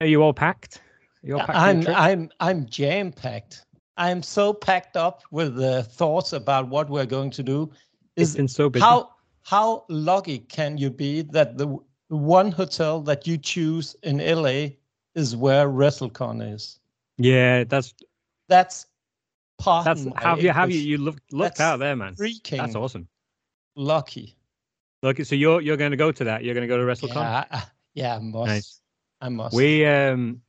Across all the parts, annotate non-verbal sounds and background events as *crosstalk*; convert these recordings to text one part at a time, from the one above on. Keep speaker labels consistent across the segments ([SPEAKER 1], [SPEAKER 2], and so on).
[SPEAKER 1] Are you all packed? Are you all packed for your
[SPEAKER 2] I'm uh,
[SPEAKER 1] trip?
[SPEAKER 2] I'm I'm jam packed. I'm so packed up with the thoughts about what we're going to do.
[SPEAKER 1] it's
[SPEAKER 2] Is
[SPEAKER 1] been so busy.
[SPEAKER 2] how how lucky can you be that the w- one hotel that you choose in LA is where WrestleCon is?
[SPEAKER 1] yeah, that's
[SPEAKER 2] That's part.
[SPEAKER 1] that's how you have you you looked looked
[SPEAKER 2] that's
[SPEAKER 1] out there, man.
[SPEAKER 2] freaking
[SPEAKER 1] That's awesome.
[SPEAKER 2] lucky.
[SPEAKER 1] Look, so you're you're going to go to that. You're going to go to WrestleCon.
[SPEAKER 2] Yeah, I, yeah, I must.
[SPEAKER 1] Nice.
[SPEAKER 2] I must.
[SPEAKER 1] We um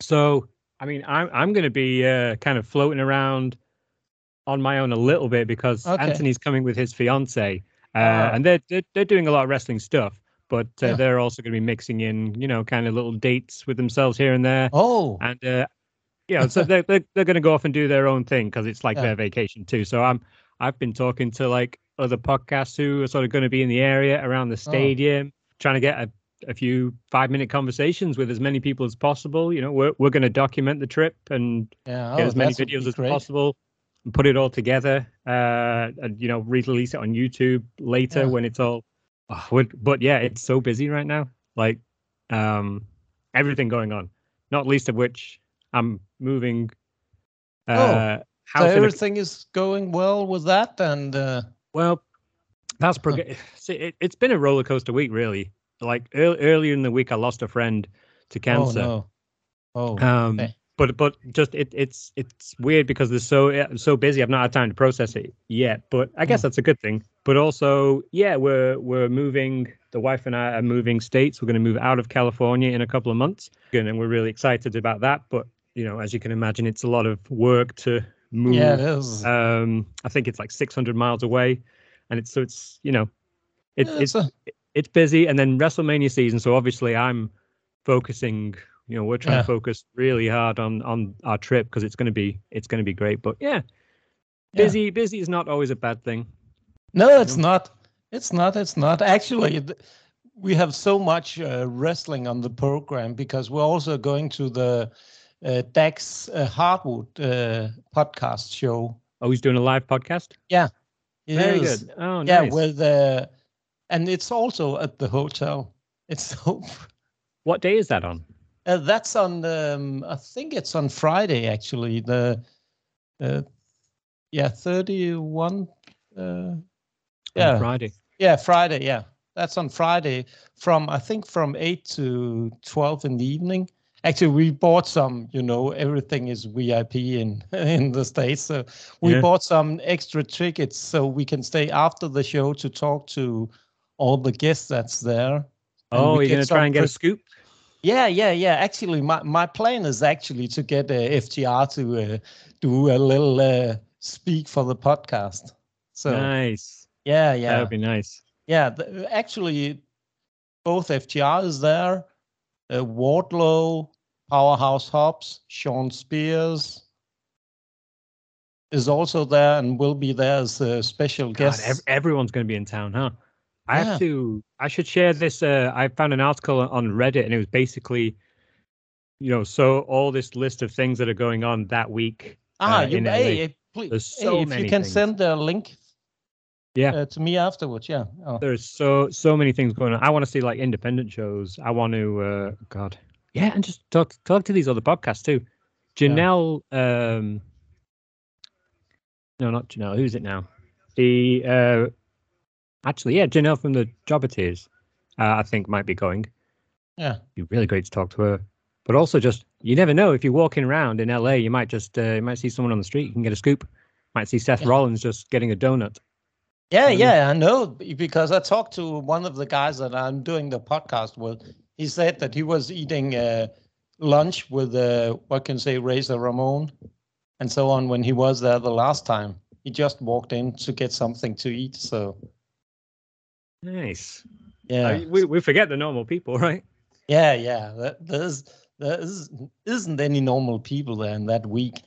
[SPEAKER 1] so I mean I'm I'm gonna be uh kind of floating around on my own a little bit because
[SPEAKER 2] Okay.
[SPEAKER 1] Anthony's coming with his fiance. Uh,
[SPEAKER 2] Ah.
[SPEAKER 1] and they're, they're they're doing a lot of wrestling stuff, but uh,
[SPEAKER 2] Yeah.
[SPEAKER 1] they're also going to be mixing in, you know, kind of little dates with themselves here and there.
[SPEAKER 2] oh,
[SPEAKER 1] And uh, yeah, so they're they're, they're going to go off and do their own thing because it's like
[SPEAKER 2] Yeah.
[SPEAKER 1] their vacation too. So I'm I've been talking to like other podcasts who are sort of going to be in the area around the stadium, trying to get a, a few five minute conversations with as many people as possible. You know, we're we're going to document the trip and
[SPEAKER 2] yeah.
[SPEAKER 1] get
[SPEAKER 2] oh,
[SPEAKER 1] as many
[SPEAKER 2] that would
[SPEAKER 1] videos
[SPEAKER 2] be
[SPEAKER 1] as
[SPEAKER 2] great.
[SPEAKER 1] possible and put it all together uh and you know re-release it on youtube later
[SPEAKER 2] Yeah.
[SPEAKER 1] when it's all Ah, would- but yeah it's so busy right now like um everything going on not least of which i'm moving uh
[SPEAKER 2] Oh, So
[SPEAKER 1] house in a,
[SPEAKER 2] everything is going well with that, and uh,
[SPEAKER 1] well that's
[SPEAKER 2] Oh.
[SPEAKER 1] prog- see, it, it's been a roller coaster week really like ear earlier in the week i lost a friend to cancer
[SPEAKER 2] oh no, oh
[SPEAKER 1] um
[SPEAKER 2] okay.
[SPEAKER 1] but but just it it's it's weird because they're so I'm so busy i've not had time to process it yet but i guess
[SPEAKER 2] Mm.
[SPEAKER 1] that's a good thing but also yeah we're we're moving the wife and i are moving states we're going to move out of california in a couple of months Good, and we're really excited about that but you know as you can imagine it's a lot of work to move
[SPEAKER 2] yeah, it is.
[SPEAKER 1] um i think it's like 600 miles away and it's so it's you know it,
[SPEAKER 2] Yeah,
[SPEAKER 1] it's
[SPEAKER 2] it's a-
[SPEAKER 1] it's busy and then WrestleMania season so obviously I'm focusing you know we're trying
[SPEAKER 2] Yeah.
[SPEAKER 1] to focus really hard on on our trip because it's going to be it's going to be great but yeah,
[SPEAKER 2] Yeah.
[SPEAKER 1] busy busy is not always a bad thing
[SPEAKER 2] No, it's
[SPEAKER 1] know?
[SPEAKER 2] not. It's not. It's not. Actually, th- we have so much uh, wrestling on the program because we're also going to the uh, Dax uh, Hardwood uh, podcast show.
[SPEAKER 1] oh he's doing a live podcast
[SPEAKER 2] It
[SPEAKER 1] very
[SPEAKER 2] is-
[SPEAKER 1] good oh
[SPEAKER 2] Yeah,
[SPEAKER 1] nice
[SPEAKER 2] with uh, and it's also at the hotel. It's *laughs* so.
[SPEAKER 1] what day is that on
[SPEAKER 2] Uh, that's on. Um, I think it's on Friday actually. The uh, yeah, thirty-one. Uh,
[SPEAKER 1] On
[SPEAKER 2] yeah,
[SPEAKER 1] Friday
[SPEAKER 2] Yeah, Friday. Yeah, that's on Friday from I think from eight to twelve in the evening. Actually, we bought some. You know, everything is VIP in *laughs* in the states, so we
[SPEAKER 1] Yeah.
[SPEAKER 2] bought some extra tickets so we can stay after the show to talk to all the guests that's there. And
[SPEAKER 1] oh
[SPEAKER 2] we
[SPEAKER 1] you're
[SPEAKER 2] get
[SPEAKER 1] going to try
[SPEAKER 2] some
[SPEAKER 1] and get a
[SPEAKER 2] pre-
[SPEAKER 1] scoop
[SPEAKER 2] Yeah, yeah, yeah. Actually, my my plan is actually to get uh, FTR to uh, do a little uh, speak for the podcast. So
[SPEAKER 1] nice
[SPEAKER 2] yeah, yeah.
[SPEAKER 1] that would be nice
[SPEAKER 2] Yeah, th- actually, both FTR is there, uh, Wardlow, Powerhouse Hobbs, Sean Spears is also there and will be there as a special
[SPEAKER 1] God,
[SPEAKER 2] guest.
[SPEAKER 1] ev- everyone's going to be in town, huh? I
[SPEAKER 2] Yeah.
[SPEAKER 1] have to. I should share this. Uh, I found an article on Reddit, and it was basically, you know, so all this list of things that are going on that week.
[SPEAKER 2] ah,
[SPEAKER 1] uh,
[SPEAKER 2] you,
[SPEAKER 1] in
[SPEAKER 2] hey,
[SPEAKER 1] LA.
[SPEAKER 2] eh, please,
[SPEAKER 1] There's
[SPEAKER 2] hey,
[SPEAKER 1] so
[SPEAKER 2] if
[SPEAKER 1] many
[SPEAKER 2] you can
[SPEAKER 1] things.
[SPEAKER 2] send the link
[SPEAKER 1] Yeah.
[SPEAKER 2] uh, to me afterwards, yeah. Oh,
[SPEAKER 1] There's so so many things going on. I want to see like independent shows. I want to. Uh, God, yeah, and just talk talk to these other podcasts too.
[SPEAKER 2] Yeah.
[SPEAKER 1] Janelle. Um, no, not Janelle. Who's it now? The uh, actually, yeah, Janelle from the Jobbeteers. Uh, I think might be going.
[SPEAKER 2] yeah.
[SPEAKER 1] be really great to talk to her. But also, just you never know if you're walking around in LA, you might just uh, you might see someone on the street, you can get a scoop. Might see Seth
[SPEAKER 2] Yeah.
[SPEAKER 1] Rollins just getting a donut.
[SPEAKER 2] Yeah,
[SPEAKER 1] I mean-
[SPEAKER 2] yeah, I know b- because I talked to one of the guys that I'm doing the podcast with. He said that he was eating uh, lunch with uh, what can you say Razor Ramon and so on when he was there the last time. He just walked in to get something to eat. So
[SPEAKER 1] Nice.
[SPEAKER 2] yeah,
[SPEAKER 1] I- we we forget the normal people, *laughs* right?
[SPEAKER 2] yeah, yeah. th- There's there is, isn't any normal people there in that week.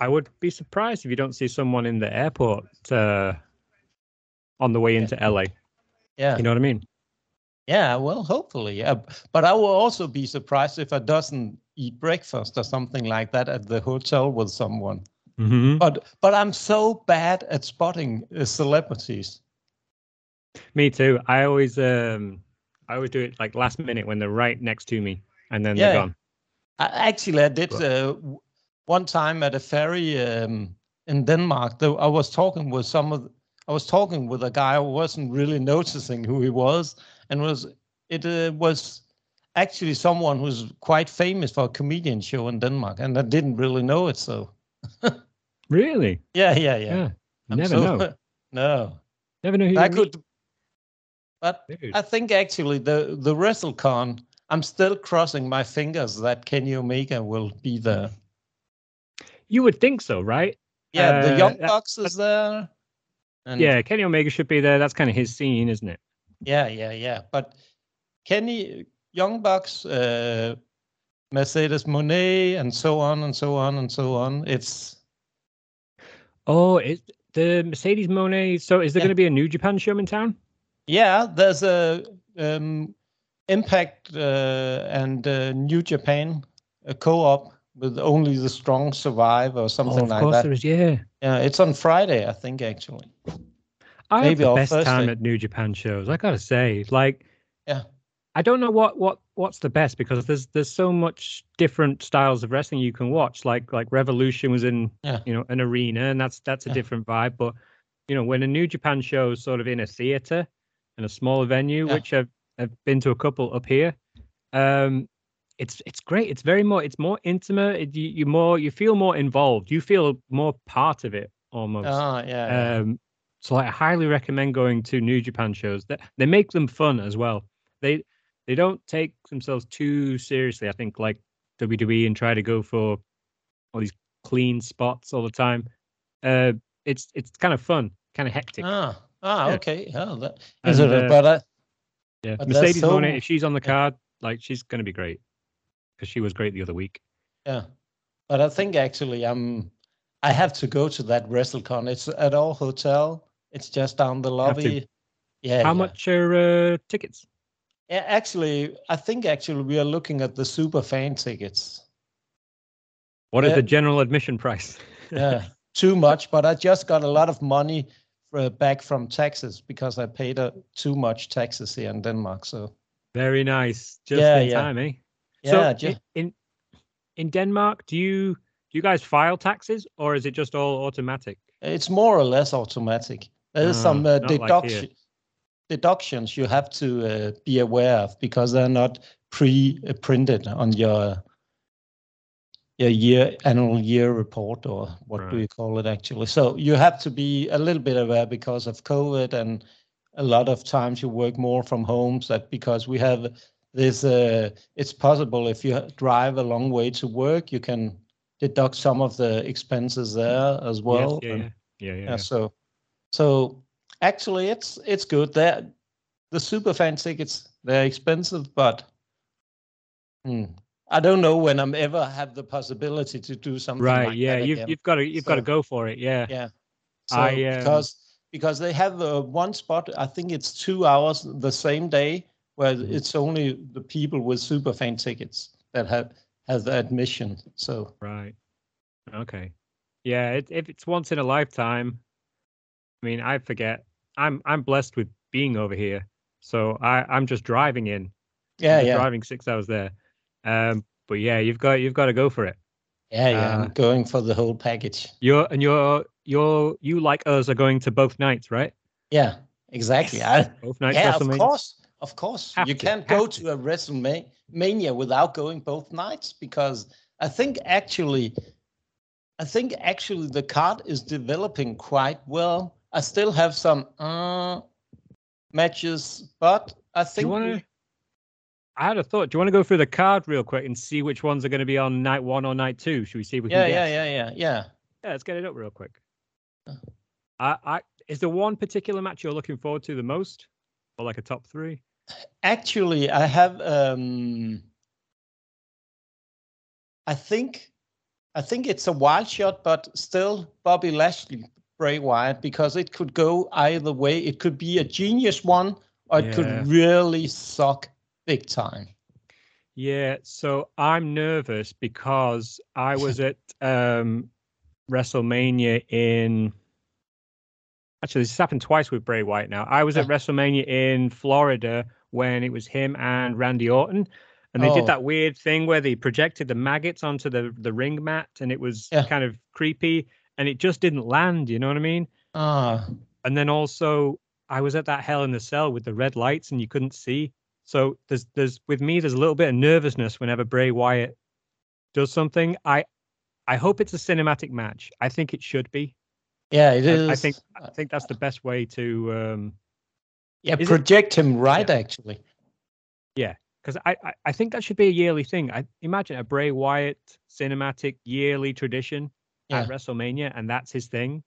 [SPEAKER 1] I would be surprised if you don't see someone in the airport uh, on the way
[SPEAKER 2] Yeah.
[SPEAKER 1] into LA.
[SPEAKER 2] Yeah,
[SPEAKER 1] You know what I mean?
[SPEAKER 2] yeah. Well, hopefully, yeah. b- But I will also be surprised if I doesn't eat breakfast or something like that at the hotel with someone.
[SPEAKER 1] Mm-hmm.
[SPEAKER 2] But but I'm so bad at spotting uh, celebrities.
[SPEAKER 1] Me too. I always um I always do it like last minute when they're right next to me. and then
[SPEAKER 2] Yeah.
[SPEAKER 1] they're gone.
[SPEAKER 2] I, actually, I did uh, w- one time at a ferry um, in Denmark. Though I was talking with some of, I was talking with a guy. I wasn't really noticing who he was, and was it uh, was actually someone who's quite famous for a comedian show in Denmark, and I didn't really know it. So
[SPEAKER 1] Really?
[SPEAKER 2] yeah, yeah, yeah.
[SPEAKER 1] Yeah. Hmm, You
[SPEAKER 2] I'm
[SPEAKER 1] never
[SPEAKER 2] so- *laughs*
[SPEAKER 1] know.
[SPEAKER 2] no,
[SPEAKER 1] Never know who
[SPEAKER 2] I
[SPEAKER 1] you
[SPEAKER 2] could. But
[SPEAKER 1] Dude.
[SPEAKER 2] I think actually the the WrestleCon. I'm still crossing my fingers that Kenny Omega will be there.
[SPEAKER 1] You would think so, right?
[SPEAKER 2] Yeah,
[SPEAKER 1] Uh,
[SPEAKER 2] the Young
[SPEAKER 1] that-
[SPEAKER 2] Bucks is there. And
[SPEAKER 1] yeah, Kenny Omega should be there. That's kind of his scene, isn't it?
[SPEAKER 2] yeah, yeah, yeah. But Kenny, Young Bucks, uh, Mercedes Monet, and so on and so on and so on. It's
[SPEAKER 1] Oh, is the Mercedes Monet. So is there
[SPEAKER 2] Yeah.
[SPEAKER 1] going to be a New Japan show in town?
[SPEAKER 2] yeah. There's a um, Impact uh, and uh, New Japan a co-op with only the strong survive or something
[SPEAKER 1] oh, of
[SPEAKER 2] like
[SPEAKER 1] course
[SPEAKER 2] that.
[SPEAKER 1] there is. Yeah.
[SPEAKER 2] Yeah, Uh, it's on Friday, I think actually.
[SPEAKER 1] I
[SPEAKER 2] Maybe
[SPEAKER 1] have
[SPEAKER 2] our
[SPEAKER 1] the best
[SPEAKER 2] first
[SPEAKER 1] time
[SPEAKER 2] thing.
[SPEAKER 1] at New Japan shows. I gotta say, like,
[SPEAKER 2] Yeah.
[SPEAKER 1] I don't know what what what's the best because there's there's so much different styles of wrestling you can watch. Like like Revolution was in
[SPEAKER 2] Yeah.
[SPEAKER 1] you know an arena and that's that's a
[SPEAKER 2] Yeah.
[SPEAKER 1] different vibe. But you know when a New Japan show is sort of in a theater in a smaller venue,
[SPEAKER 2] Yeah.
[SPEAKER 1] which I've I've been to a couple up here, um, it's it's great. It's very more it's more intimate. It, you you more you feel more involved. You feel more part of it almost.
[SPEAKER 2] Ah, yeah, yeah.
[SPEAKER 1] Um, so I highly recommend going to New Japan shows. That they make them fun as well. They they don't take themselves too seriously. I think like WWE and try to go for all these clean spots all the time. Uh, it's it's kind of fun, kind of hectic.
[SPEAKER 2] Ah, ah,
[SPEAKER 1] Yeah.
[SPEAKER 2] okay. Oh, that, is
[SPEAKER 1] And,
[SPEAKER 2] it?
[SPEAKER 1] uh,
[SPEAKER 2] but I,
[SPEAKER 1] yeah.
[SPEAKER 2] but that's
[SPEAKER 1] Mercedes
[SPEAKER 2] so-
[SPEAKER 1] Monet, if she's on the
[SPEAKER 2] yeah.
[SPEAKER 1] card, like she's gonna be great because she was great the other week.
[SPEAKER 2] Yeah, but I think actually I'm. I have to go to that WrestleCon. It's at our hotel. It's just down the
[SPEAKER 1] have to.
[SPEAKER 2] lobby. Yeah.
[SPEAKER 1] How
[SPEAKER 2] yeah.
[SPEAKER 1] much are uh, tickets?
[SPEAKER 2] Yeah, actually, I think actually we are looking at the super fan tickets.
[SPEAKER 1] *laughs* What is
[SPEAKER 2] Yeah.
[SPEAKER 1] the general admission price?
[SPEAKER 2] Yeah, too much. But I just got a lot of money uh, back from taxes because I paid uh, too much taxes here in Denmark. So
[SPEAKER 1] *laughs* Very nice. Just
[SPEAKER 2] Yeah,
[SPEAKER 1] in
[SPEAKER 2] yeah.
[SPEAKER 1] time, eh?
[SPEAKER 2] yeah,
[SPEAKER 1] so
[SPEAKER 2] ju-
[SPEAKER 1] i- in in Denmark, do you do you guys file taxes or is it just all automatic?
[SPEAKER 2] it's more or less automatic. There is
[SPEAKER 1] Ah,
[SPEAKER 2] some uh,
[SPEAKER 1] not like here.
[SPEAKER 2] deduction, deductions you have to uh, be aware of because they're not pre-printed on your your year annual year report or what do
[SPEAKER 1] Right.
[SPEAKER 2] you call it actually. So you have to be a little bit aware because of COVID and a lot of times you work more from homes that because we have this uh, it's possible if you drive a long way to work you can deduct some of the expenses there as well
[SPEAKER 1] yes, yeah,
[SPEAKER 2] and-
[SPEAKER 1] yeah, yeah, yeah,
[SPEAKER 2] yeah,
[SPEAKER 1] yeah.
[SPEAKER 2] so so actually it's it's good that the super fan tickets they're expensive but hmm, i don't know when i'm ever have the possibility to do something
[SPEAKER 1] Right,
[SPEAKER 2] like
[SPEAKER 1] yeah.
[SPEAKER 2] that
[SPEAKER 1] You've
[SPEAKER 2] again.
[SPEAKER 1] you've got to you've got to
[SPEAKER 2] So-
[SPEAKER 1] go for it. Yeah.
[SPEAKER 2] Yeah. so
[SPEAKER 1] I, um,
[SPEAKER 2] because because they have uh, one spot i think it's two hours the same day where
[SPEAKER 1] Mhm.
[SPEAKER 2] it's only the people with super fan tickets that have have the admission so
[SPEAKER 1] Right. Okay. Yeah. It, if it's once in a lifetime, I mean, I forget. I'm I'm blessed with being over here, so I I'm just driving in. I'm
[SPEAKER 2] yeah
[SPEAKER 1] just
[SPEAKER 2] yeah
[SPEAKER 1] Driving six hours there. Um. But yeah, you've got you've got to go for it.
[SPEAKER 2] yeah yeah
[SPEAKER 1] uh,
[SPEAKER 2] i'm going for the whole package
[SPEAKER 1] You're and you're you're you like us are going to both nights, right?
[SPEAKER 2] yeah exactly
[SPEAKER 1] Yes.
[SPEAKER 2] I,
[SPEAKER 1] Both nights.
[SPEAKER 2] yeah, of
[SPEAKER 1] WrestleMania?
[SPEAKER 2] course, of course.
[SPEAKER 1] Have
[SPEAKER 2] you
[SPEAKER 1] to,
[SPEAKER 2] can't
[SPEAKER 1] have
[SPEAKER 2] go
[SPEAKER 1] to.
[SPEAKER 2] to a WrestleMania without going both nights because I think actually, I think actually the card is developing quite well. I still have some uh, matches, but I
[SPEAKER 1] Do
[SPEAKER 2] think
[SPEAKER 1] you
[SPEAKER 2] we-
[SPEAKER 1] want to? I had a thought. Do you want to go through the card real quick and see which ones are going to be on night one or night two? Should we see? If we
[SPEAKER 2] yeah,
[SPEAKER 1] can
[SPEAKER 2] yeah,
[SPEAKER 1] guess?
[SPEAKER 2] yeah, yeah, yeah.
[SPEAKER 1] Yeah, let's get it up real quick.
[SPEAKER 2] Uh.
[SPEAKER 1] I, I is there one particular match you're looking forward to the most, or like a top three?
[SPEAKER 2] Actually, I have. Um, I think, I think it's a wild shot, but still Bobby Lashley, Bray Wyatt, because it could go either way. It could be a genius one, or it
[SPEAKER 1] Yeah.
[SPEAKER 2] could really suck big time.
[SPEAKER 1] Yeah, so I'm nervous because I
[SPEAKER 2] *laughs*
[SPEAKER 1] was at um, WrestleMania in. Actually, this has happened twice with Bray White now. I was at WrestleMania in Florida when it was him and Randy Orton, and they
[SPEAKER 2] Oh.
[SPEAKER 1] did that weird thing where they projected the maggots onto the the ring mat, and it was
[SPEAKER 2] Yeah.
[SPEAKER 1] kind of creepy, and it just didn't land. You know what I mean?
[SPEAKER 2] Ah,
[SPEAKER 1] And then also, I was at that Hell in the Cell with the red lights, and you couldn't see. So there's there's with me there's a little bit of nervousness whenever Bray Wyatt does something. I I hope it's a cinematic match. I think it should be.
[SPEAKER 2] yeah, it is.
[SPEAKER 1] I- I think- I think that's the best way to um,
[SPEAKER 2] yeah,
[SPEAKER 1] is it-
[SPEAKER 2] project him right actually.
[SPEAKER 1] because I, I I think that should be a yearly thing. I imagine a Bray Wyatt cinematic yearly tradition at
[SPEAKER 2] Yeah.
[SPEAKER 1] WrestleMania, and that's his thing.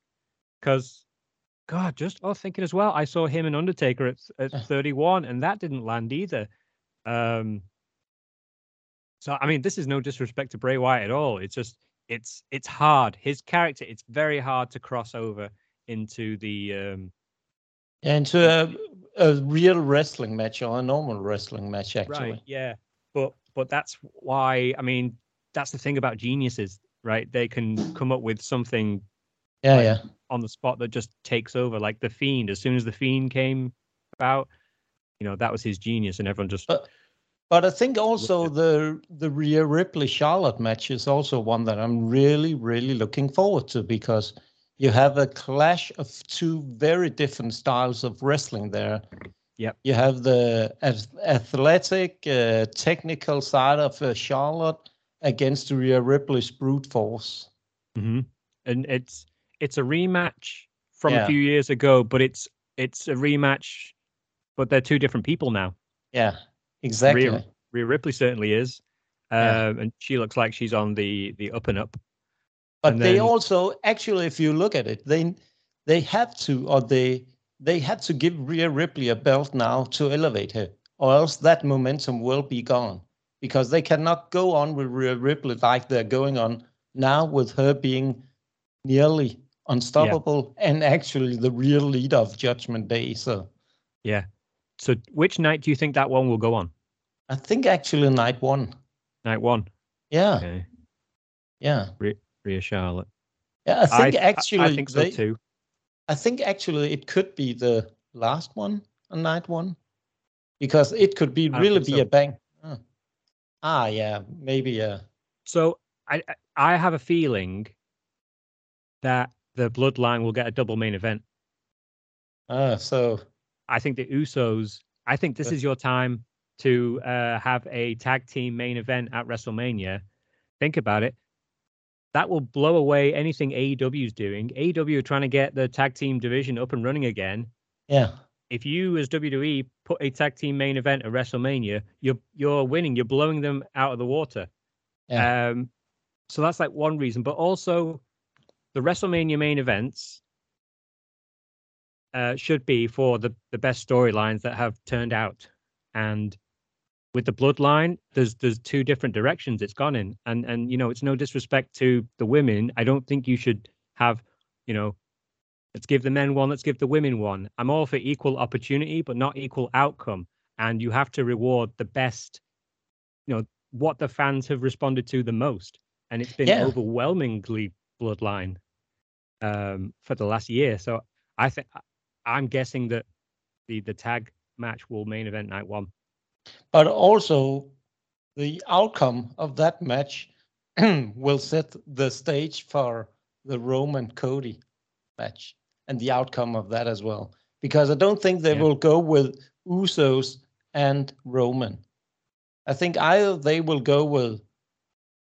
[SPEAKER 1] Because, God, just oh, thinking as well, I saw him and Undertaker at at
[SPEAKER 2] Yeah.
[SPEAKER 1] 31, and that didn't land either. Um, so I mean, this is no disrespect to Bray Wyatt at all. It's just it's it's hard. His character, it's very hard to cross over into the um,
[SPEAKER 2] Into a, a real wrestling match or a normal wrestling match actually.
[SPEAKER 1] Right. Yeah. But but that's why I mean that's the thing about geniuses, right? They can come up with something
[SPEAKER 2] Yeah,
[SPEAKER 1] Right.
[SPEAKER 2] yeah.
[SPEAKER 1] on the spot that just takes over, like the fiend. As soon as the fiend came about, you know that was his genius, and everyone just
[SPEAKER 2] Uh, But I think also the the Rhea Ripley Charlotte match is also one that I'm really really looking forward to because you have a clash of two very different styles of wrestling there.
[SPEAKER 1] Yep.
[SPEAKER 2] You have the ath- athletic, uh, technical side of uh, Charlotte against Rhea Ripley's brute force.
[SPEAKER 1] Mhm. and it's it's a rematch from
[SPEAKER 2] Yeah.
[SPEAKER 1] a few years ago, but it's it's a rematch, but they're two different people now.
[SPEAKER 2] Yeah, exactly.
[SPEAKER 1] Rhea Ripley certainly is, um,
[SPEAKER 2] Yeah.
[SPEAKER 1] and she looks like she's on the the up and up.
[SPEAKER 2] but
[SPEAKER 1] And
[SPEAKER 2] they
[SPEAKER 1] then-
[SPEAKER 2] also actually if you look at it they they have to or they they had to give Rhea Ripley a belt now to elevate her or else that momentum will be gone because they cannot go on with Rhea Ripley like they're going on now with her being nearly unstoppable and actually the real leader of Judgment Day so
[SPEAKER 1] So, which night do you think that one will go on?
[SPEAKER 2] I think actually night 1
[SPEAKER 1] Night one.
[SPEAKER 2] yeah
[SPEAKER 1] Okay.
[SPEAKER 2] yeah
[SPEAKER 1] Rhea Charlotte.
[SPEAKER 2] yeah I think
[SPEAKER 1] th-
[SPEAKER 2] actually
[SPEAKER 1] I think so
[SPEAKER 2] they-
[SPEAKER 1] too.
[SPEAKER 2] I think actually it could be the last one, a night one, because it could be
[SPEAKER 1] don't
[SPEAKER 2] really
[SPEAKER 1] think so.
[SPEAKER 2] be a bang. Ah. Ah, yeah, maybe yeah.
[SPEAKER 1] So I I- I have a feeling that the Bloodline will get a double main event.
[SPEAKER 2] Ah, so
[SPEAKER 1] I think the Usos. I think this
[SPEAKER 2] Yeah.
[SPEAKER 1] is your time to uh, have a tag team main event at WrestleMania. Think about it. That will blow away anything AEW is doing. AEW are trying to get the tag team division up and running again.
[SPEAKER 2] yeah,
[SPEAKER 1] if you as WWE put a tag team main event at WrestleMania, you're you're winning. You're blowing them out of the water. Um, so that's like one reason, but also the WrestleMania main events uh, should be for the the best storylines that have turned out. And with the bloodline, there's there's two different directions it's gone in. And and you know, it's no disrespect to the women. I don't think you should have, you know, let's give the men one, let's give the women one. I'm all for equal opportunity, but not equal outcome. And you have to reward the best, you know, what the fans have responded to the most. And it's been
[SPEAKER 2] Yeah.
[SPEAKER 1] overwhelmingly bloodline um, for the last year. So I think I'm guessing that the the tag match will main event night one.
[SPEAKER 2] but also the outcome of that match *clears throat* will set the stage for the Roman Cody match and the outcome of that as well, because I don't think they
[SPEAKER 1] Yeah.
[SPEAKER 2] will go with Usos and Roman. I think either they will go with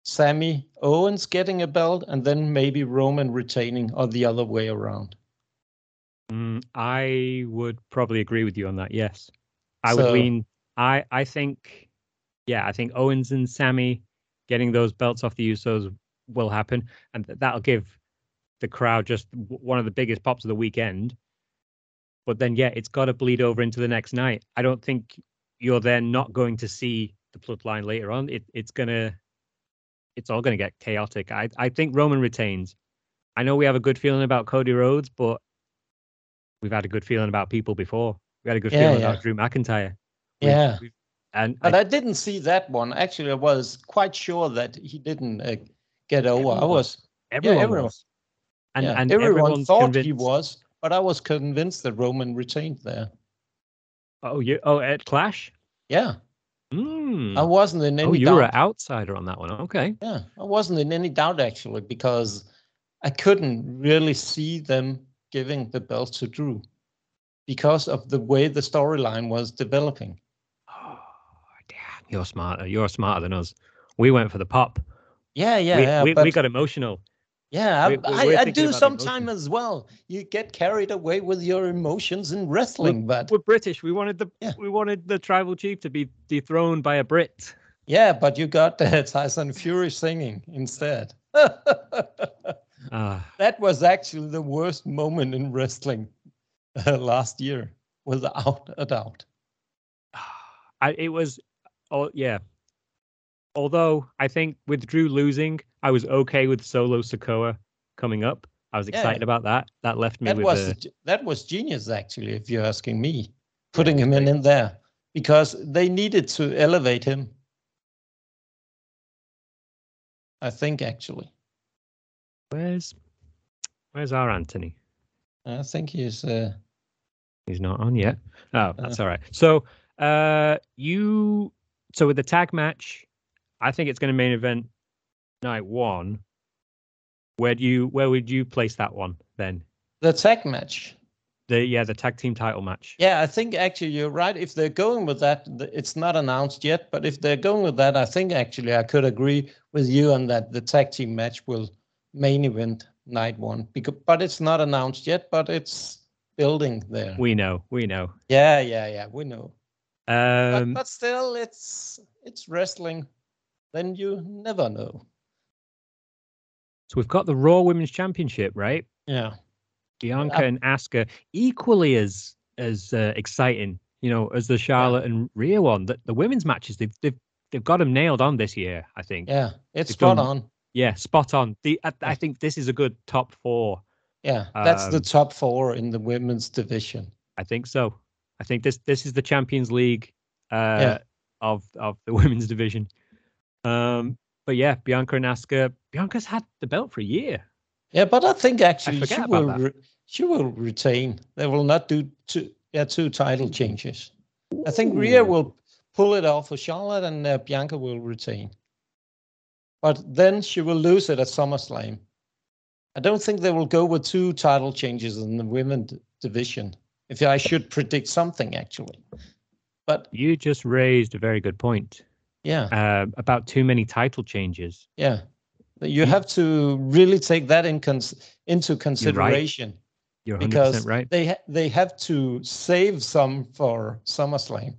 [SPEAKER 2] Sammy Owens getting a belt and then maybe Roman retaining or the other way around.
[SPEAKER 1] Mm, I would probably agree with you on that. Yes, I would
[SPEAKER 2] So-
[SPEAKER 1] lean. I I think, yeah, I think Owens and Sammy getting those belts off the Usos will happen, and th- that'll give the crowd just w- one of the biggest pops of the weekend. But then, yeah, it's got to bleed over into the next night. I don't think you're then not going to see the bloodline later on. It it's gonna, it's all gonna get chaotic. I I think Roman retains. I know we have a good feeling about Cody Rhodes, but we've had a good feeling about people before. We had a good
[SPEAKER 2] Yeah,
[SPEAKER 1] feeling
[SPEAKER 2] yeah.
[SPEAKER 1] about Drew McIntyre. We've-
[SPEAKER 2] Yeah.
[SPEAKER 1] we've- and
[SPEAKER 2] But
[SPEAKER 1] I,
[SPEAKER 2] I didn't see Oh, that one. Actually, I was quite sure that he didn't uh, get over. I
[SPEAKER 1] Everyone
[SPEAKER 2] was,
[SPEAKER 1] everyone,
[SPEAKER 2] everyone.
[SPEAKER 1] was. And,
[SPEAKER 2] yeah,
[SPEAKER 1] and
[SPEAKER 2] everyone
[SPEAKER 1] everyone's
[SPEAKER 2] thought he
[SPEAKER 1] convinced-
[SPEAKER 2] was, but I was convinced that Roman retained there.
[SPEAKER 1] Oh, you, oh, at Clash?
[SPEAKER 2] Yeah,
[SPEAKER 1] Mm.
[SPEAKER 2] I wasn't in any
[SPEAKER 1] oh, you
[SPEAKER 2] doubt.
[SPEAKER 1] were an outsider on that one. Okay.
[SPEAKER 2] Yeah, I wasn't in any doubt actually because I couldn't really see them giving the belt to Drew because of the way the storyline was developing.
[SPEAKER 1] Oh, damn. You're smarter. You're smarter than us. We went for the pop.
[SPEAKER 2] Yeah, yeah,
[SPEAKER 1] we,
[SPEAKER 2] yeah.
[SPEAKER 1] we,
[SPEAKER 2] but
[SPEAKER 1] we got emotional.
[SPEAKER 2] yeah, I,
[SPEAKER 1] we- we-
[SPEAKER 2] I,
[SPEAKER 1] we're
[SPEAKER 2] I
[SPEAKER 1] thinking
[SPEAKER 2] do
[SPEAKER 1] about
[SPEAKER 2] sometimes as well. You get carried away with your emotions in wrestling, but
[SPEAKER 1] We're British. We wanted the
[SPEAKER 2] Yeah.
[SPEAKER 1] we wanted the tribal chief to be dethroned by a Brit.
[SPEAKER 2] yeah, but you got uh, *laughs* Tyson Fury singing instead. *laughs*
[SPEAKER 1] Ah,
[SPEAKER 2] That was actually the worst moment in wrestling uh, last year, without a doubt.
[SPEAKER 1] I, it was, oh yeah. Although I think with Drew losing, I was okay with Solo Sokoa coming up. I was
[SPEAKER 2] Yeah.
[SPEAKER 1] excited about that. That left me
[SPEAKER 2] That
[SPEAKER 1] with
[SPEAKER 2] was
[SPEAKER 1] a,
[SPEAKER 2] ge- that was genius, actually, if you're asking me, putting him in, in there because they needed to elevate him. I think actually,
[SPEAKER 1] where's where's our Anthony?
[SPEAKER 2] I think he's. Uh,
[SPEAKER 1] He's not on yet. Oh, that's all right. So uh you so with the tag match, I think it's gonna main event night one. Where do you where would you place that one then?
[SPEAKER 2] the tag match.
[SPEAKER 1] The yeah, the tag team title match.
[SPEAKER 2] Yeah, I think actually you're right. If they're going with that, th- it's not announced yet, but if they're going with that, I think actually I could agree with you on that the tag team match will main event night one. Because, but it's not announced yet, but it's building there.
[SPEAKER 1] We know, we know.
[SPEAKER 2] yeah, yeah, yeah, we know.
[SPEAKER 1] Um
[SPEAKER 2] but, but still, it's it's wrestling. Then you never know.
[SPEAKER 1] so we've got the Raw Women's Championship, right?
[SPEAKER 2] Yeah.
[SPEAKER 1] Bianca
[SPEAKER 2] I-
[SPEAKER 1] and Asuka equally as as uh, exciting, you know, as the Charlotte and Rhea one. The, the women's matches they've they've they've got them nailed on this year, I think.
[SPEAKER 2] Yeah, it's
[SPEAKER 1] It's
[SPEAKER 2] spot
[SPEAKER 1] done.
[SPEAKER 2] on.
[SPEAKER 1] Yeah, spot on. The I, I
[SPEAKER 2] Yeah.
[SPEAKER 1] think this is a good top four.
[SPEAKER 2] Yeah, that's the
[SPEAKER 1] Um,
[SPEAKER 2] top four in the women's division.
[SPEAKER 1] I think so. I think this this is the Champions League uh,
[SPEAKER 2] Yeah.
[SPEAKER 1] of of the *laughs* women's division. Um, but yeah, Bianca and Asuka. Bianca's had the belt for a year.
[SPEAKER 2] Yeah, but I think actually
[SPEAKER 1] forget
[SPEAKER 2] she
[SPEAKER 1] about
[SPEAKER 2] will
[SPEAKER 1] that.
[SPEAKER 2] re- she will retain. They will not do two yeah two title changes. I think Rhea
[SPEAKER 1] Ooh.
[SPEAKER 2] will pull it off for Charlotte, and uh, Bianca will retain. But then she will lose it at SummerSlam. I don't think they will go with two title changes in the women's division. If I should predict something, actually, but
[SPEAKER 1] You just raised a very good point
[SPEAKER 2] yeah,
[SPEAKER 1] uh, about too many title changes.
[SPEAKER 2] yeah, But
[SPEAKER 1] Mm.
[SPEAKER 2] you have to really take that in cons- into consideration.
[SPEAKER 1] You're 100
[SPEAKER 2] because
[SPEAKER 1] percent right.
[SPEAKER 2] they ha- they have to save some for SummerSlam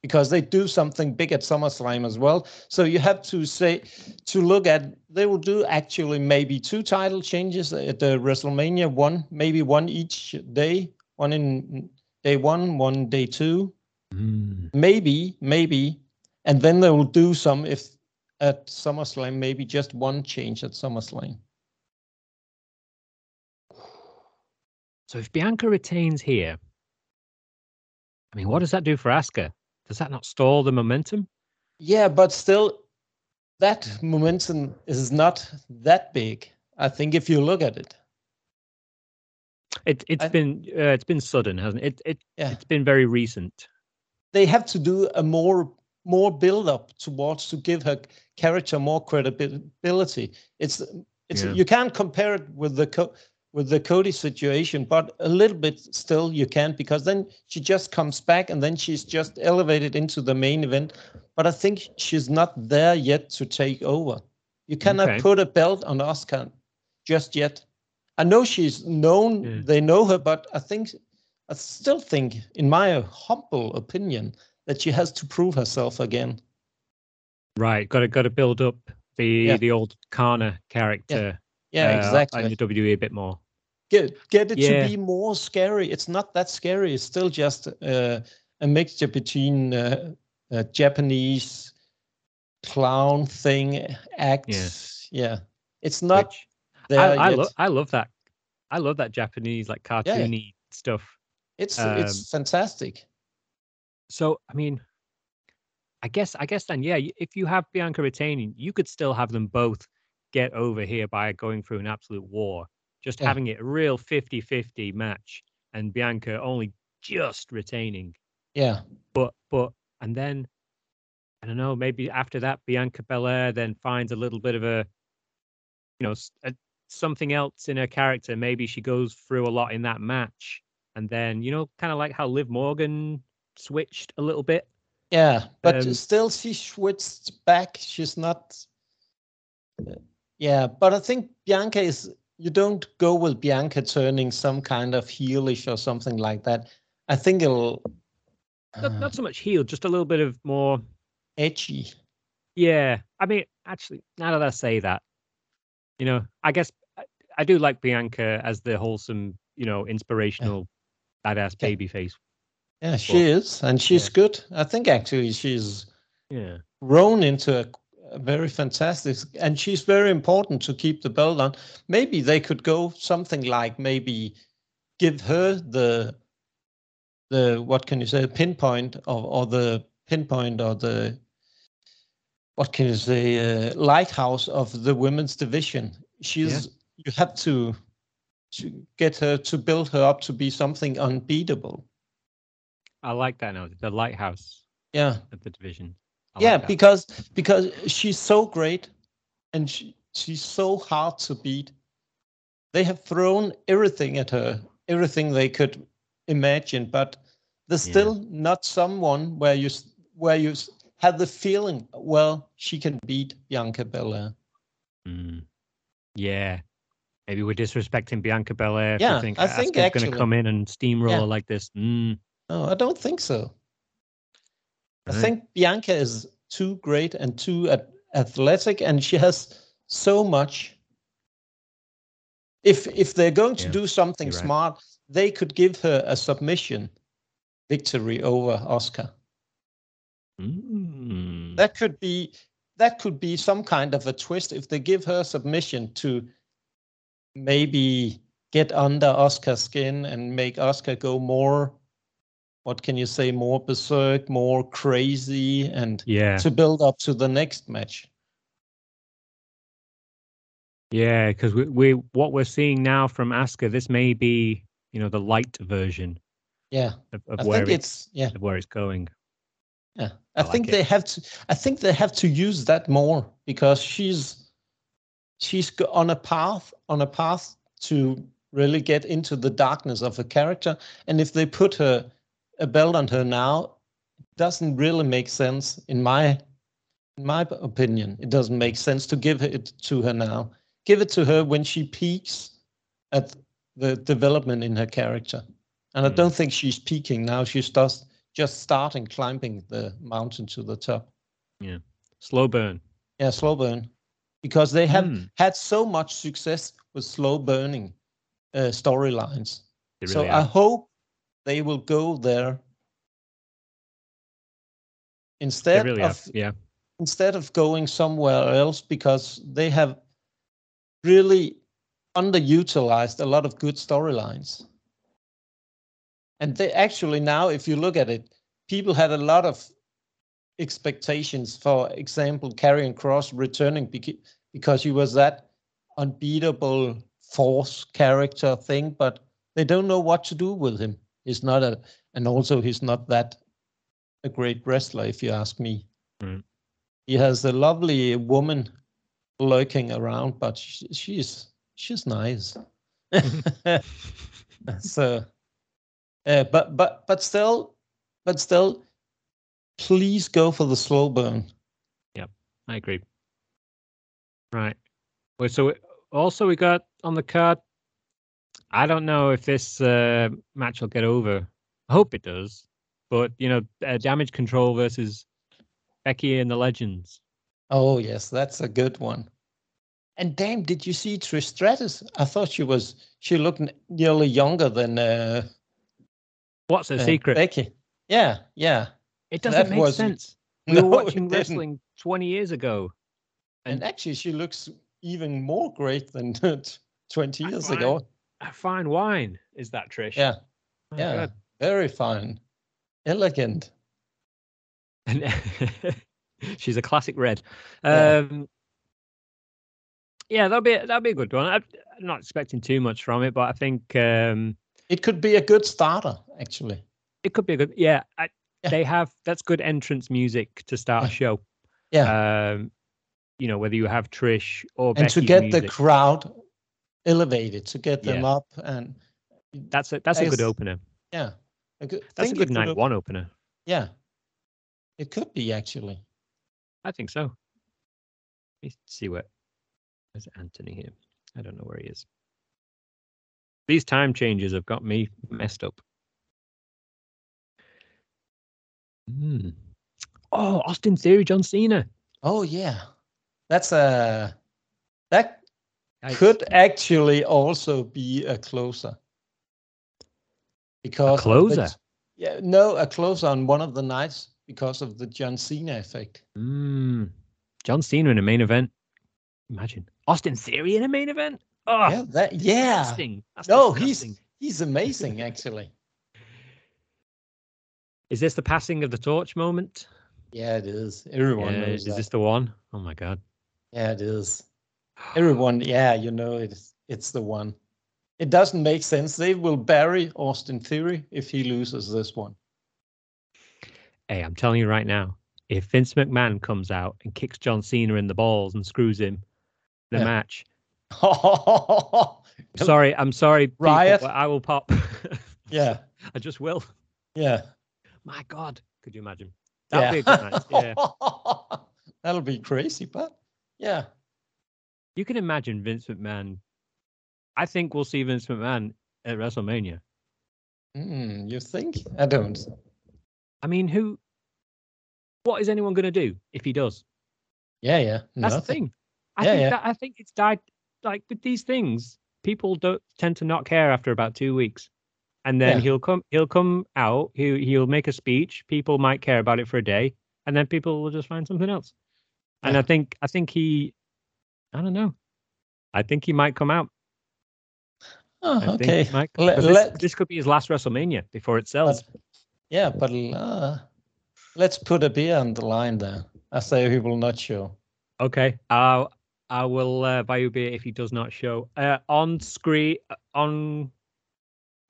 [SPEAKER 2] because they do something big at SummerSlam as well. So you have to say to look at they will do actually maybe two title changes at the WrestleMania one, maybe one each day, one in day one, one day two,
[SPEAKER 1] Mm.
[SPEAKER 2] maybe maybe, and then they will do some if at SummerSlam maybe just one change at SummerSlam.
[SPEAKER 1] So if Bianca retains here, I mean, what does that do for Asuka? Does that not stall the momentum?
[SPEAKER 2] Yeah, but still, that momentum is not that big. I think if you look at it,
[SPEAKER 1] It, it's
[SPEAKER 2] I-
[SPEAKER 1] been uh, it's been sudden, hasn't it? It, it
[SPEAKER 2] Yeah.
[SPEAKER 1] It's been very recent.
[SPEAKER 2] they have to do a more more build up towards to give her character more credibility. It's it's
[SPEAKER 1] Yeah.
[SPEAKER 2] you can't compare it with the co- with the Cody situation, but a little bit still you can because then she just comes back and then she's just elevated into the main event. But I think she's not there yet to take over. You cannot
[SPEAKER 1] Okay.
[SPEAKER 2] put a belt on Oscar just yet. I know she's known;
[SPEAKER 1] Yeah.
[SPEAKER 2] they know her, but I think I still think, in my humble opinion, that she has to prove herself again.
[SPEAKER 1] Right, got to got to build up the
[SPEAKER 2] Yeah.
[SPEAKER 1] the old Kana character.
[SPEAKER 2] Yeah,
[SPEAKER 1] uh,
[SPEAKER 2] exactly.
[SPEAKER 1] In the WWE a bit more.
[SPEAKER 2] get get it
[SPEAKER 1] Yeah.
[SPEAKER 2] to be more scary. It's not that scary. It's still just uh, a mixture between uh, uh, Japanese clown thing acts. Yeah, it's not
[SPEAKER 1] which
[SPEAKER 2] there
[SPEAKER 1] I, I
[SPEAKER 2] yet.
[SPEAKER 1] love I love that. I love that Japanese like
[SPEAKER 2] yeah.
[SPEAKER 1] cartoony stuff.
[SPEAKER 2] it's
[SPEAKER 1] um,
[SPEAKER 2] it's fantastic.
[SPEAKER 1] So I mean, I guess I guess then yeah, y- if you have Bianca retaining, you could still have them both get over here by going through an absolute war. Just
[SPEAKER 2] Yeah.
[SPEAKER 1] having it a real 50-50 match and Bianca only just retaining.
[SPEAKER 2] Yeah,
[SPEAKER 1] but but and then I don't know, maybe after that, Bianca Belair then finds a little bit of a, you know, s- a, something else in her character. Maybe she goes through a lot in that match. And then, you know, kind of like how Liv Morgan switched a little bit.
[SPEAKER 2] Yeah, but
[SPEAKER 1] Um,
[SPEAKER 2] still, she switched back. She's not. Yeah, but I think Bianca is. You don't go with Bianca turning some kind of heelish or something like that. I think it'll
[SPEAKER 1] Not,
[SPEAKER 2] uh,
[SPEAKER 1] not so much heel, just a little bit of more.
[SPEAKER 2] edgy.
[SPEAKER 1] Yeah. I mean, actually, now that I say that, you know, I guess I, I do like Bianca as the wholesome, you know, inspirational, badass
[SPEAKER 2] Okay.
[SPEAKER 1] baby face.
[SPEAKER 2] Yeah, she is, and she's
[SPEAKER 1] yeah.
[SPEAKER 2] good. I think actually she's
[SPEAKER 1] Yeah.
[SPEAKER 2] grown into a, a very fantastic, and she's very important to keep the belt on. Maybe they could go something like maybe give her the the what can you say pinpoint or, or the pinpoint or the what can you say uh, lighthouse of the women's division. She's you have to to get her to build her up to be something unbeatable.
[SPEAKER 1] I like that now. The lighthouse
[SPEAKER 2] Yeah.
[SPEAKER 1] of the division. I
[SPEAKER 2] yeah,
[SPEAKER 1] like that.
[SPEAKER 2] because because she's so great, and she, she's so hard to beat. They have thrown everything at her, everything they could imagine, but there's
[SPEAKER 1] Yeah.
[SPEAKER 2] still not someone where you s- where you s- have the feeling, well, she can beat Bianca Belair.
[SPEAKER 1] Mm. Yeah. Maybe we're disrespecting Bianca Belair. if we
[SPEAKER 2] Yeah,
[SPEAKER 1] think
[SPEAKER 2] I
[SPEAKER 1] Asuka's
[SPEAKER 2] think
[SPEAKER 1] going
[SPEAKER 2] actually-
[SPEAKER 1] to come in and steamroll
[SPEAKER 2] Yeah.
[SPEAKER 1] her like this. Mm.
[SPEAKER 2] No, Oh, I don't think so. I
[SPEAKER 1] Right.
[SPEAKER 2] think Bianca is too great and too at- athletic, and she has so much. If if they're going to
[SPEAKER 1] Yeah,
[SPEAKER 2] do something
[SPEAKER 1] you're right.
[SPEAKER 2] smart, they could give her a submission victory over Oscar.
[SPEAKER 1] Mm.
[SPEAKER 2] That could be that could be some kind of a twist if they give her submission to maybe get under Oscar's skin and make Oscar go more. What can you say? More berserk, more crazy, and
[SPEAKER 1] Yeah.
[SPEAKER 2] to build up to the next match.
[SPEAKER 1] Yeah. Because we, we, what we're seeing now from Asuka, this may be, you know, the light version
[SPEAKER 2] Yeah,
[SPEAKER 1] of,
[SPEAKER 2] I
[SPEAKER 1] of, where,
[SPEAKER 2] think
[SPEAKER 1] it's,
[SPEAKER 2] it's yeah.
[SPEAKER 1] of where it's going.
[SPEAKER 2] yeah.
[SPEAKER 1] I
[SPEAKER 2] I,
[SPEAKER 1] like
[SPEAKER 2] think
[SPEAKER 1] it.
[SPEAKER 2] they have to. I think they have to use that more because she's she's go- on a path on a path to really get into the darkness of a character, and if they put her a belt on her now, it doesn't really make sense in my in my opinion. It doesn't make sense to give it to her now. Give it to her when she peaks at the development in her character. And I
[SPEAKER 1] Mm.
[SPEAKER 2] don't think she's peaking now. She's just just starting climbing the mountain to the top.
[SPEAKER 1] Slow burn.
[SPEAKER 2] Yeah, slow burn, because they have
[SPEAKER 1] Mm.
[SPEAKER 2] had so much success with slow burning uh, storylines.
[SPEAKER 1] They
[SPEAKER 2] so
[SPEAKER 1] really
[SPEAKER 2] I
[SPEAKER 1] are.
[SPEAKER 2] hope they will go there
[SPEAKER 1] They
[SPEAKER 2] instead
[SPEAKER 1] really are.
[SPEAKER 2] of
[SPEAKER 1] Yeah.
[SPEAKER 2] instead of going somewhere else because they have really underutilized a lot of good storylines. And they actually now, if you look at it, people had a lot of expectations. For example, Karrion Cross returning bec- because he was that unbeatable force character thing, but they don't know what to do with him. He's not a, and also he's not that a great wrestler, if you ask me.
[SPEAKER 1] Mm.
[SPEAKER 2] He has a lovely woman lurking around, but sh- she's
[SPEAKER 1] *laughs*
[SPEAKER 2] she's nice. so, uh, but but but still, but still, please go for the slow burn.
[SPEAKER 1] I agree. Right. Well, so we- also we got on the card. I don't know if this uh, match will get over. I hope it does. But you know, uh, damage control versus Becky and the Legends.
[SPEAKER 2] Oh yes, that's a good one. And damn, did you see Trish Stratus? I thought she was she looked n- nearly younger than uh,
[SPEAKER 1] What's the
[SPEAKER 2] uh,
[SPEAKER 1] secret?
[SPEAKER 2] Becky. Yeah, yeah.
[SPEAKER 1] it doesn't
[SPEAKER 2] that
[SPEAKER 1] make
[SPEAKER 2] was- *laughs*
[SPEAKER 1] sense. We
[SPEAKER 2] No,
[SPEAKER 1] were
[SPEAKER 2] it
[SPEAKER 1] watching
[SPEAKER 2] didn't.
[SPEAKER 1] wrestling 20 years ago.
[SPEAKER 2] and actually she looks even more great than *laughs* twenty years
[SPEAKER 1] Fine.
[SPEAKER 2] ago.
[SPEAKER 1] A fine wine is that Trish?
[SPEAKER 2] Yeah,
[SPEAKER 1] Oh My
[SPEAKER 2] yeah,
[SPEAKER 1] God.
[SPEAKER 2] very fine, elegant.
[SPEAKER 1] And *laughs* she's a classic red.
[SPEAKER 2] Yeah.
[SPEAKER 1] Um, yeah, that'll be that'll be a good one. I, I'm not expecting too much from it, but I think um,
[SPEAKER 2] It could be a good starter, actually.
[SPEAKER 1] it could be a good. Yeah, I,
[SPEAKER 2] Yeah.
[SPEAKER 1] they have that's good entrance music to start a
[SPEAKER 2] Yeah.
[SPEAKER 1] show.
[SPEAKER 2] yeah.
[SPEAKER 1] Um, you know whether you have Trish or
[SPEAKER 2] and to
[SPEAKER 1] Becky's
[SPEAKER 2] get the
[SPEAKER 1] music,
[SPEAKER 2] crowd elevated, to get them
[SPEAKER 1] Yeah.
[SPEAKER 2] up, and
[SPEAKER 1] that's a that's a good
[SPEAKER 2] Yes.
[SPEAKER 1] opener.
[SPEAKER 2] yeah, I could-
[SPEAKER 1] That's a
[SPEAKER 2] think
[SPEAKER 1] good
[SPEAKER 2] it could
[SPEAKER 1] night
[SPEAKER 2] have-
[SPEAKER 1] one opener.
[SPEAKER 2] Yeah, it could be actually.
[SPEAKER 1] I think so. Let me see where. There's Anthony here. I don't know where he is. These time changes have got me messed up. Hmm. Oh, Austin Theory, John Cena.
[SPEAKER 2] Oh yeah, that's a that
[SPEAKER 1] I-
[SPEAKER 2] could actually also be a closer because of
[SPEAKER 1] closer?
[SPEAKER 2] the- yeah, no, a closer on one of the nights because of the John Cena effect.
[SPEAKER 1] Hmm. John Cena in a main event. Imagine Austin Theory in a main event. Oh,
[SPEAKER 2] yeah, that yeah.
[SPEAKER 1] disgusting. That's
[SPEAKER 2] No, he's
[SPEAKER 1] disgusting.
[SPEAKER 2] he's amazing actually.
[SPEAKER 1] Is this the passing of the torch moment?
[SPEAKER 2] Yeah, it is. Everyone
[SPEAKER 1] Yeah,
[SPEAKER 2] knows
[SPEAKER 1] is
[SPEAKER 2] that.
[SPEAKER 1] this the one? Oh my god.
[SPEAKER 2] Yeah, it is. Everyone, yeah, you know it's it's the one. It doesn't make sense. They will bury Austin Theory if he loses this one. *laughs*
[SPEAKER 1] Hey, I'm telling you right now, if Vince McMahon comes out and kicks John Cena in the balls and screws him, the
[SPEAKER 2] Yeah.
[SPEAKER 1] match.
[SPEAKER 2] yeah,
[SPEAKER 1] Sorry, I'm sorry, people,
[SPEAKER 2] Riot.
[SPEAKER 1] but I will pop. *laughs* I just will.
[SPEAKER 2] yeah.
[SPEAKER 1] My God, could you imagine? That'd be a good
[SPEAKER 2] *laughs*
[SPEAKER 1] match. Yeah,
[SPEAKER 2] That'll be crazy, but yeah.
[SPEAKER 1] you can imagine Vince McMahon. I think we'll see Vince McMahon at WrestleMania.
[SPEAKER 2] Mm, you think? I don't.
[SPEAKER 1] I mean, who? What is anyone going to do if he does?
[SPEAKER 2] Yeah, yeah.
[SPEAKER 1] That's the
[SPEAKER 2] nothing.
[SPEAKER 1] thing. I
[SPEAKER 2] Yeah,
[SPEAKER 1] think
[SPEAKER 2] yeah.
[SPEAKER 1] That, I think it's died. Like with these things, people don't tend to not care after about two weeks, and then
[SPEAKER 2] Yeah.
[SPEAKER 1] he'll come. He'll come out. He he'll make a speech. People might care about it for a day, and then people will just find something else. And
[SPEAKER 2] Yeah.
[SPEAKER 1] I think I think he, I don't know. I think he might come out. I
[SPEAKER 2] Oh,
[SPEAKER 1] think
[SPEAKER 2] okay.
[SPEAKER 1] he might, 'cause
[SPEAKER 2] Let,
[SPEAKER 1] this,
[SPEAKER 2] let,
[SPEAKER 1] this could be his last WrestleMania before it sells.
[SPEAKER 2] yeah, but uh, let's put a beer on the line there. I say he will not show.
[SPEAKER 1] Okay. I'll, I will uh, buy you a beer if he does not show. Uh, on screen, uh, on.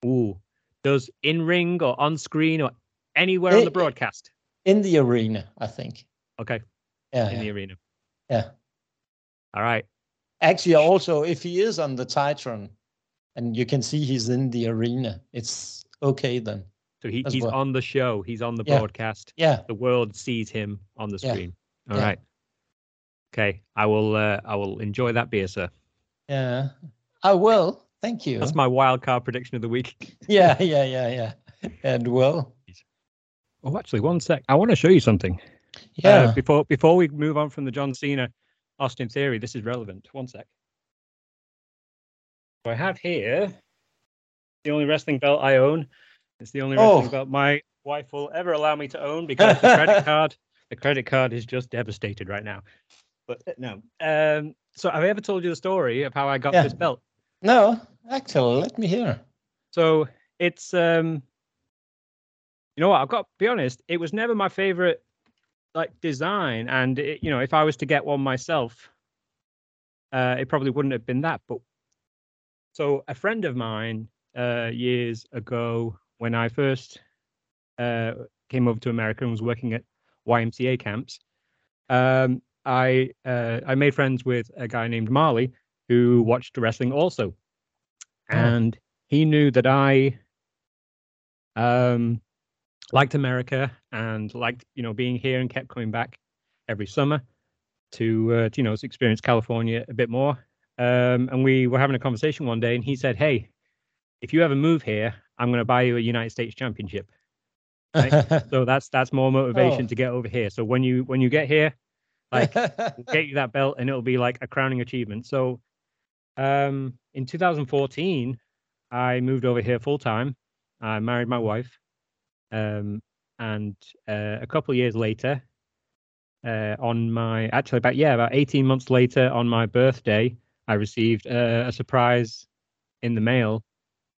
[SPEAKER 1] Ooh. Does in ring or on screen or anywhere on
[SPEAKER 2] Eh,
[SPEAKER 1] the
[SPEAKER 2] eh.
[SPEAKER 1] broadcast?
[SPEAKER 2] In the arena, I think.
[SPEAKER 1] Okay. In
[SPEAKER 2] Yeah. Oh, yeah.
[SPEAKER 1] the arena.
[SPEAKER 2] Yeah.
[SPEAKER 1] All right.
[SPEAKER 2] Actually, also, if he is on the Titron and you can see he's in the arena, it's okay then.
[SPEAKER 1] So he,
[SPEAKER 2] As
[SPEAKER 1] he's
[SPEAKER 2] well.
[SPEAKER 1] on the show. He's on the
[SPEAKER 2] Yeah.
[SPEAKER 1] broadcast.
[SPEAKER 2] Yeah.
[SPEAKER 1] The world sees him on the
[SPEAKER 2] Yeah.
[SPEAKER 1] screen. All right.
[SPEAKER 2] Yeah.
[SPEAKER 1] Okay. I will. Uh, I will enjoy that beer, sir.
[SPEAKER 2] Yeah. I will. Thank you.
[SPEAKER 1] That's my wild card prediction of the week.
[SPEAKER 2] *laughs* yeah, yeah, yeah, yeah. And well,
[SPEAKER 1] Oh, actually, one sec. I want to show you something. Uh,
[SPEAKER 2] yeah.
[SPEAKER 1] before before we move on from the John Cena Austin theory, this is relevant. One sec. So I have here the only wrestling belt I own. It's the only wrestling
[SPEAKER 2] Oh.
[SPEAKER 1] belt my wife will ever allow me to own because the
[SPEAKER 2] *laughs*
[SPEAKER 1] credit card the credit card is just devastated right now. But uh, no. Um so have I ever told you the story of how I got
[SPEAKER 2] Yeah.
[SPEAKER 1] this belt?
[SPEAKER 2] no, actually, let me hear.
[SPEAKER 1] So it's um you know what, I've got to be honest, it was never my favorite like design and it, you know, if I was to get one myself, uh it probably wouldn't have been that, but so a friend of mine uh years ago when I first uh came over to America and was working at YMCA camps, um I uh I made friends with a guy named Marley who watched wrestling also.
[SPEAKER 2] Oh.
[SPEAKER 1] And he knew that I um, liked America and liked you know being here and kept coming back every summer to, uh, to you know to experience California a bit more. Um, and we were having a conversation one day, and he said, "Hey, if you ever move here, I'm going to buy you a United States Championship."
[SPEAKER 2] *laughs*
[SPEAKER 1] So that's that's more motivation
[SPEAKER 2] Oh.
[SPEAKER 1] to get over here. So when you when you get here, like get you that belt and it'll be like a crowning achievement. So um in 2014 I moved over here full time. I married my wife. Um and uh, a couple of years later uh on my actually about yeah about 18 months later on my birthday I received uh, a surprise in the mail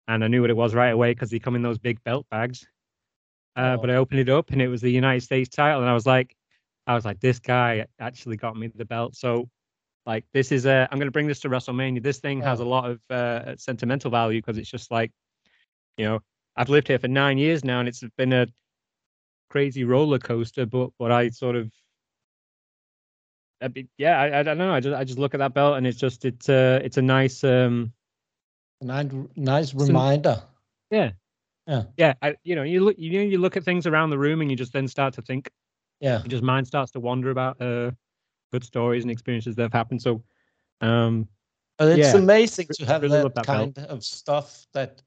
[SPEAKER 1] and I knew what it was right away cuz they come in those big belt bags. Uh, but
[SPEAKER 2] Oh.
[SPEAKER 1] I opened it up and it was the United States title and I was like I was like, this guy actually got me the belt. So, like, this is a. I'm going to bring this to WrestleMania. This thing has a
[SPEAKER 2] Yeah.
[SPEAKER 1] lot of uh, sentimental value because it's just like, you know, I've lived here for nine years now, and it's been a crazy roller coaster, but what I sort of I mean, yeah, I, I don't know. I just I just look at that belt and it's just it's uh it's a nice um
[SPEAKER 2] Nice, nice reminder.
[SPEAKER 1] yeah
[SPEAKER 2] Yeah.
[SPEAKER 1] yeah I, you know you look you know you look at things around the room and you just then start to think
[SPEAKER 2] Yeah.
[SPEAKER 1] just mind starts to wander about uh good stories and experiences that have happened. So um
[SPEAKER 2] But it's
[SPEAKER 1] Yeah.
[SPEAKER 2] amazing to
[SPEAKER 1] It's
[SPEAKER 2] have
[SPEAKER 1] really
[SPEAKER 2] that,
[SPEAKER 1] love that
[SPEAKER 2] kind
[SPEAKER 1] belt.
[SPEAKER 2] of stuff that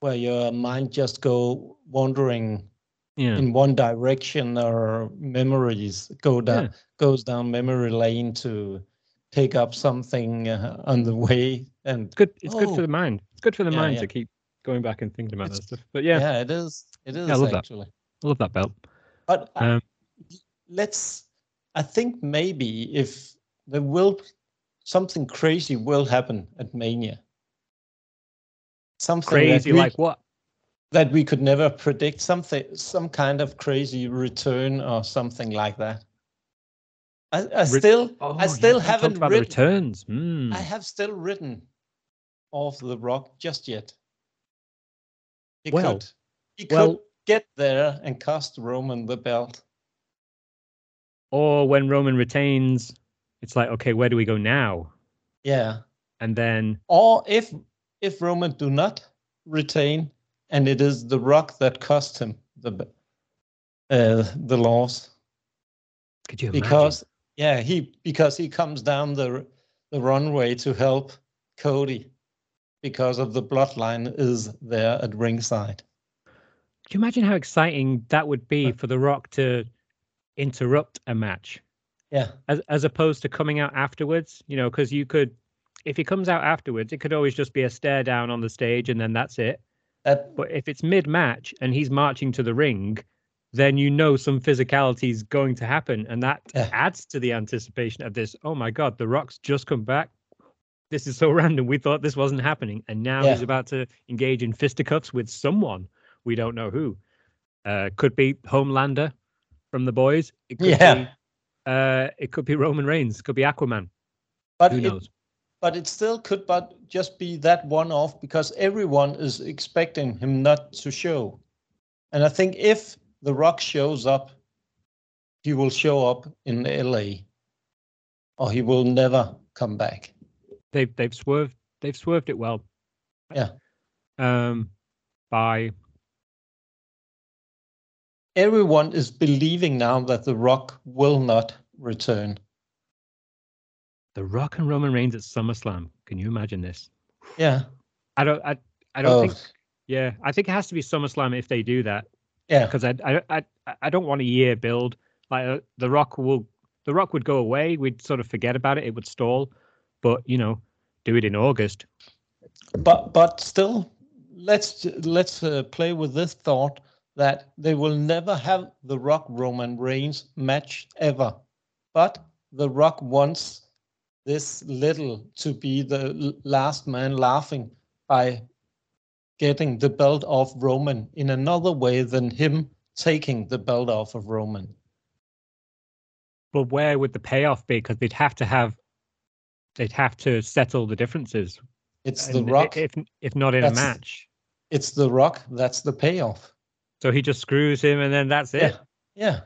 [SPEAKER 2] where your mind just go wandering
[SPEAKER 1] yeah.
[SPEAKER 2] in one direction or memories go down
[SPEAKER 1] Yeah.
[SPEAKER 2] goes down memory lane to pick up something uh, on the way and
[SPEAKER 1] It's good it's good
[SPEAKER 2] Oh.
[SPEAKER 1] for the mind. It's good for the
[SPEAKER 2] Yeah,
[SPEAKER 1] mind
[SPEAKER 2] yeah.
[SPEAKER 1] to keep going back and thinking about that
[SPEAKER 2] It's-
[SPEAKER 1] stuff. But
[SPEAKER 2] yeah,
[SPEAKER 1] yeah,
[SPEAKER 2] it is it is
[SPEAKER 1] I love that.
[SPEAKER 2] actually
[SPEAKER 1] I love that belt.
[SPEAKER 2] but I-
[SPEAKER 1] Um,
[SPEAKER 2] let's i think maybe if there will something crazy will happen at mania something that
[SPEAKER 1] Crazy
[SPEAKER 2] we-
[SPEAKER 1] like what?
[SPEAKER 2] that we could never predict something some kind of crazy return or something like that i, I
[SPEAKER 1] Re-
[SPEAKER 2] still
[SPEAKER 1] Oh,
[SPEAKER 2] i still
[SPEAKER 1] yeah, we talked
[SPEAKER 2] haven't
[SPEAKER 1] about
[SPEAKER 2] written
[SPEAKER 1] the returns. Mm.
[SPEAKER 2] i have still written off the rock just yet he
[SPEAKER 1] Well,
[SPEAKER 2] could he could
[SPEAKER 1] well-
[SPEAKER 2] get there and cost roman the belt
[SPEAKER 1] Or when Roman retains, it's like, okay, where do we go now?
[SPEAKER 2] yeah
[SPEAKER 1] And then
[SPEAKER 2] or if if roman do not retain and it is the rock that cost him the b- uh, the loss
[SPEAKER 1] could you imagine?
[SPEAKER 2] because yeah he because he comes down the r- the runway to help cody because of the bloodline is there at ringside
[SPEAKER 1] Could you imagine how exciting that would be for The Rock to interrupt a match
[SPEAKER 2] yeah
[SPEAKER 1] as as opposed to coming out afterwards? You know, because you could, if he comes out afterwards, it could always just be a stare down on the stage and then that's it.
[SPEAKER 2] that
[SPEAKER 1] But if it's mid match and he's marching to the ring, then you know some physicality is going to happen, and that
[SPEAKER 2] Yeah.
[SPEAKER 1] adds to the anticipation of this. Oh my God, The Rock's just come back. This is so *laughs* random. We thought this wasn't happening, and now he's
[SPEAKER 2] Yeah.
[SPEAKER 1] about to engage in fisticuffs with someone we don't know who. Uh, could be Homelander from the boys. It could
[SPEAKER 2] Yeah.
[SPEAKER 1] be. Uh, it could be Roman Reigns. Could be Aquaman.
[SPEAKER 2] but
[SPEAKER 1] Who
[SPEAKER 2] it,
[SPEAKER 1] knows?
[SPEAKER 2] but it still could but just be that one off because everyone is expecting him not to show and i think if the rock shows up he will show up in la or he will never come back
[SPEAKER 1] they've they've swerved they've swerved it well.
[SPEAKER 2] Yeah.
[SPEAKER 1] Um, by
[SPEAKER 2] everyone is believing now that the rock will not return
[SPEAKER 1] The Rock and Roman Reigns at SummerSlam. Can you imagine this?
[SPEAKER 2] yeah
[SPEAKER 1] I don't. I, I don't
[SPEAKER 2] Oh,
[SPEAKER 1] think. Yeah, I think it has to be SummerSlam if they do that
[SPEAKER 2] yeah
[SPEAKER 1] because I, I I I don't want a year build. Like uh, The Rock will. The Rock would go away. We'd sort of forget about it. It would stall. But you know, do it in August.
[SPEAKER 2] but but still let's let's uh, play with this thought that they will never have the rock roman reigns match ever but the rock wants this little to be the l- last man laughing by getting the belt off roman in another way than him taking the belt off of roman
[SPEAKER 1] But where would the payoff be? Because they'd have to have. They'd have to settle the differences.
[SPEAKER 2] it's the
[SPEAKER 1] And i-
[SPEAKER 2] rock
[SPEAKER 1] If if not in a
[SPEAKER 2] That's-
[SPEAKER 1] match.
[SPEAKER 2] it's the rock that's the payoff
[SPEAKER 1] So he just screws him, and then that's it.
[SPEAKER 2] Yeah. yeah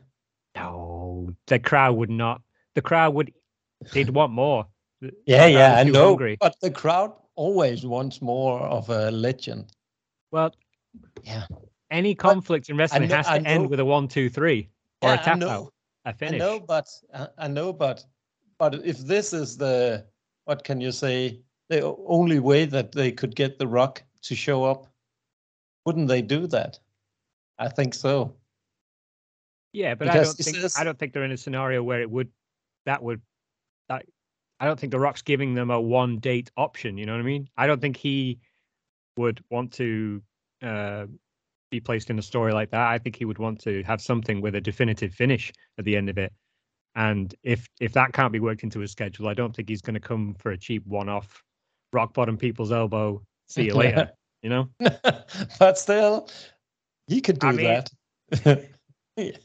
[SPEAKER 1] No, the crowd would not. The crowd would.
[SPEAKER 2] *laughs*
[SPEAKER 1] They'd want more. The
[SPEAKER 2] yeah
[SPEAKER 1] crowd
[SPEAKER 2] yeah
[SPEAKER 1] is
[SPEAKER 2] i
[SPEAKER 1] too
[SPEAKER 2] know
[SPEAKER 1] hungry.
[SPEAKER 2] but the crowd always wants more of a legend
[SPEAKER 1] Well,
[SPEAKER 2] Yeah.
[SPEAKER 1] Any conflict in wrestling
[SPEAKER 2] know-
[SPEAKER 1] has to
[SPEAKER 2] I know-
[SPEAKER 1] end with a one, two, three, or a
[SPEAKER 2] Yeah,
[SPEAKER 1] tap
[SPEAKER 2] I know,
[SPEAKER 1] out, a finish.
[SPEAKER 2] I know, but I- I know, but but if this is the what can you say the o- only way that they could get the Rock to show up, wouldn't they do that? I think so.
[SPEAKER 1] Yeah, but I
[SPEAKER 2] Because
[SPEAKER 1] don't
[SPEAKER 2] it
[SPEAKER 1] think
[SPEAKER 2] says-
[SPEAKER 1] I don't think they're in a scenario where it would. That would. That, I don't think the Rock's giving them a one date option. You know what I mean? I don't think he would want to uh, be placed in a story like that. I think he would want to have something with a definitive finish at the end of it. And if if that can't be worked into his schedule, I don't think he's going to come for a cheap one off rock bottom people's elbow. See you *laughs* later. You know?
[SPEAKER 2] *laughs* but still, he could do
[SPEAKER 1] I mean-
[SPEAKER 2] that. *laughs*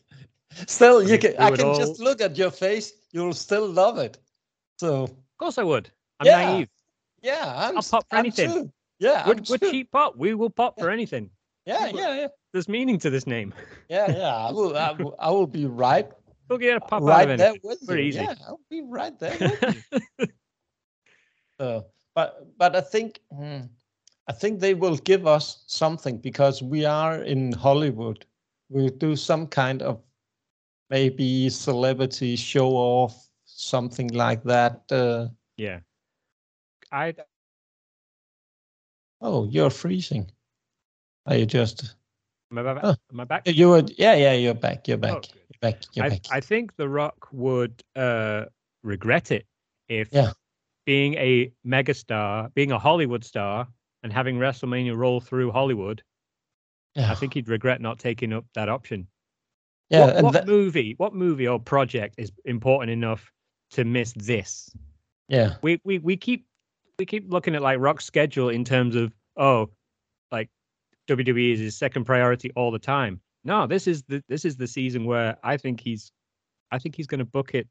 [SPEAKER 2] still, you
[SPEAKER 1] mean,
[SPEAKER 2] can.
[SPEAKER 1] we
[SPEAKER 2] I
[SPEAKER 1] would
[SPEAKER 2] can
[SPEAKER 1] all-
[SPEAKER 2] just look at your face. You'll still love it. So
[SPEAKER 1] Of course I would. I'm
[SPEAKER 2] Yeah,
[SPEAKER 1] naive.
[SPEAKER 2] yeah, I'm.
[SPEAKER 1] I'll
[SPEAKER 2] s-
[SPEAKER 1] pop for
[SPEAKER 2] I'm
[SPEAKER 1] anything.
[SPEAKER 2] too. Yeah,
[SPEAKER 1] We're,
[SPEAKER 2] I'm
[SPEAKER 1] we're
[SPEAKER 2] too.
[SPEAKER 1] cheap pop. We will pop for anything.
[SPEAKER 2] Yeah, yeah, yeah,
[SPEAKER 1] There's meaning to this name. *laughs*
[SPEAKER 2] yeah, yeah. I will, I will, I will be right,
[SPEAKER 1] We'll get a *laughs* pop out
[SPEAKER 2] right
[SPEAKER 1] of
[SPEAKER 2] there
[SPEAKER 1] it.
[SPEAKER 2] with you.
[SPEAKER 1] Very easy.
[SPEAKER 2] Yeah, I'll be right there. With you. So, but but I think hmm, I think they will give us something because we are in Hollywood. We'll do some kind of maybe celebrity show off, something like that. Uh,
[SPEAKER 1] *laughs* yeah. I
[SPEAKER 2] oh, you're freezing. Are you just?
[SPEAKER 1] am I back?
[SPEAKER 2] Oh.
[SPEAKER 1] Am I back?
[SPEAKER 2] You would? Yeah, yeah. You're back. You're
[SPEAKER 1] Oh,
[SPEAKER 2] back.
[SPEAKER 1] good.
[SPEAKER 2] You're back. You're
[SPEAKER 1] I,
[SPEAKER 2] back.
[SPEAKER 1] I think The Rock would uh, regret it if
[SPEAKER 2] Yeah.
[SPEAKER 1] being a megastar, being a Hollywood star, and having WrestleMania roll through Hollywood.
[SPEAKER 2] yeah.
[SPEAKER 1] I think he'd regret not taking up that option.
[SPEAKER 2] yeah.
[SPEAKER 1] what
[SPEAKER 2] and
[SPEAKER 1] what
[SPEAKER 2] that-
[SPEAKER 1] movie? What movie or project is important enough to miss this?
[SPEAKER 2] yeah.
[SPEAKER 1] we we we keep we keep looking at like Rock's schedule in terms of oh, like WWE is his second priority all the time. No, this is the this is the season where I think he's I think he's going to book it.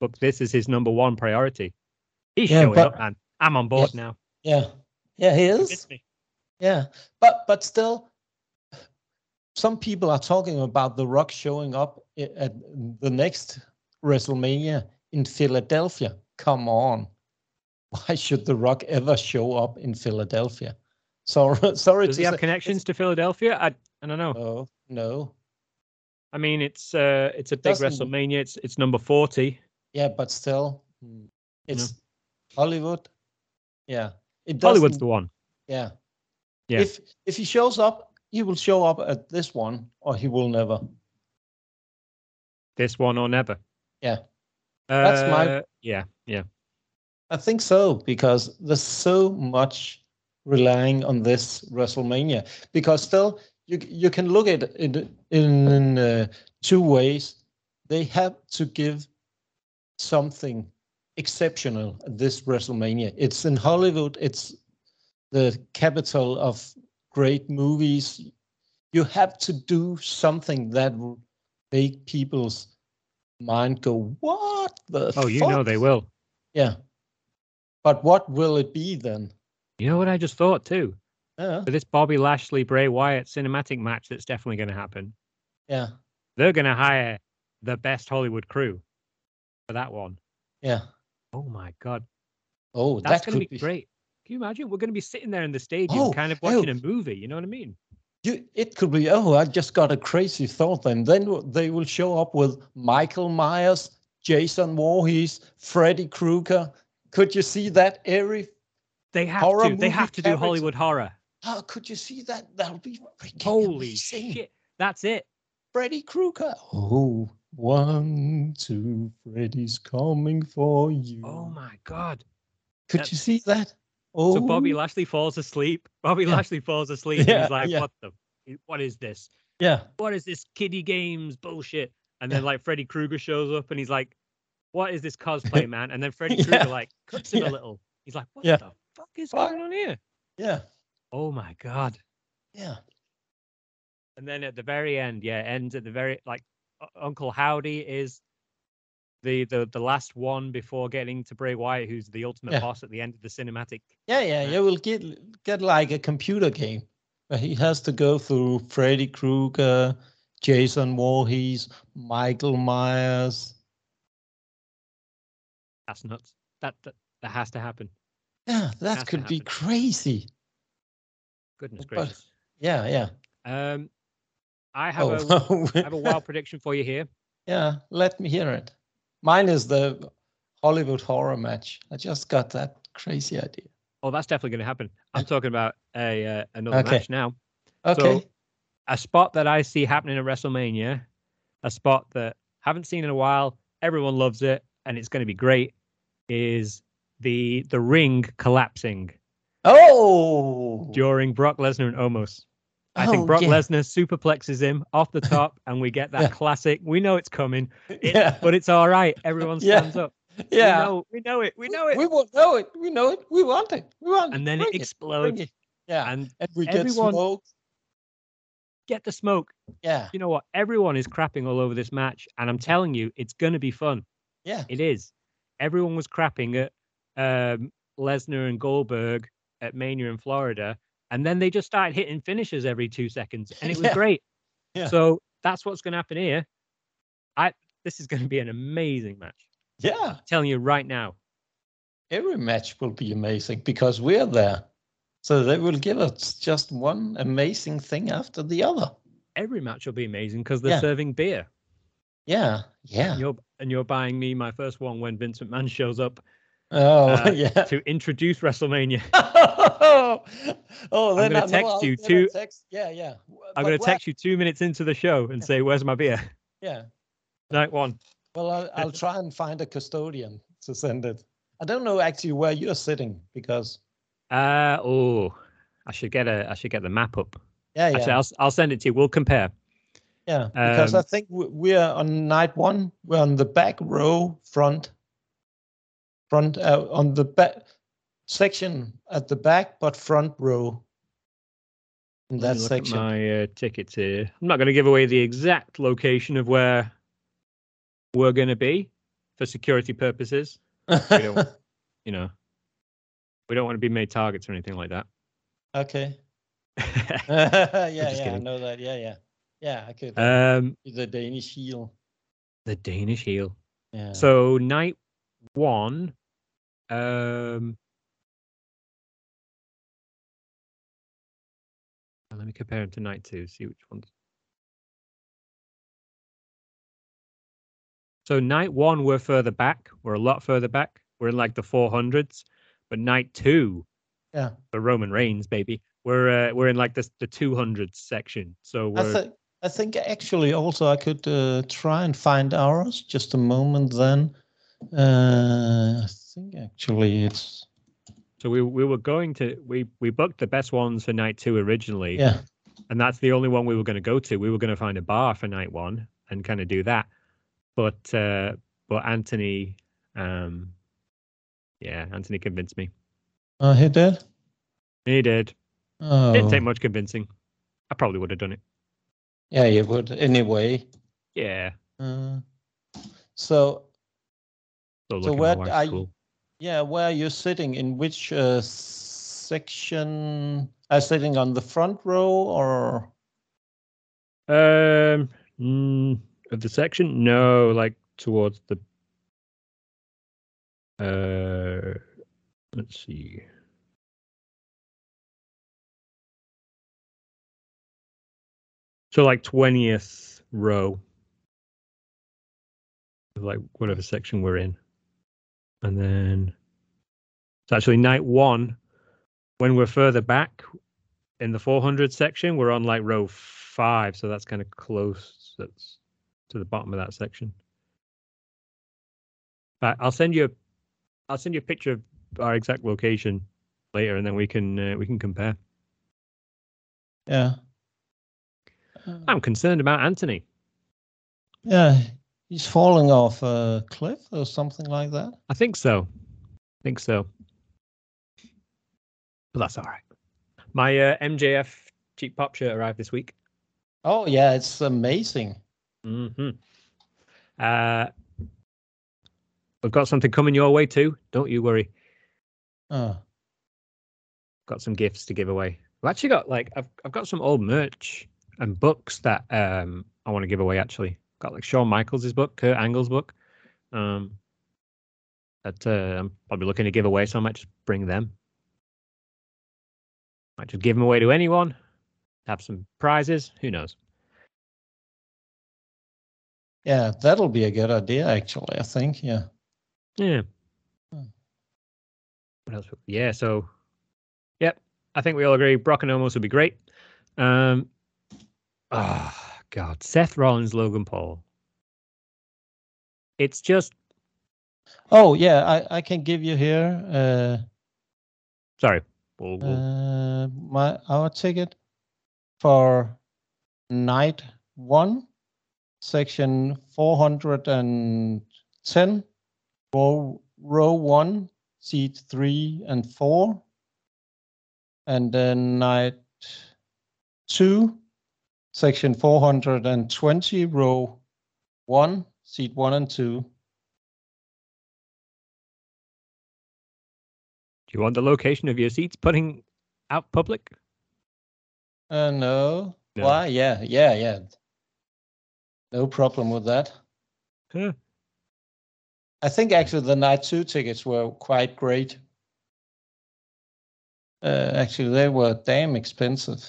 [SPEAKER 1] Book this is his number one priority. He's
[SPEAKER 2] Yeah,
[SPEAKER 1] showing
[SPEAKER 2] but-
[SPEAKER 1] up, man. I'm on board
[SPEAKER 2] Yeah.
[SPEAKER 1] now.
[SPEAKER 2] Yeah. Yeah. He is.
[SPEAKER 1] Convince me.
[SPEAKER 2] Yeah, but but still, some people are talking about The Rock showing up i- at the next WrestleMania in Philadelphia. Come on, *laughs* why should The Rock ever show up in Philadelphia? Sorry, *laughs* sorry
[SPEAKER 1] Does
[SPEAKER 2] to
[SPEAKER 1] he have
[SPEAKER 2] say-
[SPEAKER 1] connections to Philadelphia? I I don't know.
[SPEAKER 2] No, no.
[SPEAKER 1] I mean, it's uh it's a big
[SPEAKER 2] Doesn't-
[SPEAKER 1] WrestleMania. It's it's number forty.
[SPEAKER 2] Yeah, but still, mm, it's Hollywood. Yeah, it
[SPEAKER 1] Hollywood's
[SPEAKER 2] doesn't-
[SPEAKER 1] the one.
[SPEAKER 2] Yeah.
[SPEAKER 1] Yeah.
[SPEAKER 2] If if he shows up, he will show up at this one, or he will never.
[SPEAKER 1] This one or never.
[SPEAKER 2] Yeah. That's my-
[SPEAKER 1] Uh, yeah yeah.
[SPEAKER 2] I think so because there's so much relying on this WrestleMania. Because still, you you can look at it in, in uh, two ways. They have to give something exceptional at this WrestleMania. It's in Hollywood. It's the capital of great movies. You have to do something that will make people's mind go, "What the?"
[SPEAKER 1] Oh, you know
[SPEAKER 2] fuck?"
[SPEAKER 1] they will.
[SPEAKER 2] Yeah. But what will it be then?
[SPEAKER 1] You know what I just thought too?
[SPEAKER 2] Yeah.
[SPEAKER 1] For this Bobby Lashley Bray Wyatt cinematic match that's definitely going to happen.
[SPEAKER 2] Yeah.
[SPEAKER 1] They're going to hire the best Hollywood crew for that one.
[SPEAKER 2] Yeah.
[SPEAKER 1] Oh my god,
[SPEAKER 2] Oh,
[SPEAKER 1] that's
[SPEAKER 2] that
[SPEAKER 1] going to
[SPEAKER 2] could
[SPEAKER 1] be, great. Can you imagine? We're going to be sitting there in the stadium,
[SPEAKER 2] Oh,
[SPEAKER 1] kind of
[SPEAKER 2] oh.
[SPEAKER 1] watching a movie. You know what I mean?
[SPEAKER 2] You, it could be. Oh, I just got a crazy thought. Then, then w- they will show up with Michael Myers, Jason Voorhees, Freddy Krueger. Could you see that every?
[SPEAKER 1] They have
[SPEAKER 2] Horror
[SPEAKER 1] to.
[SPEAKER 2] movie
[SPEAKER 1] They have to do
[SPEAKER 2] character.
[SPEAKER 1] Hollywood horror.
[SPEAKER 2] How Ah, could you see that? That'll be freaking
[SPEAKER 1] Holy
[SPEAKER 2] amazing.
[SPEAKER 1] shit! That's it.
[SPEAKER 2] Freddy Krueger. Oh, one, two, Freddy's coming for you.
[SPEAKER 1] Oh my god!
[SPEAKER 2] could
[SPEAKER 1] that-
[SPEAKER 2] you see that? Oh,
[SPEAKER 1] So Bobby Lashley falls asleep. Bobby
[SPEAKER 2] Yeah.
[SPEAKER 1] Lashley falls asleep. and
[SPEAKER 2] Yeah,
[SPEAKER 1] he's like,
[SPEAKER 2] yeah.
[SPEAKER 1] "What the? What is this?
[SPEAKER 2] yeah,
[SPEAKER 1] what is this kiddie games bullshit? And then
[SPEAKER 2] Yeah.
[SPEAKER 1] like Freddy Krueger shows up and he's like, what is this
[SPEAKER 2] *laughs*
[SPEAKER 1] cosplay, man? And then Freddy
[SPEAKER 2] Yeah.
[SPEAKER 1] Krueger like cuts him
[SPEAKER 2] Yeah.
[SPEAKER 1] a little. He's like, what
[SPEAKER 2] Yeah.
[SPEAKER 1] the fuck is
[SPEAKER 2] Fuck.
[SPEAKER 1] going on here?
[SPEAKER 2] yeah,
[SPEAKER 1] Oh my god!
[SPEAKER 2] yeah.
[SPEAKER 1] And then at the very end, yeah, ends at the very like U- Uncle Howdy is the the the last one before getting to Bray Wyatt, who's the ultimate
[SPEAKER 2] Yeah.
[SPEAKER 1] boss at the end of the cinematic.
[SPEAKER 2] Yeah, yeah,
[SPEAKER 1] Right.
[SPEAKER 2] you will get get like a computer game where he has to go through Freddy Krueger, Jason Voorhees, Michael Myers.
[SPEAKER 1] That's nuts. That that, that has to happen.
[SPEAKER 2] Yeah, that
[SPEAKER 1] Has to
[SPEAKER 2] could be
[SPEAKER 1] happen.
[SPEAKER 2] crazy.
[SPEAKER 1] Goodness
[SPEAKER 2] But-
[SPEAKER 1] gracious.
[SPEAKER 2] Yeah, yeah.
[SPEAKER 1] Um, I have
[SPEAKER 2] *laughs*
[SPEAKER 1] a
[SPEAKER 2] Oh,
[SPEAKER 1] I have a wild prediction for you here.
[SPEAKER 2] yeah. Let me hear it. Mine is the Hollywood horror match. I just got that crazy idea.
[SPEAKER 1] Oh, that's definitely going to happen.
[SPEAKER 2] *laughs*
[SPEAKER 1] I'm talking about a uh, another
[SPEAKER 2] Okay.
[SPEAKER 1] match now.
[SPEAKER 2] Okay.
[SPEAKER 1] So a spot that I see happening at WrestleMania, a spot that haven't seen in a while. Everyone loves it, and it's going to be great. Is the the ring collapsing
[SPEAKER 2] oh,
[SPEAKER 1] during Brock Lesnar and Omos? I
[SPEAKER 2] Oh,
[SPEAKER 1] think Brock
[SPEAKER 2] yeah. *laughs*
[SPEAKER 1] Lesnar superplexes him off the top, and we get that
[SPEAKER 2] Yeah.
[SPEAKER 1] classic. We know it's coming, it-
[SPEAKER 2] Yeah,
[SPEAKER 1] but it's all right. Everyone
[SPEAKER 2] *laughs* Yeah.
[SPEAKER 1] stands up. we
[SPEAKER 2] yeah.
[SPEAKER 1] know, we know it. We know it.
[SPEAKER 2] We will know it. We know it. We want it. We want
[SPEAKER 1] and then it
[SPEAKER 2] Bring
[SPEAKER 1] explodes,
[SPEAKER 2] Bring it. Yeah.
[SPEAKER 1] and
[SPEAKER 2] and we
[SPEAKER 1] Everyone-
[SPEAKER 2] get smoked.
[SPEAKER 1] get the smoke.
[SPEAKER 2] Yeah,
[SPEAKER 1] you know what? Everyone is crapping all over this match, and I'm telling you, it's gonna be fun.
[SPEAKER 2] yeah,
[SPEAKER 1] It is. Everyone was crapping at um, Lesnar and Goldberg at Mania in Florida, And then they just started hitting finishes every two seconds, and it was
[SPEAKER 2] *laughs* Yeah.
[SPEAKER 1] great.
[SPEAKER 2] Yeah.
[SPEAKER 1] So that's what's going to happen here. I this is going to be an amazing match.
[SPEAKER 2] Yeah,
[SPEAKER 1] I'm telling you right now.
[SPEAKER 2] every match will be amazing because we're there. So they will give us just one amazing thing after the other.
[SPEAKER 1] Every match will be amazing because they're
[SPEAKER 2] Yeah.
[SPEAKER 1] serving beer.
[SPEAKER 2] Yeah, yeah.
[SPEAKER 1] And you're and you're buying me my first one when Vincent Mann shows up
[SPEAKER 2] Oh, *laughs*
[SPEAKER 1] Uh, *laughs*
[SPEAKER 2] yeah.
[SPEAKER 1] to introduce WrestleMania.
[SPEAKER 2] oh, then
[SPEAKER 1] gonna
[SPEAKER 2] I know
[SPEAKER 1] text
[SPEAKER 2] I'll
[SPEAKER 1] you
[SPEAKER 2] get a
[SPEAKER 1] two-
[SPEAKER 2] Text. Yeah, yeah.
[SPEAKER 1] I'm going to text you two minutes into the show and say, "Where's my beer?" *laughs*
[SPEAKER 2] Yeah.
[SPEAKER 1] Night one.
[SPEAKER 2] Well, I'll, I'll try and find a custodian to send it. I don't know actually where you're sitting because
[SPEAKER 1] Uh oh, I should get a I should get the map up.
[SPEAKER 2] yeah, yeah,
[SPEAKER 1] Actually, I'll I'll send it to you. We'll compare.
[SPEAKER 2] yeah. Because I
[SPEAKER 1] um,
[SPEAKER 2] think we- we're on night one. We're on the back row, front, front uh, on the back section at the back, but front row. In
[SPEAKER 1] Let
[SPEAKER 2] that
[SPEAKER 1] me look
[SPEAKER 2] section.
[SPEAKER 1] At my uh, tickets here. I'm not going to give away the exact location of where we're going to be for security purposes.
[SPEAKER 2] *laughs*
[SPEAKER 1] don't- You know, we don't want to be made targets or anything like that. *laughs*
[SPEAKER 2] okay. *laughs* yeah, yeah, I
[SPEAKER 1] kidding.
[SPEAKER 2] know that. Yeah, yeah, yeah. I could
[SPEAKER 1] um,
[SPEAKER 2] do the Danish heel.
[SPEAKER 1] the Danish heel.
[SPEAKER 2] Yeah.
[SPEAKER 1] So night one. Um, uh, let me compare them to night two. See which ones. So night one, we're further back. We're a lot further back. We're in like the four hundreds. But night two,
[SPEAKER 2] yeah,
[SPEAKER 1] the Roman Reigns, baby. We're uh, we're in like the the two hundreds section. So
[SPEAKER 2] I
[SPEAKER 1] we're
[SPEAKER 2] think I think actually also I could uh, try and find ours. Just a moment, then. Uh, I think actually it's
[SPEAKER 1] so we we were going to we we booked the best ones for night two originally.
[SPEAKER 2] yeah,
[SPEAKER 1] and that's the only one we were going to go to. We were going to find a bar for night one and kind of do that, but uh, but Anthony, um, yeah, Anthony convinced me.
[SPEAKER 2] oh, he did.
[SPEAKER 1] He did.
[SPEAKER 2] Oh,
[SPEAKER 1] Didn't take much convincing. I probably would have done it.
[SPEAKER 2] yeah, you would anyway.
[SPEAKER 1] Yeah.
[SPEAKER 2] Uh,
[SPEAKER 1] So,
[SPEAKER 2] so So
[SPEAKER 1] looking
[SPEAKER 2] where
[SPEAKER 1] at my wife's
[SPEAKER 2] are you-
[SPEAKER 1] cool.
[SPEAKER 2] yeah, where are you sitting? In which uh, section? Are you sitting on the front row or?
[SPEAKER 1] Um, mm, of the section? No, like towards the. Uh, let's see. So like twentieth row, of, like whatever section we're in, and then it's actually night one. When we're further back, in the 400 section we're on like row five so that's kind of close that's to the bottom of that section but i'll send you a i'll send you a picture of our exact location later and then we can uh, we can compare
[SPEAKER 2] Yeah.
[SPEAKER 1] i'm concerned about anthony
[SPEAKER 2] Yeah, he's falling off a cliff or something like that.
[SPEAKER 1] i think so i think so but that's all right my uh, mjf cheap pop shirt arrived this week
[SPEAKER 2] Oh yeah, it's amazing.
[SPEAKER 1] hmm uh we've got something coming your way too don't you worry
[SPEAKER 2] Oh,
[SPEAKER 1] got some gifts to give away. I've actually got like I've I've got some old merch and books that um I want to give away actually. Got like Shawn Michaels' book, Kurt Angle's book. Um that uh, I'm probably looking to give away, so I might just bring them. Might just give them away to anyone. Have some prizes. Who knows?
[SPEAKER 2] yeah, that'll be a good idea actually. I think yeah.
[SPEAKER 1] Yeah.
[SPEAKER 2] Hmm.
[SPEAKER 1] What else? Yeah. So, yep. I think we all agree Brock and Omos would be great. Um. Oh God, Seth Rollins, Logan Paul. It's just
[SPEAKER 2] Oh yeah, I I can give you here uh,
[SPEAKER 1] sorry. We'll, we'll,
[SPEAKER 2] uh my our ticket for night one, section four hundred and ten, row row one, seat three and four, and then night two, section four hundred and twenty, row one, seat one and two.
[SPEAKER 1] do you want the location of your seats putting out public?
[SPEAKER 2] Uh, no.
[SPEAKER 1] No.
[SPEAKER 2] Why? Yeah, yeah, yeah. No problem with that.
[SPEAKER 1] Huh.
[SPEAKER 2] I think actually the night two tickets were quite great. Uh, actually, they were damn expensive.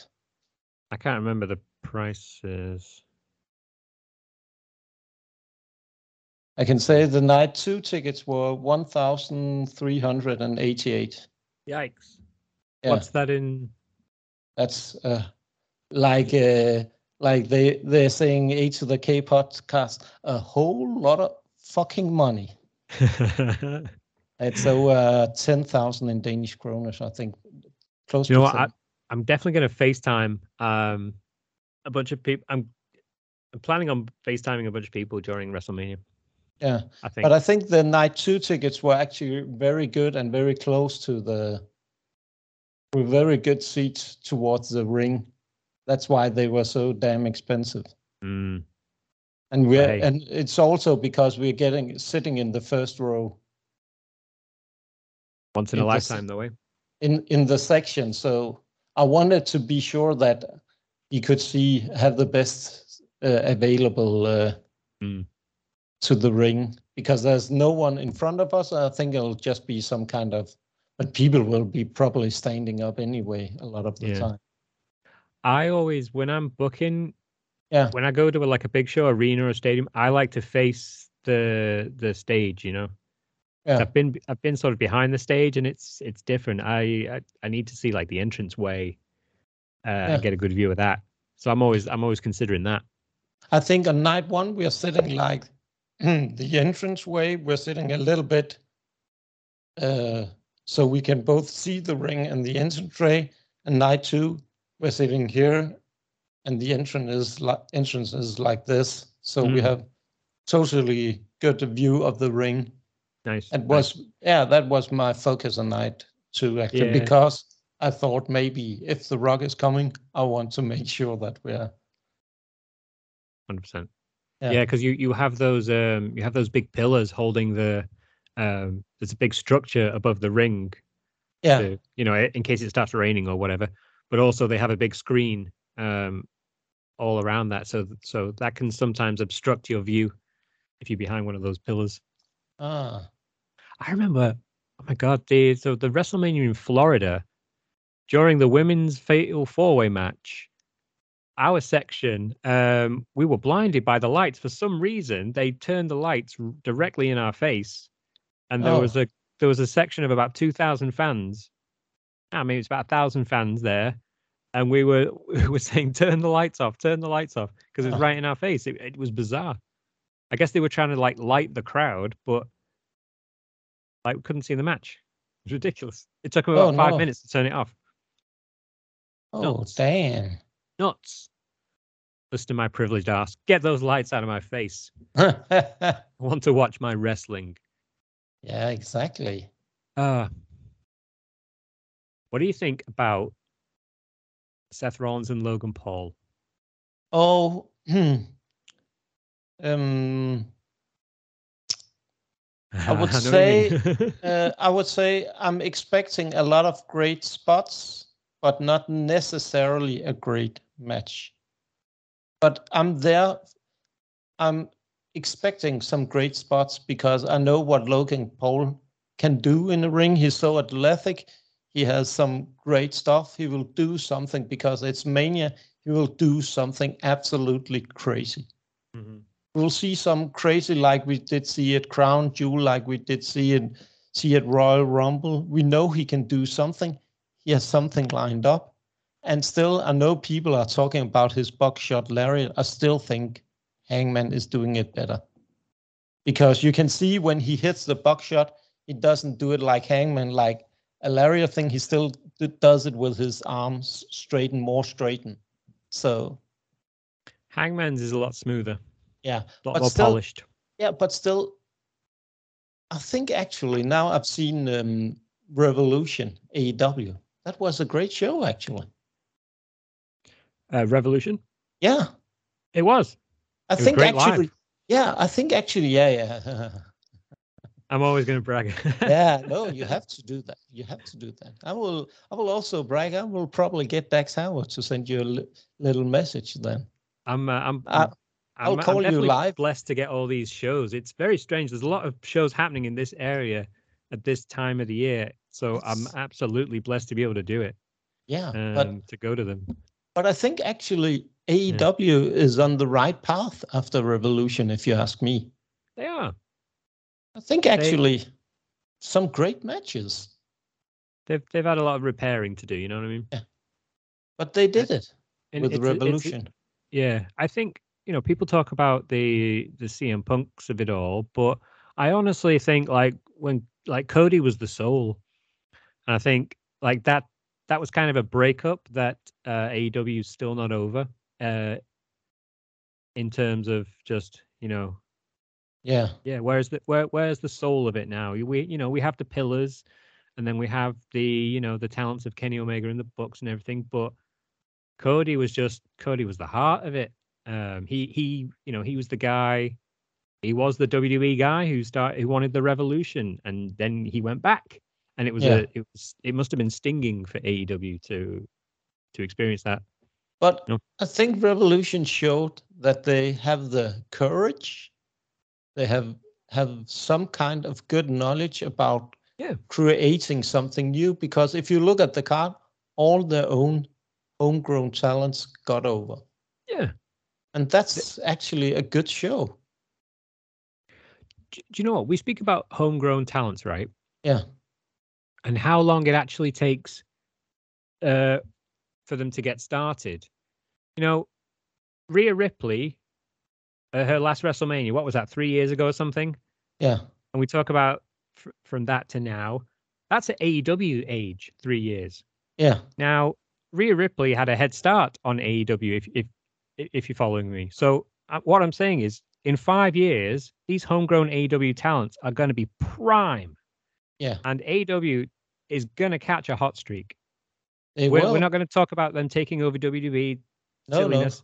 [SPEAKER 1] I can't remember the prices.
[SPEAKER 2] I can say the night two tickets were one thousand three hundred and eighty-eight.
[SPEAKER 1] Yikes!
[SPEAKER 2] Yeah.
[SPEAKER 1] What's that in? *laughs*
[SPEAKER 2] That's uh, like uh, like they they're saying A to the K podcast a whole lot of fucking money.
[SPEAKER 1] you
[SPEAKER 2] It's over ten thousand in Danish kroners, I think. Close
[SPEAKER 1] know
[SPEAKER 2] to
[SPEAKER 1] what? I,
[SPEAKER 2] 10.
[SPEAKER 1] I'm definitely going to FaceTime um, a bunch of people. I'm, I'm planning on FaceTiming a bunch of people during WrestleMania.
[SPEAKER 2] yeah,
[SPEAKER 1] I think.
[SPEAKER 2] but I think the night two tickets were actually very good and very close to the were very good seats towards the ring. That's why they were so damn expensive.
[SPEAKER 1] Mm,
[SPEAKER 2] And we're
[SPEAKER 1] Right.
[SPEAKER 2] and it's also because we're getting sitting in the first row
[SPEAKER 1] once in a
[SPEAKER 2] It just-
[SPEAKER 1] lifetime, though. Eh?
[SPEAKER 2] in in the section. So I wanted to be sure that you could see have the best uh, available uh,
[SPEAKER 1] Mm.
[SPEAKER 2] to the ring because there's no one in front of us. I think it'll just be some kind of, but people will be probably standing up anyway a lot of the
[SPEAKER 1] Yeah.
[SPEAKER 2] time.
[SPEAKER 1] I always, when I'm booking,
[SPEAKER 2] Yeah.
[SPEAKER 1] when I go to a, like a big show, arena, or stadium, I like to face the the stage. You know, 'Cause
[SPEAKER 2] Yeah.
[SPEAKER 1] I've been I've been sort of behind the stage, and it's it's different. I I, I need to see like the entrance way, uh,
[SPEAKER 2] Yeah.
[SPEAKER 1] and get a good view of that. So I'm always I'm always considering that.
[SPEAKER 2] I think on night one we are sitting like hmm, the entrance way. We're sitting a little bit, uh, so we can both see the ring and the entrance tray. And night two, we're sitting here, and the entrance is like entrance is like this. So we
[SPEAKER 1] Mm.
[SPEAKER 2] have totally good view of the ring.
[SPEAKER 1] Nice.
[SPEAKER 2] It
[SPEAKER 1] nice.
[SPEAKER 2] was yeah, that was my focus on night two actually
[SPEAKER 1] Yeah.
[SPEAKER 2] because I thought maybe if the rock is coming, I want to make sure that we're
[SPEAKER 1] hundred percent.
[SPEAKER 2] Yeah.
[SPEAKER 1] Yeah, because you you have those um you have those big pillars holding the um there's a big structure above the ring,
[SPEAKER 2] yeah.
[SPEAKER 1] to, you know, in case it starts raining or whatever. But also they have a big screen um all around that, so th- so that can sometimes obstruct your view if you're behind one of those pillars.
[SPEAKER 2] Ah.
[SPEAKER 1] I remember, oh my god, the so the WrestleMania in Florida during the women's fatal four way match, our section, um, we were blinded by the lights for some reason. They turned the lights r- directly in our face, and there
[SPEAKER 2] Oh.
[SPEAKER 1] was a there was a section of about two thousand fans. I mean, it's about a thousand fans there, and we were *laughs* we were saying, "Turn the lights off! Turn the lights off!" because it was
[SPEAKER 2] Oh.
[SPEAKER 1] right in our face. It, it was bizarre. I guess they were trying to like light the crowd, but like we couldn't see the match. It was ridiculous. It took them
[SPEAKER 2] Oh,
[SPEAKER 1] about five
[SPEAKER 2] no.
[SPEAKER 1] minutes to turn it off.
[SPEAKER 2] Oh, damn. *laughs*
[SPEAKER 1] Nuts. Listen to my privileged ass. Get those lights out of my face.
[SPEAKER 2] yeah,
[SPEAKER 1] I want to watch my wrestling.
[SPEAKER 2] exactly.
[SPEAKER 1] Uh, what do you think about Seth Rollins and Logan Paul?
[SPEAKER 2] Oh, um,
[SPEAKER 1] *laughs*
[SPEAKER 2] I would
[SPEAKER 1] know what you
[SPEAKER 2] *laughs*
[SPEAKER 1] mean.
[SPEAKER 2] uh, I would say I'm expecting a lot of great spots, but not necessarily a great match. But I'm there. I'm expecting some great spots because I know what Logan Paul can do in the ring. He's so athletic. He has some great stuff. He will do something because it's mania. He will do something absolutely crazy
[SPEAKER 1] Mhm.
[SPEAKER 2] we'll see some crazy like we did see at Crown Jewel, like we did see it see at Royal Rumble. We know he can do something. He has something lined up. And still I know people are talking about his buckshot lariat. I still think Hangman is doing it better. Because you can see when he hits the buckshot, he doesn't do it like Hangman, like a lariat thing. He still d- does it with his arms straightened, more straightened. So
[SPEAKER 1] Hangman's is a lot smoother,
[SPEAKER 2] yeah,
[SPEAKER 1] a lot
[SPEAKER 2] But
[SPEAKER 1] more
[SPEAKER 2] still-
[SPEAKER 1] polished.
[SPEAKER 2] Yeah, but still, I think actually now I've seen um, Revolution AEW. That was a great show, actually.
[SPEAKER 1] Uh, Revolution?
[SPEAKER 2] Yeah,
[SPEAKER 1] It was.
[SPEAKER 2] I
[SPEAKER 1] It was
[SPEAKER 2] think
[SPEAKER 1] great live. *laughs*
[SPEAKER 2] actually. Yeah, I think actually. Yeah, yeah.
[SPEAKER 1] I'm always going to brag.
[SPEAKER 2] *laughs* yeah, no, you have to do that. You have to do that. I will. I will also brag. I will probably get Dax Howard to send you a li- little message then.
[SPEAKER 1] I'm. Uh, I'm.
[SPEAKER 2] I-
[SPEAKER 1] I'm-
[SPEAKER 2] I'll call you
[SPEAKER 1] definitely
[SPEAKER 2] live.
[SPEAKER 1] Blessed to get all these shows. It's very strange. There's a lot of shows happening in this area at this time of the year. So I'm
[SPEAKER 2] It's-
[SPEAKER 1] absolutely blessed to be able to do it
[SPEAKER 2] Yeah, Uh, but
[SPEAKER 1] and to go to them.
[SPEAKER 2] but I think actually AEW is on the right path after Revolution, if you ask me.
[SPEAKER 1] They are.
[SPEAKER 2] I think actually some great matches,
[SPEAKER 1] They've they've had a lot of repairing to do. You know what I mean?
[SPEAKER 2] but they did it
[SPEAKER 1] And
[SPEAKER 2] with
[SPEAKER 1] it's a- it's a-
[SPEAKER 2] Revolution.
[SPEAKER 1] Yeah, I think you know people talk about the the CM Punks of it all, but I honestly think like when like Cody was the soul, and I think like that that was kind of a breakup that uh, AEW is still not over uh, in terms of just you know
[SPEAKER 2] yeah,
[SPEAKER 1] yeah where's the where where's the soul of it now we you know we have the pillars and then we have the you know the talents of kenny omega and the books and everything but cody was just cody was the heart of it um he he you know he was the guy he was the wwe guy who started who wanted the revolution and then he went back and it was
[SPEAKER 2] Yeah.
[SPEAKER 1] a it was it must have been stinging for aew to to experience that
[SPEAKER 2] but
[SPEAKER 1] No.
[SPEAKER 2] I think Revolution showed that they have the courage. They have have some kind of good knowledge about
[SPEAKER 1] Yeah.
[SPEAKER 2] creating something new. Because if you look at the card, all their own homegrown talents got over,
[SPEAKER 1] yeah
[SPEAKER 2] and that's actually a good show.
[SPEAKER 1] do, do you know what we speak about homegrown talents right
[SPEAKER 2] Yeah.
[SPEAKER 1] and how long it actually takes uh, for them to get started. You know, Rhea Ripley, uh, her last WrestleMania, what was that, three years ago or something?
[SPEAKER 2] Yeah.
[SPEAKER 1] And we talk about fr- from that to now, that's at AEW age, three years.
[SPEAKER 2] Yeah.
[SPEAKER 1] Now, Rhea Ripley had a head start on AEW. If if if you're following me, so uh, what I'm saying is, in five years, these homegrown AEW talents are going to be prime.
[SPEAKER 2] Yeah.
[SPEAKER 1] and AEW is going to catch a hot streak.
[SPEAKER 2] They
[SPEAKER 1] We're,
[SPEAKER 2] will.
[SPEAKER 1] we're not going to talk about them taking over WWE
[SPEAKER 2] no, no,
[SPEAKER 1] silliness.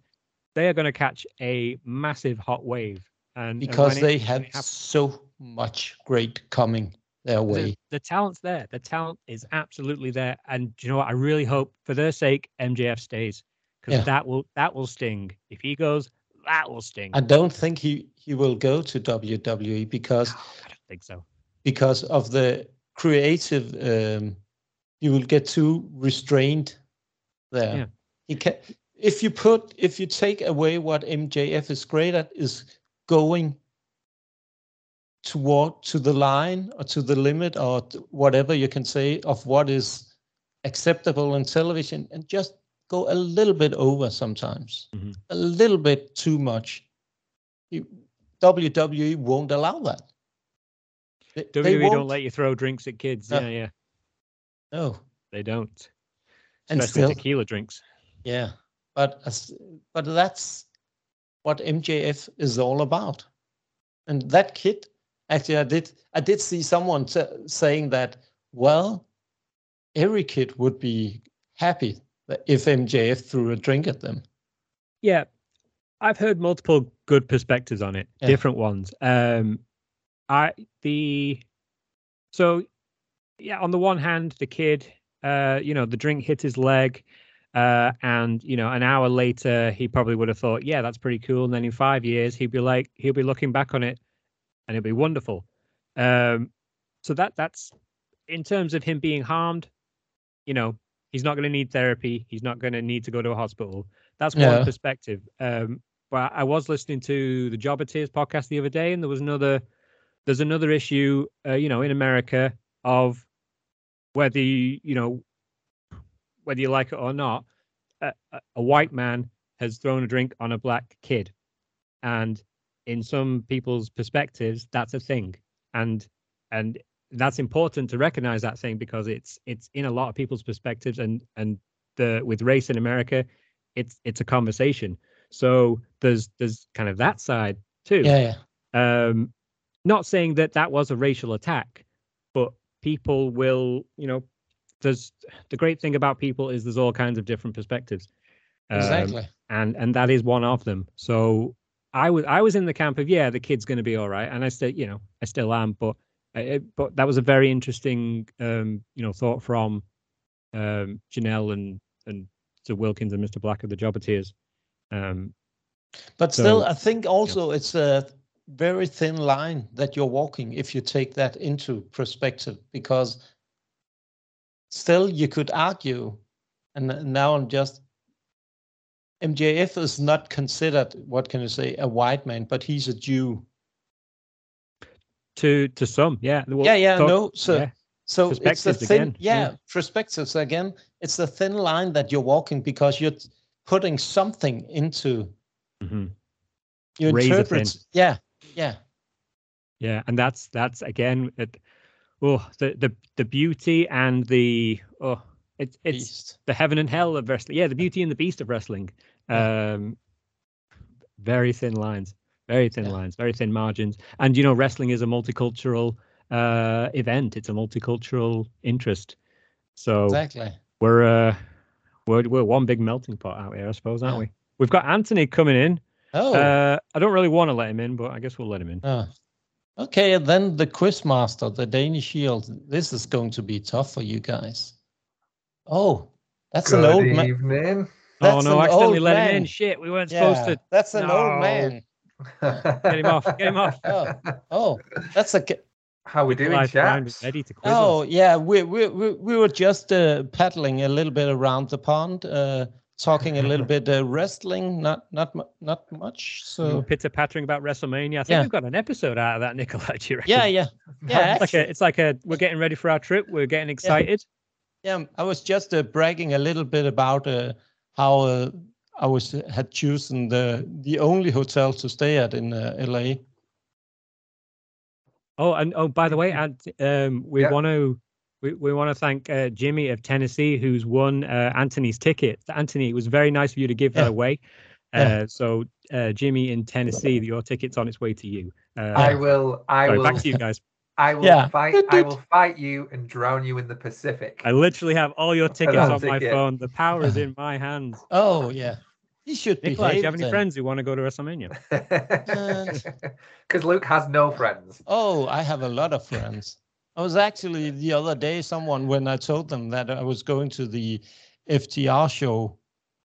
[SPEAKER 1] They are going to catch a massive hot wave, and and
[SPEAKER 2] because
[SPEAKER 1] when it-
[SPEAKER 2] they
[SPEAKER 1] when
[SPEAKER 2] have
[SPEAKER 1] it happens-
[SPEAKER 2] so much great coming their
[SPEAKER 1] the,
[SPEAKER 2] way.
[SPEAKER 1] the talent's there. The talent is absolutely there. And do you know what? I really hope for their sake MJF stays because
[SPEAKER 2] Yeah.
[SPEAKER 1] that will that will sting. If he goes, that will sting.
[SPEAKER 2] I don't think he, he will go to WWE because
[SPEAKER 1] No, Oh, I don't think so.
[SPEAKER 2] because of the creative um you will get too restrained there
[SPEAKER 1] Yeah.
[SPEAKER 2] he can if you put if you take away what mjf is great at is going toward to the line or to the limit or t- whatever you can say of what is acceptable in television and just go a little bit over sometimes
[SPEAKER 1] Mhm.
[SPEAKER 2] a little bit too much You- wwe won't allow that They- they
[SPEAKER 1] WWE E don't
[SPEAKER 2] won't. Uh
[SPEAKER 1] let you throw drinks at kids.
[SPEAKER 2] No.
[SPEAKER 1] Yeah, yeah,
[SPEAKER 2] No.
[SPEAKER 1] they don't.
[SPEAKER 2] And
[SPEAKER 1] Especially
[SPEAKER 2] still,
[SPEAKER 1] tequila drinks.
[SPEAKER 2] yeah. But as, but that's what MJF is all about. And that kid, actually, I did I did see someone sa- saying that. Well, every kid would be happy that if MJF threw a drink at them.
[SPEAKER 1] Yeah, I've heard multiple good perspectives on it,
[SPEAKER 2] Yeah.
[SPEAKER 1] different ones. Um, I the so yeah, on the one hand, the kid, uh, you know, the drink hit his leg, uh, and you know, an hour later, he probably would have thought, yeah, that's pretty cool. And then in five years, he'd be like, he'll be looking back on it, and it'll be wonderful. Um, so that that's in terms of him being harmed, you know, he's not going to need therapy. He's not going to need to go to a hospital. That's one
[SPEAKER 2] Yeah.
[SPEAKER 1] perspective. Um, but I was listening to the Jobber Tears podcast the other day, and there was another. There's another issue, uh, you know, in America of whether you, you know whether you like it or not. A, a- a white man has thrown a drink on a black kid, and in some people's perspectives, that's a thing, and and that's important to recognize that thing because it's it's in a lot of people's perspectives and and the with race in america it's it's a conversation so there's there's kind of that side too
[SPEAKER 2] Yeah, yeah.
[SPEAKER 1] um not saying that that was a racial attack but people will you know there's the great thing about people is there's all kinds of different perspectives Um,
[SPEAKER 2] Exactly.
[SPEAKER 1] and and that is one of them. So I was I was in the camp of yeah, the kid's going to be all right, and I still you know I still am, but Uh, it- but that was a very interesting, um, you know, thought from um, Janelle and and Sir Wilkins and Mr. Black of the Jobbeteers. Um,
[SPEAKER 2] But still,
[SPEAKER 1] So-
[SPEAKER 2] I think also it's a very thin line that you're walking if you take that into perspective, because still you could argue, and n- now I'm just MJF is not considered what can you say a white man, but he's a Jew.
[SPEAKER 1] to to some, yeah, well,
[SPEAKER 2] yeah, yeah,
[SPEAKER 1] talk-
[SPEAKER 2] no. So
[SPEAKER 1] yeah.
[SPEAKER 2] so it's a
[SPEAKER 1] Perspectives
[SPEAKER 2] thin
[SPEAKER 1] again,
[SPEAKER 2] yeah,
[SPEAKER 1] yeah.
[SPEAKER 2] perspectives again. It's the thin line that you're walking because you're t- putting something into
[SPEAKER 1] Mhm.
[SPEAKER 2] you
[SPEAKER 1] Razor thin.
[SPEAKER 2] interpret yeah, yeah.
[SPEAKER 1] Yeah, and that's that's again, it, oh, the the the beauty and the oh, it's it's
[SPEAKER 2] beast.
[SPEAKER 1] the heaven and hell of wrestling. Yeah, the beauty and the beast of wrestling. Um, very thin lines, very thin
[SPEAKER 2] Yeah.
[SPEAKER 1] lines, very thin margins. And you know, wrestling is a multicultural uh event. It's a multicultural interest. So
[SPEAKER 2] Exactly.
[SPEAKER 1] we're uh we're we're one big melting pot out here, I suppose, aren't
[SPEAKER 2] Yeah.
[SPEAKER 1] we? We've got Anthony coming in.
[SPEAKER 2] Oh,
[SPEAKER 1] Uh, I don't really want to let him in, but I guess we'll let him in.
[SPEAKER 2] ah. okay. And then the quizmaster, the Danish Shield. This is going to be tough for you guys. Oh, that's an old
[SPEAKER 3] Good
[SPEAKER 2] man.
[SPEAKER 3] evening.
[SPEAKER 1] Oh
[SPEAKER 2] That's
[SPEAKER 1] no, I
[SPEAKER 2] an
[SPEAKER 1] accidentally
[SPEAKER 2] old
[SPEAKER 1] let
[SPEAKER 2] man.
[SPEAKER 1] him in. Shit, we weren't
[SPEAKER 2] Yeah,
[SPEAKER 1] supposed to.
[SPEAKER 2] that's an old
[SPEAKER 1] No. *laughs*
[SPEAKER 2] man.
[SPEAKER 1] Get him
[SPEAKER 3] *laughs*
[SPEAKER 1] off,
[SPEAKER 2] *laughs*
[SPEAKER 1] get him off.
[SPEAKER 2] Oh, oh, that's a. ca-
[SPEAKER 3] How we doing,
[SPEAKER 1] Clive Brown was
[SPEAKER 3] chaps?
[SPEAKER 1] ready to quiz us.
[SPEAKER 2] Oh, yeah. We we we, we were just uh, paddling a little bit around the pond, uh, talking a
[SPEAKER 1] *laughs*
[SPEAKER 2] little bit uh, wrestling. Not not mu- not much. So
[SPEAKER 1] pitter pattering about WrestleMania. I think
[SPEAKER 2] Yeah.
[SPEAKER 1] we've got an episode out of that, *laughs* Nicola. Do you reckon?
[SPEAKER 2] yeah, yeah,
[SPEAKER 1] *laughs*
[SPEAKER 2] yeah.
[SPEAKER 1] It's like a, it's like a we're getting ready for our trip. We're getting excited.
[SPEAKER 2] Yeah, I was just uh, bragging a little bit about uh, how uh, I was had chosen the the only hotel to stay at in uh, LA.
[SPEAKER 1] Oh, and oh, by the way, and um, we
[SPEAKER 3] Yeah.
[SPEAKER 1] want to we, we want to thank uh, Jimmy of Tennessee who's won uh, Anthony's ticket. Anthony, it was very nice of you to give
[SPEAKER 2] Yeah.
[SPEAKER 1] that away. Uh,
[SPEAKER 2] Yeah.
[SPEAKER 1] So, uh, Jimmy in Tennessee, your ticket's on its way to you. Uh,
[SPEAKER 3] I will. I
[SPEAKER 1] sorry,
[SPEAKER 3] will.
[SPEAKER 1] back to you guys.
[SPEAKER 3] I will
[SPEAKER 2] Yeah.
[SPEAKER 3] fight.
[SPEAKER 2] Doot,
[SPEAKER 3] I
[SPEAKER 2] doot.
[SPEAKER 3] will fight you and drown you in the Pacific.
[SPEAKER 1] I literally have all
[SPEAKER 3] *laughs*
[SPEAKER 1] your tickets
[SPEAKER 3] Hello,
[SPEAKER 1] on my
[SPEAKER 3] ticket.
[SPEAKER 1] phone. The power is in my
[SPEAKER 2] *laughs*
[SPEAKER 1] hands.
[SPEAKER 2] Oh yeah, he should be.
[SPEAKER 1] Nicola, do you have any friends who want to go to WrestleMania?
[SPEAKER 3] *laughs* Because Luke has no friends.
[SPEAKER 2] Oh, I have a lot of friends. I was actually the other day someone when I told them that I was going to the FTR show,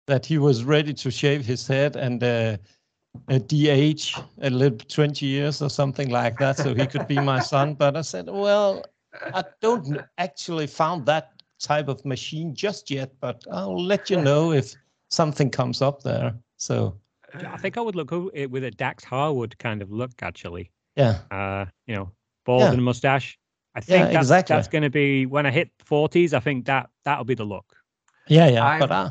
[SPEAKER 2] that he was ready to shave his head and uh, a DH and live 20 years or something like that, so he could be
[SPEAKER 3] *laughs*
[SPEAKER 2] my son. But I said, well, I don't actually found that type of machine just yet, but I'll let you know if something comes up there. So
[SPEAKER 1] I think I would look o- it with a Dax Harwood kind of look, actually.
[SPEAKER 2] yeah,
[SPEAKER 1] Uh, you know, bald
[SPEAKER 2] Yeah.
[SPEAKER 1] and mustache. I think
[SPEAKER 2] Yeah,
[SPEAKER 1] that's,
[SPEAKER 2] exactly.
[SPEAKER 1] that's going to be when I hit forties. I think that that'll be the look.
[SPEAKER 2] yeah, yeah.
[SPEAKER 3] I'm-
[SPEAKER 2] but uh,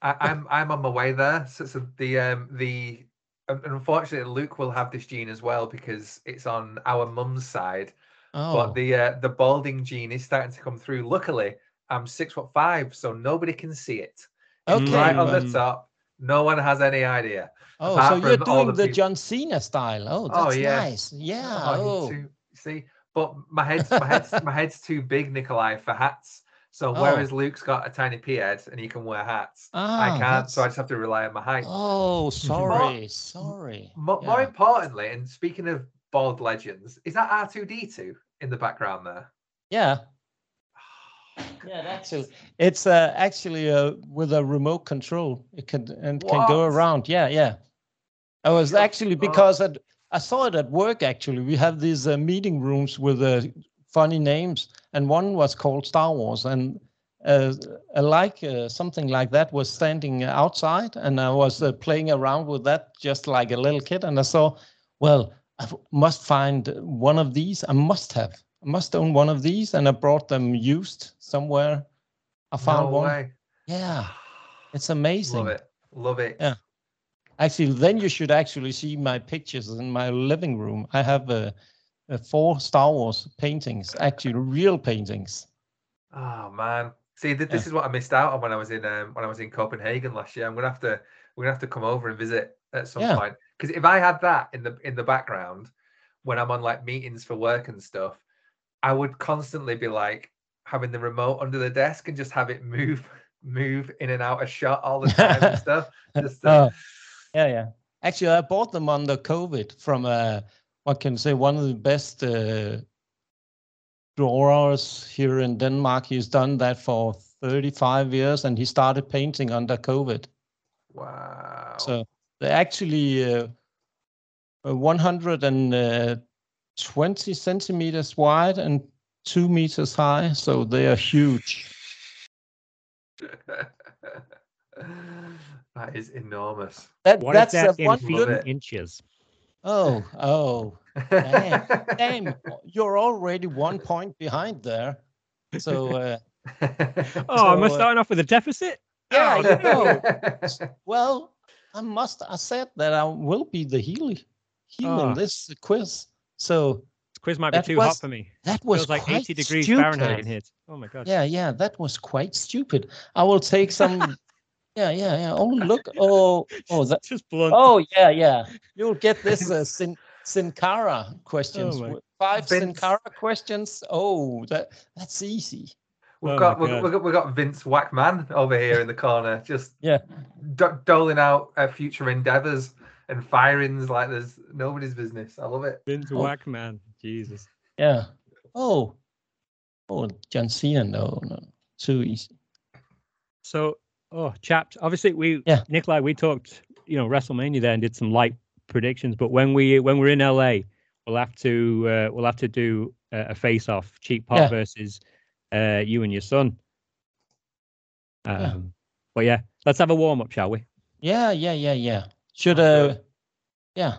[SPEAKER 3] I, I'm I'm on my way there. So, so the um the and unfortunately Luke will have this gene as well because it's on our mum's side.
[SPEAKER 2] oh,
[SPEAKER 3] But the uh, the balding gene is starting to come through. Luckily, I'm six foot five, so nobody can see it. It's
[SPEAKER 2] okay.
[SPEAKER 3] right on
[SPEAKER 2] but-
[SPEAKER 3] the top. No one has any idea.
[SPEAKER 2] Oh,
[SPEAKER 3] apart
[SPEAKER 2] so you're
[SPEAKER 3] from all
[SPEAKER 2] doing
[SPEAKER 3] the
[SPEAKER 2] the
[SPEAKER 3] peop-
[SPEAKER 2] John Cena style. Oh,
[SPEAKER 3] Oh,
[SPEAKER 2] that's
[SPEAKER 3] yeah.
[SPEAKER 2] nice. Yeah.
[SPEAKER 3] Oh,
[SPEAKER 2] Oh,
[SPEAKER 3] you too- see, but my head's my head's
[SPEAKER 2] *laughs*
[SPEAKER 3] my head's too big, Nikolai, for hats. So
[SPEAKER 2] Oh.
[SPEAKER 3] whereas Luke's got a tiny pea head and he can wear hats, I
[SPEAKER 2] Ah,
[SPEAKER 3] can't. So
[SPEAKER 2] that's-
[SPEAKER 3] I just have to rely on *laughs* my height.
[SPEAKER 2] Oh, sorry. Sorry.
[SPEAKER 3] Mo- More
[SPEAKER 2] Yeah.
[SPEAKER 3] importantly, and speaking of bald legends, is that R two D two in the background there? *sighs*
[SPEAKER 2] Yeah. Yeah, that's it. It's uh, actually uh, with a remote control. It can and can go
[SPEAKER 3] What?
[SPEAKER 2] around. Yeah, yeah. I was
[SPEAKER 3] Shut
[SPEAKER 2] actually
[SPEAKER 3] up.
[SPEAKER 2] because I'd, I saw it at work. Actually, we have these uh, meeting rooms with uh, funny names, and one was called Star Wars, and uh, a like uh, something like that was standing outside, and I was uh, playing around with that just like a little kid, and I saw, well, I f- must find one of these. I must have. I must own one of these, and I brought them used somewhere. I found
[SPEAKER 3] no
[SPEAKER 2] one.
[SPEAKER 3] way.
[SPEAKER 2] Yeah, it's amazing.
[SPEAKER 3] Love it. Love it.
[SPEAKER 2] Yeah. Actually, then you should actually see my pictures in my living room. I have uh, uh, four Star Wars paintings, actually real paintings.
[SPEAKER 3] Oh man. See, th- this is what I missed out on when I was in um, when I was in Copenhagen last year. I'm gonna have to we're gonna have to come over and visit at some
[SPEAKER 2] Yeah.
[SPEAKER 3] point. Because if I had that in the in the background when I'm on like meetings for work and stuff, I would constantly be like having the remote under the desk and just have it move *laughs* move in and out of shot all the time
[SPEAKER 2] *laughs*
[SPEAKER 3] and stuff. Just uh,
[SPEAKER 2] Oh, yeah, yeah. Actually, I bought them under COVID from uh, what can you say one of the best uh, drawers here in Denmark. He's done that for 35 years, and he started painting under COVID.
[SPEAKER 3] Wow.
[SPEAKER 2] So they actually uh, uh, 120 uh, centimeters wide and two meters high. So they are huge.
[SPEAKER 3] *laughs* that is enormous.
[SPEAKER 2] That,
[SPEAKER 1] What
[SPEAKER 2] that's
[SPEAKER 1] is that
[SPEAKER 2] a
[SPEAKER 1] in
[SPEAKER 2] one
[SPEAKER 1] feet
[SPEAKER 2] good.
[SPEAKER 1] and
[SPEAKER 3] minute-
[SPEAKER 1] inches?
[SPEAKER 2] Oh, oh, Damn,
[SPEAKER 3] *laughs*
[SPEAKER 2] damn! You're already one point behind there. So
[SPEAKER 1] *laughs*
[SPEAKER 2] uh,
[SPEAKER 1] Oh, am I
[SPEAKER 2] So, uh,
[SPEAKER 1] starting off with a deficit? Oh,
[SPEAKER 2] yeah, you know. Well, I must. I said that I will be the heel, heel
[SPEAKER 1] Ah.
[SPEAKER 2] in this quiz. So
[SPEAKER 1] This quiz might be
[SPEAKER 2] That
[SPEAKER 1] too hot
[SPEAKER 2] was-
[SPEAKER 1] for me.
[SPEAKER 2] that
[SPEAKER 1] It
[SPEAKER 2] was
[SPEAKER 1] feels like
[SPEAKER 2] quite
[SPEAKER 1] 80 degrees
[SPEAKER 2] stupid.
[SPEAKER 1] Fahrenheit in here. Oh my god.
[SPEAKER 2] Yeah, yeah, that was quite stupid. I will take
[SPEAKER 1] *laughs*
[SPEAKER 2] some. yeah, yeah, yeah. Oh, look. Oh, oh,
[SPEAKER 1] *laughs*
[SPEAKER 2] that.
[SPEAKER 1] Just blunt.
[SPEAKER 2] Oh, yeah, yeah. You'll get this
[SPEAKER 1] *laughs*
[SPEAKER 2] uh, Sin Sin Cara questions.
[SPEAKER 1] Oh my-
[SPEAKER 2] W- Five Sin
[SPEAKER 3] Vince.
[SPEAKER 2] Cara questions. Oh, that that's easy.
[SPEAKER 3] We've
[SPEAKER 1] Oh my
[SPEAKER 3] got, we've,
[SPEAKER 1] God.
[SPEAKER 3] we've got we've got Vince Wackman over here in the corner,
[SPEAKER 1] *laughs*
[SPEAKER 3] just
[SPEAKER 2] Yeah.
[SPEAKER 3] do- doling out uh, future endeavors and firings like there's nobody's business. I love it. *laughs*
[SPEAKER 1] Been to
[SPEAKER 2] Oh.
[SPEAKER 1] whack man. Jesus.
[SPEAKER 2] Yeah. Oh. Oh, John Cena. No, no, too easy.
[SPEAKER 1] So, oh, chaps, obviously we,
[SPEAKER 2] Yeah.
[SPEAKER 1] Nikolai, we talked, you know, WrestleMania there and did some light predictions. But when we when we're in LA, we'll have to uh, we'll have to do uh, a face off, cheap pop
[SPEAKER 2] Yeah.
[SPEAKER 1] versus uh, you and your son. Um,
[SPEAKER 2] Yeah.
[SPEAKER 1] But yeah, let's have a warm up, shall we?
[SPEAKER 2] Yeah, yeah, yeah, yeah.
[SPEAKER 1] Ah,
[SPEAKER 2] Should
[SPEAKER 3] Okay.
[SPEAKER 2] uh, yeah,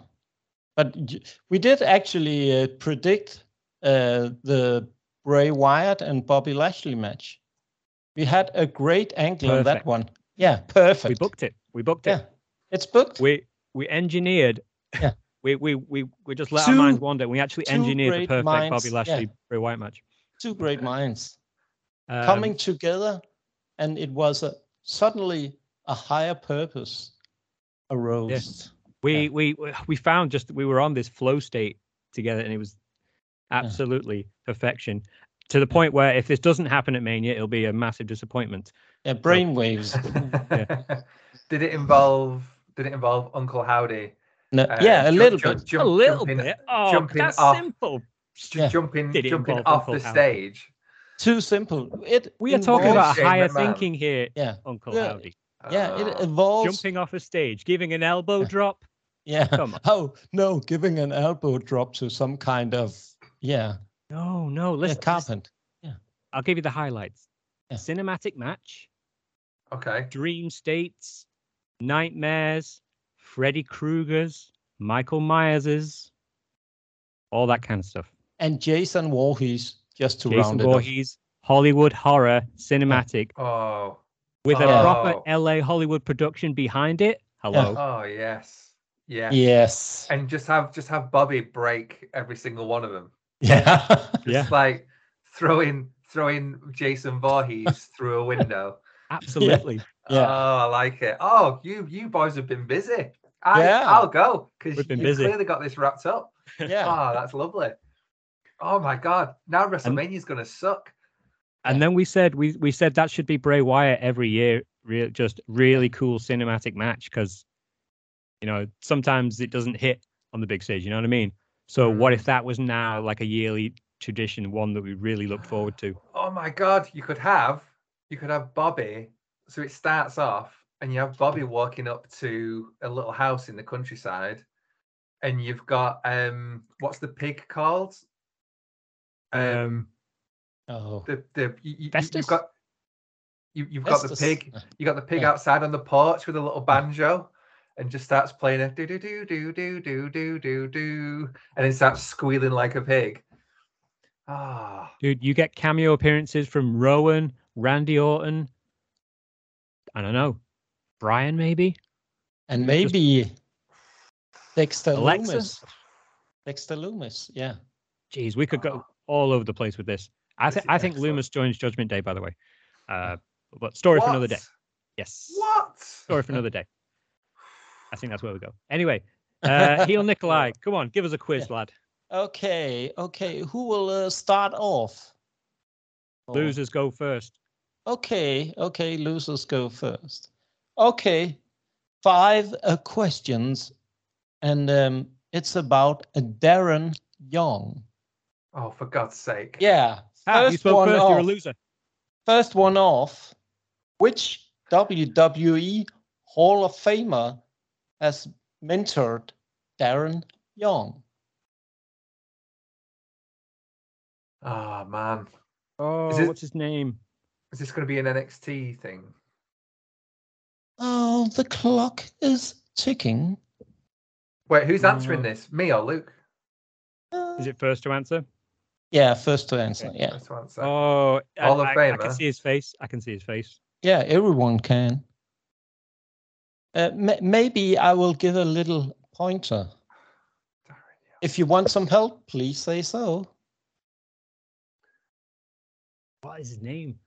[SPEAKER 2] but y- we did actually uh, predict uh the Bray Wyatt and Bobby Lashley match. We had a great angle on
[SPEAKER 1] Perfect.
[SPEAKER 2] that one. Yeah,
[SPEAKER 1] We
[SPEAKER 2] perfect.
[SPEAKER 1] booked it. We booked
[SPEAKER 2] Yeah,
[SPEAKER 1] it.
[SPEAKER 2] it's booked.
[SPEAKER 1] We we engineered.
[SPEAKER 2] Yeah.
[SPEAKER 1] *laughs* We we we we just let
[SPEAKER 2] Two-
[SPEAKER 1] our minds wander. We actually
[SPEAKER 2] two
[SPEAKER 1] engineered the
[SPEAKER 2] great
[SPEAKER 1] perfect
[SPEAKER 2] minds,
[SPEAKER 1] Bobby
[SPEAKER 2] yeah.
[SPEAKER 1] Lashley Bray Wyatt match.
[SPEAKER 2] Two great minds
[SPEAKER 1] Um,
[SPEAKER 2] coming together, and it was a, suddenly a higher purpose arose.
[SPEAKER 1] we we we found just that we were on this flow state together and it was absolutely perfection to the point where if this doesn't happen at mania it'll be a massive disappointment
[SPEAKER 2] Yeah, brainwaves.
[SPEAKER 3] did it involve did it involve Uncle Howdy
[SPEAKER 2] No,
[SPEAKER 3] Uh,
[SPEAKER 2] yeah, a
[SPEAKER 3] jump-
[SPEAKER 2] little
[SPEAKER 3] jump-
[SPEAKER 2] bit.
[SPEAKER 3] jump-
[SPEAKER 1] a little
[SPEAKER 3] jumping-
[SPEAKER 1] bit oh
[SPEAKER 3] jumping
[SPEAKER 1] that's
[SPEAKER 3] off.
[SPEAKER 1] simple
[SPEAKER 3] j-
[SPEAKER 2] Yeah.
[SPEAKER 3] jumping
[SPEAKER 1] Did it
[SPEAKER 3] jumping
[SPEAKER 1] involve
[SPEAKER 3] off
[SPEAKER 1] Uncle
[SPEAKER 3] the
[SPEAKER 1] Howdy?
[SPEAKER 3] stage?
[SPEAKER 2] Too simple. It
[SPEAKER 1] we are talking
[SPEAKER 2] involves-
[SPEAKER 1] about
[SPEAKER 3] Shane
[SPEAKER 1] higher
[SPEAKER 3] McMahon.
[SPEAKER 1] thinking here
[SPEAKER 2] Yeah,
[SPEAKER 1] uncle
[SPEAKER 2] Yeah.
[SPEAKER 1] howdy
[SPEAKER 2] yeah. It
[SPEAKER 3] Oh.
[SPEAKER 2] involves.
[SPEAKER 1] jumping off a stage giving an elbow
[SPEAKER 2] Yeah.
[SPEAKER 1] drop
[SPEAKER 2] Yeah.
[SPEAKER 1] come on
[SPEAKER 2] Oh no, giving an elbow drop to some kind of yeah,
[SPEAKER 1] no no
[SPEAKER 2] yeah
[SPEAKER 1] listen, listen,
[SPEAKER 2] carpent.
[SPEAKER 1] i'll give you the highlights
[SPEAKER 2] Yeah.
[SPEAKER 1] cinematic match
[SPEAKER 3] okay.
[SPEAKER 1] dream states nightmares freddy krueger's michael myers's all that kind of stuff
[SPEAKER 2] And Jason Voorhees just to
[SPEAKER 1] Jason
[SPEAKER 2] round it off.
[SPEAKER 1] Voorhees, Hollywood horror cinematic
[SPEAKER 3] Oh.
[SPEAKER 1] with a
[SPEAKER 2] Yeah.
[SPEAKER 1] proper LA Hollywood production behind it. Hello.
[SPEAKER 3] Oh yes. Yeah.
[SPEAKER 2] Yes.
[SPEAKER 3] And just have just have Bobby break every single one of them.
[SPEAKER 2] *laughs* Yeah.
[SPEAKER 1] Yeah,
[SPEAKER 3] *laughs* Just like throwing throwing Jason
[SPEAKER 1] *laughs*
[SPEAKER 3] Voorhees through a window.
[SPEAKER 1] absolutely.
[SPEAKER 2] Yeah.
[SPEAKER 3] Oh, I like it. Oh, you you boys have been busy. I,
[SPEAKER 2] Yeah.
[SPEAKER 3] I'll go because
[SPEAKER 1] We've
[SPEAKER 3] you've
[SPEAKER 1] been busy.
[SPEAKER 3] clearly got this wrapped up.
[SPEAKER 2] *laughs* yeah.
[SPEAKER 3] Oh, that's lovely. Oh my god. Now WrestleMania's gonna suck.
[SPEAKER 1] And then we said we we said that should be Bray Wyatt every year. Real, just really cool cinematic match because you know sometimes it doesn't hit on the big stage. You know what I mean? So
[SPEAKER 3] Mm-hmm.
[SPEAKER 1] what if that was now like a yearly tradition, one that we really look forward to?
[SPEAKER 3] Oh my god, you could have you could have Bobby. So it starts off and you have Bobby walking up to a little house in the countryside and you've got um what's the pig called? Um
[SPEAKER 2] Oh.
[SPEAKER 3] the the you, you,
[SPEAKER 1] Festus?
[SPEAKER 3] you've got you, you've got the
[SPEAKER 2] Festus.
[SPEAKER 3] pig you got the pig
[SPEAKER 2] Yeah.
[SPEAKER 3] outside on the porch with a little banjo and just starts playing a do do do do do do do do do and then starts squealing like a pig. Ah,
[SPEAKER 1] Dude, you get cameo appearances from Rowan, Randy Orton. I don't know, Brian maybe.
[SPEAKER 2] And maybe Dexter
[SPEAKER 1] Alexa?
[SPEAKER 2] Loomis. Dexter Loomis. Yeah.
[SPEAKER 1] Jeez, we could go
[SPEAKER 3] Oh.
[SPEAKER 1] all over the place with this. I
[SPEAKER 3] This
[SPEAKER 1] think
[SPEAKER 3] is
[SPEAKER 1] I think Loomis joins Judgment Day, by the way. Uh, but story for another day. Yes.
[SPEAKER 3] What?
[SPEAKER 1] Story for *sighs* another day. I think that's where we go. Anyway, uh, *laughs* heel Nikolai, come on, give us a quiz, lad.
[SPEAKER 2] Okay. Okay. Who will uh, start off? Oh.
[SPEAKER 1] Losers go first.
[SPEAKER 2] Okay, okay, losers go first. Okay, five uh, uh, questions, and um, it's about Darren Young.
[SPEAKER 3] Oh, for God's sake.
[SPEAKER 2] Yeah.
[SPEAKER 1] Ah, you
[SPEAKER 2] First
[SPEAKER 1] spoke
[SPEAKER 2] one
[SPEAKER 1] first.
[SPEAKER 2] off.
[SPEAKER 1] You're a loser.
[SPEAKER 2] First one off. Which WWE Hall of Famer has mentored Darren Young?
[SPEAKER 3] Oh, man.
[SPEAKER 1] Oh,
[SPEAKER 3] it-
[SPEAKER 1] what's his name?
[SPEAKER 3] Is this going to be an NXT thing?
[SPEAKER 2] Oh, the clock is ticking.
[SPEAKER 3] Wait, who's answering
[SPEAKER 2] Mm.
[SPEAKER 1] Uh,
[SPEAKER 3] this? Me or Luke?
[SPEAKER 1] Is it first to answer?
[SPEAKER 2] Yeah, first to answer. Yeah.
[SPEAKER 3] That's what I'm saying.
[SPEAKER 1] Oh, I-
[SPEAKER 3] Hall of
[SPEAKER 1] I, I can
[SPEAKER 3] Famer.
[SPEAKER 1] see his face. I can see his face.
[SPEAKER 2] Yeah, everyone can. Uh, ma maybe I will give a little pointer.
[SPEAKER 3] Darren, yeah.
[SPEAKER 2] If you want some help, please say so.
[SPEAKER 1] What is his name?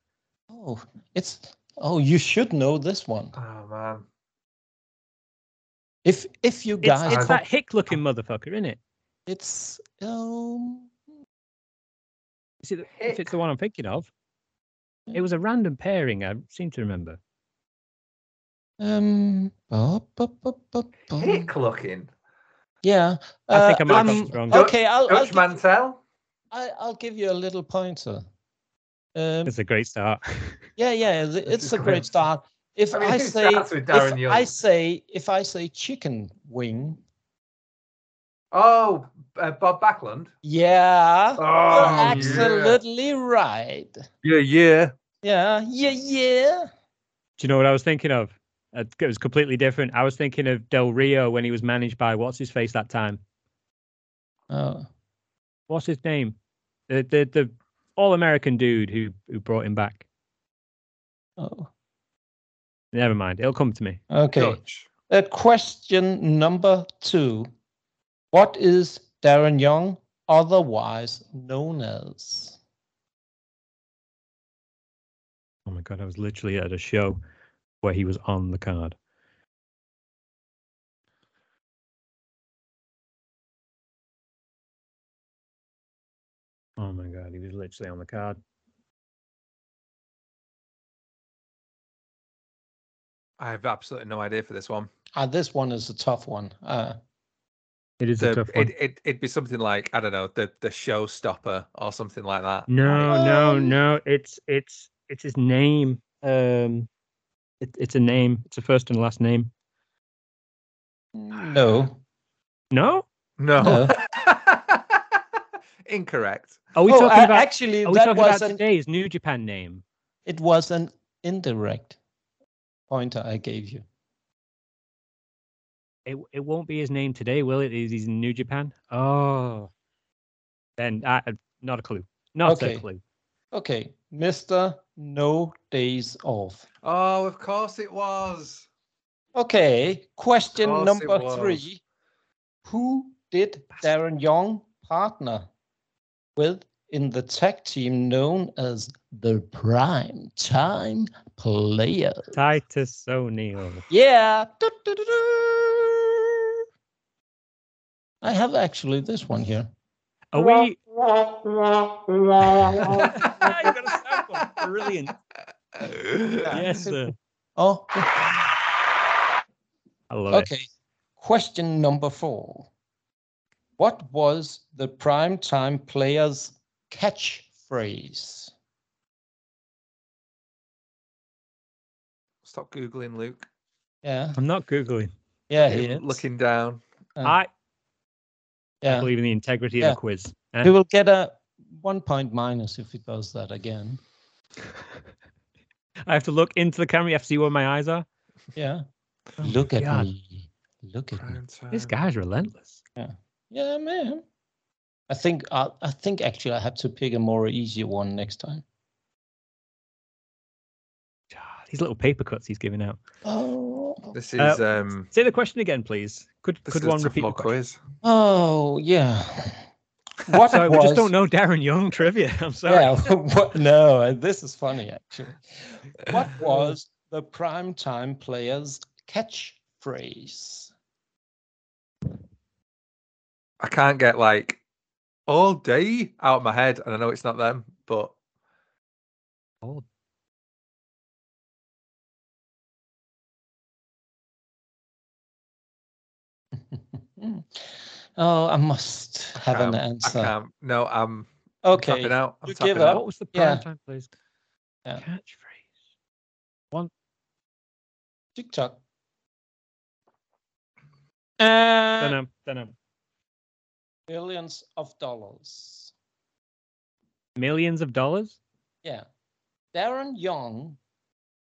[SPEAKER 2] Oh, it's oh, you should know this one.
[SPEAKER 3] Oh, man.
[SPEAKER 2] If if you
[SPEAKER 1] It's,
[SPEAKER 2] guys,
[SPEAKER 1] it's
[SPEAKER 3] I've-
[SPEAKER 1] that hick-looking motherfucker, isn't it?
[SPEAKER 2] it's um,
[SPEAKER 1] Is it the- if
[SPEAKER 3] Hick.
[SPEAKER 1] it's the one I'm thinking of? It was a random pairing. I seem to remember.
[SPEAKER 2] um, bu- bu- bu- bu- bu-
[SPEAKER 3] Hick looking.
[SPEAKER 2] yeah.
[SPEAKER 1] I think
[SPEAKER 2] uh,
[SPEAKER 1] I might have
[SPEAKER 2] um,
[SPEAKER 1] got this
[SPEAKER 3] oh,
[SPEAKER 1] wrong.
[SPEAKER 2] Okay, I'll I'll
[SPEAKER 3] Dutch
[SPEAKER 2] give,
[SPEAKER 3] Mantel?
[SPEAKER 2] I, I'll give you a little pointer. Um,
[SPEAKER 1] It's a great start. *laughs*
[SPEAKER 2] Yeah, yeah, th-
[SPEAKER 3] This
[SPEAKER 2] it's
[SPEAKER 3] is
[SPEAKER 2] a
[SPEAKER 3] great.
[SPEAKER 2] great start. If
[SPEAKER 3] I
[SPEAKER 2] I,
[SPEAKER 3] mean, who
[SPEAKER 2] say,
[SPEAKER 3] starts with
[SPEAKER 2] if
[SPEAKER 3] Darren Young?
[SPEAKER 2] I say, if I say chicken wing,
[SPEAKER 3] Oh, uh, Bob Backlund.
[SPEAKER 2] yeah,
[SPEAKER 3] Oh,
[SPEAKER 1] *laughs*
[SPEAKER 2] you're
[SPEAKER 3] yeah.
[SPEAKER 2] absolutely right.
[SPEAKER 4] Yeah, yeah.
[SPEAKER 2] Yeah, yeah, yeah.
[SPEAKER 1] Do you know what I was thinking of? Uh, It was completely different. I was thinking of Del Rio when he was managed by what's his face that time.
[SPEAKER 2] Oh,
[SPEAKER 1] What's his name? The the, the all American dude who who brought him back.
[SPEAKER 2] oh.
[SPEAKER 1] Never mind. It'll come to me.
[SPEAKER 2] okay.
[SPEAKER 3] Dutch.
[SPEAKER 2] Uh, question number two: What is Darren Young otherwise known as?
[SPEAKER 1] Oh my god, I was literally at a show where he was on the card. Oh my god, he was literally on the card.
[SPEAKER 3] I have absolutely no idea for this one.
[SPEAKER 2] Ah, this one is a tough one. Uh,
[SPEAKER 1] It is a
[SPEAKER 3] The-
[SPEAKER 1] tough one.
[SPEAKER 3] it, it, it'd be something like, I don't know, the, the showstopper or something like that.
[SPEAKER 1] No, no,
[SPEAKER 2] Um,
[SPEAKER 1] no. It's it's it's his name. Um, it, it's a name. It's a first and last name.
[SPEAKER 2] no.
[SPEAKER 1] No,
[SPEAKER 3] No.
[SPEAKER 2] No.
[SPEAKER 3] *laughs* Incorrect.
[SPEAKER 1] are we
[SPEAKER 2] oh,
[SPEAKER 1] talking
[SPEAKER 2] a-
[SPEAKER 1] about?
[SPEAKER 2] actually,
[SPEAKER 1] uh, Are we
[SPEAKER 2] that
[SPEAKER 1] talking
[SPEAKER 2] was
[SPEAKER 1] about
[SPEAKER 2] an
[SPEAKER 1] today's New Japan name?
[SPEAKER 2] It was an indirect pointer I gave you.
[SPEAKER 1] It it won't be his name today, will it? Is he's in New Japan? Oh, then I, I- not a clue. Not
[SPEAKER 2] Okay.
[SPEAKER 1] a clue.
[SPEAKER 2] Okay, Mr. No Days Off.
[SPEAKER 3] Oh, of course
[SPEAKER 1] *laughs*
[SPEAKER 3] it was.
[SPEAKER 2] Okay, question
[SPEAKER 3] Of course it
[SPEAKER 2] number
[SPEAKER 3] was.
[SPEAKER 2] three. Who did Darren Young partner with in the tech team known as the Prime Time Player?
[SPEAKER 1] Titus O'Neil.
[SPEAKER 2] Yeah. Du-du-du-du. I have actually this one here.
[SPEAKER 1] Are *laughs* we? Ah, you got a sound one.
[SPEAKER 2] *laughs*
[SPEAKER 3] *laughs*
[SPEAKER 1] Brilliant.
[SPEAKER 3] Brilliant.
[SPEAKER 1] Yes, sir.
[SPEAKER 2] *laughs* Oh,
[SPEAKER 1] I love it.
[SPEAKER 2] Okay. Question number four. What was the primetime player's catchphrase?
[SPEAKER 3] Stop Googling, Luke.
[SPEAKER 2] Yeah.
[SPEAKER 1] I'm not googling.
[SPEAKER 2] Yeah.
[SPEAKER 3] You're
[SPEAKER 2] He is.
[SPEAKER 3] Looking down.
[SPEAKER 2] Uh,
[SPEAKER 1] I
[SPEAKER 2] yeah.
[SPEAKER 1] believe in the integrity
[SPEAKER 2] Yeah.
[SPEAKER 1] of the quiz. Eh?
[SPEAKER 2] He will get a one point minus if he does that again.
[SPEAKER 1] I have to look into the camera. You have to see where my eyes are.
[SPEAKER 2] Yeah. Look at
[SPEAKER 1] Oh God.
[SPEAKER 2] me. Look at me.
[SPEAKER 3] Prime
[SPEAKER 1] This
[SPEAKER 3] time.
[SPEAKER 1] guy's relentless.
[SPEAKER 2] Yeah, man. I think I, I think actually I have to pick a more easier one next time.
[SPEAKER 1] God, These little paper cuts he's giving out.
[SPEAKER 2] Oh.
[SPEAKER 3] This
[SPEAKER 1] Uh,
[SPEAKER 3] is um.
[SPEAKER 1] Say the question again, please. Could
[SPEAKER 3] This
[SPEAKER 1] could
[SPEAKER 3] is
[SPEAKER 1] one
[SPEAKER 3] a tough
[SPEAKER 1] repeat? The
[SPEAKER 3] little
[SPEAKER 1] question?
[SPEAKER 3] quiz.
[SPEAKER 1] *laughs*
[SPEAKER 2] Oh yeah. What
[SPEAKER 1] Sorry,
[SPEAKER 2] was,
[SPEAKER 1] we just don't know Darren Young *laughs* trivia. I'm sorry.
[SPEAKER 2] Yeah, *laughs* what, no, uh, this is funny actually. What
[SPEAKER 3] *laughs*
[SPEAKER 2] was the primetime player's catchphrase?
[SPEAKER 3] I can't get like all day out of my head, and I know it's not them, but
[SPEAKER 1] Oh,
[SPEAKER 2] oh, I must have an
[SPEAKER 3] can't- I
[SPEAKER 2] answer.
[SPEAKER 3] can't. No, I'm
[SPEAKER 2] Okay.
[SPEAKER 3] Tapping out. I'm
[SPEAKER 2] You
[SPEAKER 3] tapping
[SPEAKER 2] give
[SPEAKER 3] out.
[SPEAKER 2] up.
[SPEAKER 1] What was the prime
[SPEAKER 2] yeah.
[SPEAKER 1] time, please?
[SPEAKER 2] Yeah.
[SPEAKER 1] Catchphrase.
[SPEAKER 2] TikTok.
[SPEAKER 1] Don't
[SPEAKER 2] Uh,
[SPEAKER 1] know. Don't know.
[SPEAKER 2] billions of dollars.
[SPEAKER 1] Millions of dollars.
[SPEAKER 2] Yeah. Darren Young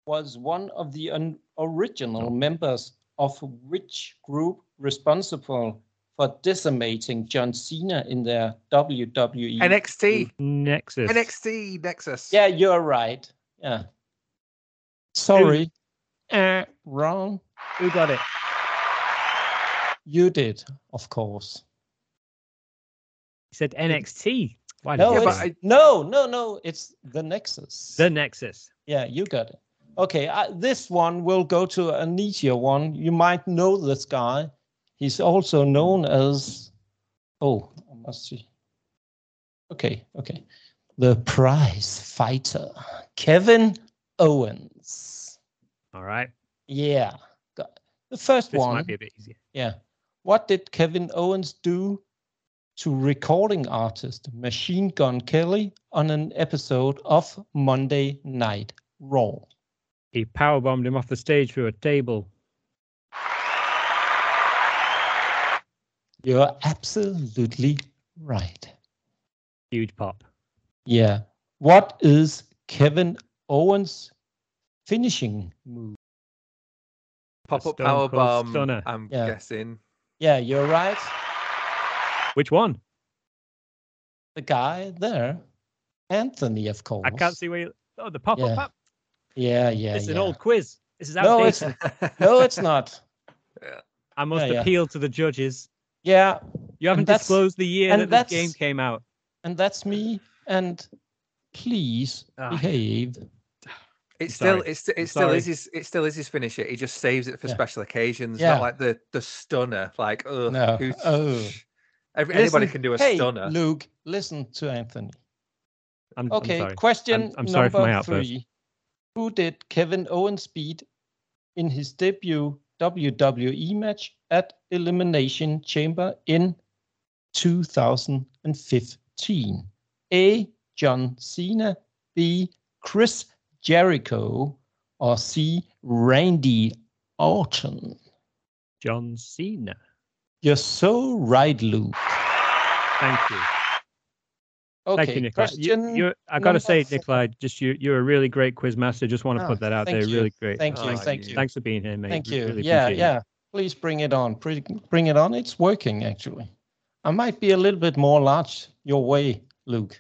[SPEAKER 2] was one of the un-
[SPEAKER 3] Oh.
[SPEAKER 2] original members of which group responsible for decimating John Cena in their E WWE?
[SPEAKER 3] NXT.
[SPEAKER 1] Nexus.
[SPEAKER 3] NXT Nexus.
[SPEAKER 2] yeah, you're right. Yeah. Sorry. Uh, wrong.
[SPEAKER 1] Who got it?
[SPEAKER 2] You did, of course.
[SPEAKER 1] He said NXT. Why
[SPEAKER 2] No,
[SPEAKER 1] did
[SPEAKER 3] Yeah,
[SPEAKER 1] you
[SPEAKER 3] but
[SPEAKER 2] it's,
[SPEAKER 1] say
[SPEAKER 3] I-
[SPEAKER 2] no, no, no. It's the Nexus.
[SPEAKER 1] the Nexus?
[SPEAKER 2] Yeah, you got it. Okay, I, this one will go to an easier one. You might know this guy. He's also known as. Oh, I must see. Okay, okay. The prize fighter, Kevin Owens.
[SPEAKER 1] All right.
[SPEAKER 2] Yeah. got- The first
[SPEAKER 1] This
[SPEAKER 2] one.
[SPEAKER 1] might be a bit easier.
[SPEAKER 2] Yeah. What did Kevin Owens do to recording artist Machine Gun Kelly on an episode of Monday Night Raw?
[SPEAKER 1] He powerbombed him off the stage through a table.
[SPEAKER 2] You're absolutely right.
[SPEAKER 1] Huge pop.
[SPEAKER 2] Yeah. What is Kevin Owens' finishing move?
[SPEAKER 3] Pop up
[SPEAKER 1] Stone
[SPEAKER 3] power
[SPEAKER 1] Cold
[SPEAKER 3] bomb.
[SPEAKER 1] Stunner.
[SPEAKER 3] I'm
[SPEAKER 2] Yeah.
[SPEAKER 3] guessing. *laughs*
[SPEAKER 2] Yeah, you're right.
[SPEAKER 1] Which one?
[SPEAKER 2] The guy there, Anthony, of course.
[SPEAKER 1] I can't see where. You... Oh, the pop
[SPEAKER 2] Yeah,
[SPEAKER 1] up. pop.
[SPEAKER 2] Yeah, yeah.
[SPEAKER 1] It's an
[SPEAKER 2] yeah.
[SPEAKER 1] old quiz. This is outdated.
[SPEAKER 2] No, it's no, it's not.
[SPEAKER 1] I must
[SPEAKER 2] yeah, yeah.
[SPEAKER 1] appeal to the judges.
[SPEAKER 2] Yeah,
[SPEAKER 1] You haven't
[SPEAKER 2] that's-
[SPEAKER 1] disclosed the year
[SPEAKER 2] and
[SPEAKER 1] that
[SPEAKER 2] that's-
[SPEAKER 1] this game came out.
[SPEAKER 2] and that's me. And please *laughs*
[SPEAKER 3] Ah.
[SPEAKER 2] behave.
[SPEAKER 3] It's
[SPEAKER 1] I'm sorry.
[SPEAKER 3] still it's it
[SPEAKER 1] I'm
[SPEAKER 3] still is
[SPEAKER 1] sorry.
[SPEAKER 3] his it still is his finisher. He just saves it for
[SPEAKER 2] Yeah.
[SPEAKER 3] special occasions.
[SPEAKER 2] Yeah.
[SPEAKER 3] Not like the the stunner. Like ugh,
[SPEAKER 2] No.
[SPEAKER 3] who's-
[SPEAKER 2] Oh.
[SPEAKER 3] every, anybody
[SPEAKER 2] Listen-
[SPEAKER 3] can do a
[SPEAKER 2] hey,
[SPEAKER 3] stunner.
[SPEAKER 2] Luke, listen to Anthony.
[SPEAKER 1] I'm, I'm
[SPEAKER 2] Okay,
[SPEAKER 1] sorry.
[SPEAKER 2] question
[SPEAKER 1] I'm- I'm sorry
[SPEAKER 2] number
[SPEAKER 1] for my outburst.
[SPEAKER 2] three. Who did Kevin Owens beat in his debut WWE match at Elimination Chamber in 2015? A. John Cena, B. Chris Jericho, or C. Randy Orton?
[SPEAKER 1] John Cena.
[SPEAKER 2] You're so right, Luke.
[SPEAKER 1] Thank you.
[SPEAKER 2] Okay,
[SPEAKER 1] Thank you, Nicola. You-
[SPEAKER 2] question.
[SPEAKER 1] you're- I got
[SPEAKER 2] number
[SPEAKER 1] to say,
[SPEAKER 2] four.
[SPEAKER 1] Nicola, just you, you're a really great quiz master. Just want to
[SPEAKER 2] Ah,
[SPEAKER 1] put that out
[SPEAKER 2] thank
[SPEAKER 1] there.
[SPEAKER 2] you,
[SPEAKER 1] Really great.
[SPEAKER 2] Thank you,
[SPEAKER 3] Oh,
[SPEAKER 2] thank you.
[SPEAKER 1] Thanks for being here, mate.
[SPEAKER 2] Thank
[SPEAKER 1] We
[SPEAKER 2] you.
[SPEAKER 1] really
[SPEAKER 2] yeah,
[SPEAKER 1] appreciate it.
[SPEAKER 2] yeah. Please bring it on. Pre- Bring it on. It's working actually. I might be a little bit more large your way, Luke.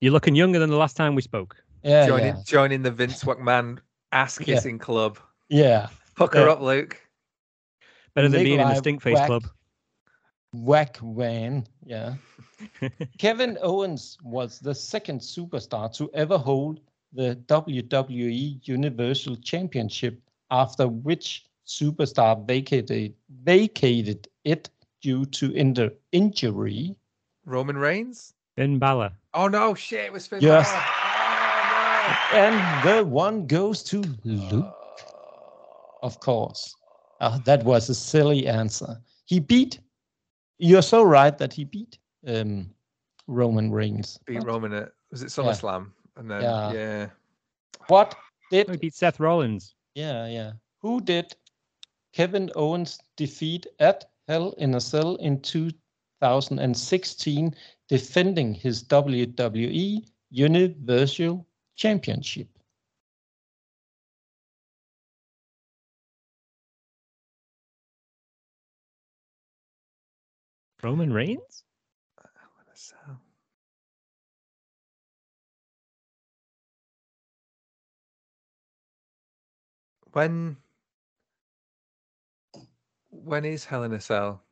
[SPEAKER 1] You're looking younger than the last time we spoke.
[SPEAKER 2] Yeah,
[SPEAKER 3] joining joining the Vince McMahon ass kissing club.
[SPEAKER 2] yeah, yeah.
[SPEAKER 3] Pucker
[SPEAKER 2] Yeah.
[SPEAKER 3] up, Luke.
[SPEAKER 1] Better than being in the
[SPEAKER 2] Nikolai
[SPEAKER 1] stink face
[SPEAKER 2] Wack-
[SPEAKER 1] club.
[SPEAKER 2] Whack Van.
[SPEAKER 1] *laughs*
[SPEAKER 2] Yeah. Kevin Owens was the second superstar to ever hold the WWE Universal Championship, after which superstar vacated vacated it due to inter- injury.
[SPEAKER 3] Roman Reigns.
[SPEAKER 1] Finn Balor.
[SPEAKER 3] Oh no, shit! It was Finn.
[SPEAKER 2] Yes.
[SPEAKER 3] Balor. Oh,
[SPEAKER 2] And the one goes to
[SPEAKER 3] no. Oh.
[SPEAKER 2] Luke. Of course. Ah, that was a silly answer. He beat. You're so right that he beat um, Roman Reigns.
[SPEAKER 3] Beat
[SPEAKER 2] What-
[SPEAKER 3] Roman at was it SummerSlam? And then
[SPEAKER 2] Yeah.
[SPEAKER 3] yeah.
[SPEAKER 2] What
[SPEAKER 1] Oh, he
[SPEAKER 2] did?
[SPEAKER 1] beat Seth Rollins.
[SPEAKER 2] Yeah, yeah. Who did Kevin Owens defeat at Hell in a Cell in 2016, defending his WWE Universal Championship?
[SPEAKER 1] Roman Reigns?
[SPEAKER 3] So, When when is Hell in a Cell?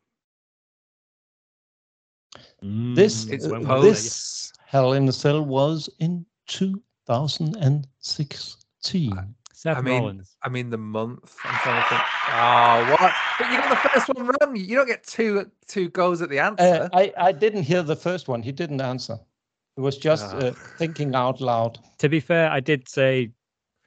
[SPEAKER 2] This,
[SPEAKER 1] Mm,
[SPEAKER 3] It's
[SPEAKER 2] uh,
[SPEAKER 1] when
[SPEAKER 3] Paul.
[SPEAKER 1] was it?
[SPEAKER 2] this Hell in a Cell was in 2016.
[SPEAKER 1] Seth
[SPEAKER 3] I mean-
[SPEAKER 1] Rollins.
[SPEAKER 3] I mean the month. I'm trying to think. Oh, what? But you got the first one wrong. You don't get two two goes at the
[SPEAKER 2] Uh,
[SPEAKER 3] answer.
[SPEAKER 2] I, I didn't hear the first one. He didn't answer. It was just
[SPEAKER 3] Ah.
[SPEAKER 2] uh, thinking out loud.
[SPEAKER 1] To be fair, I did say,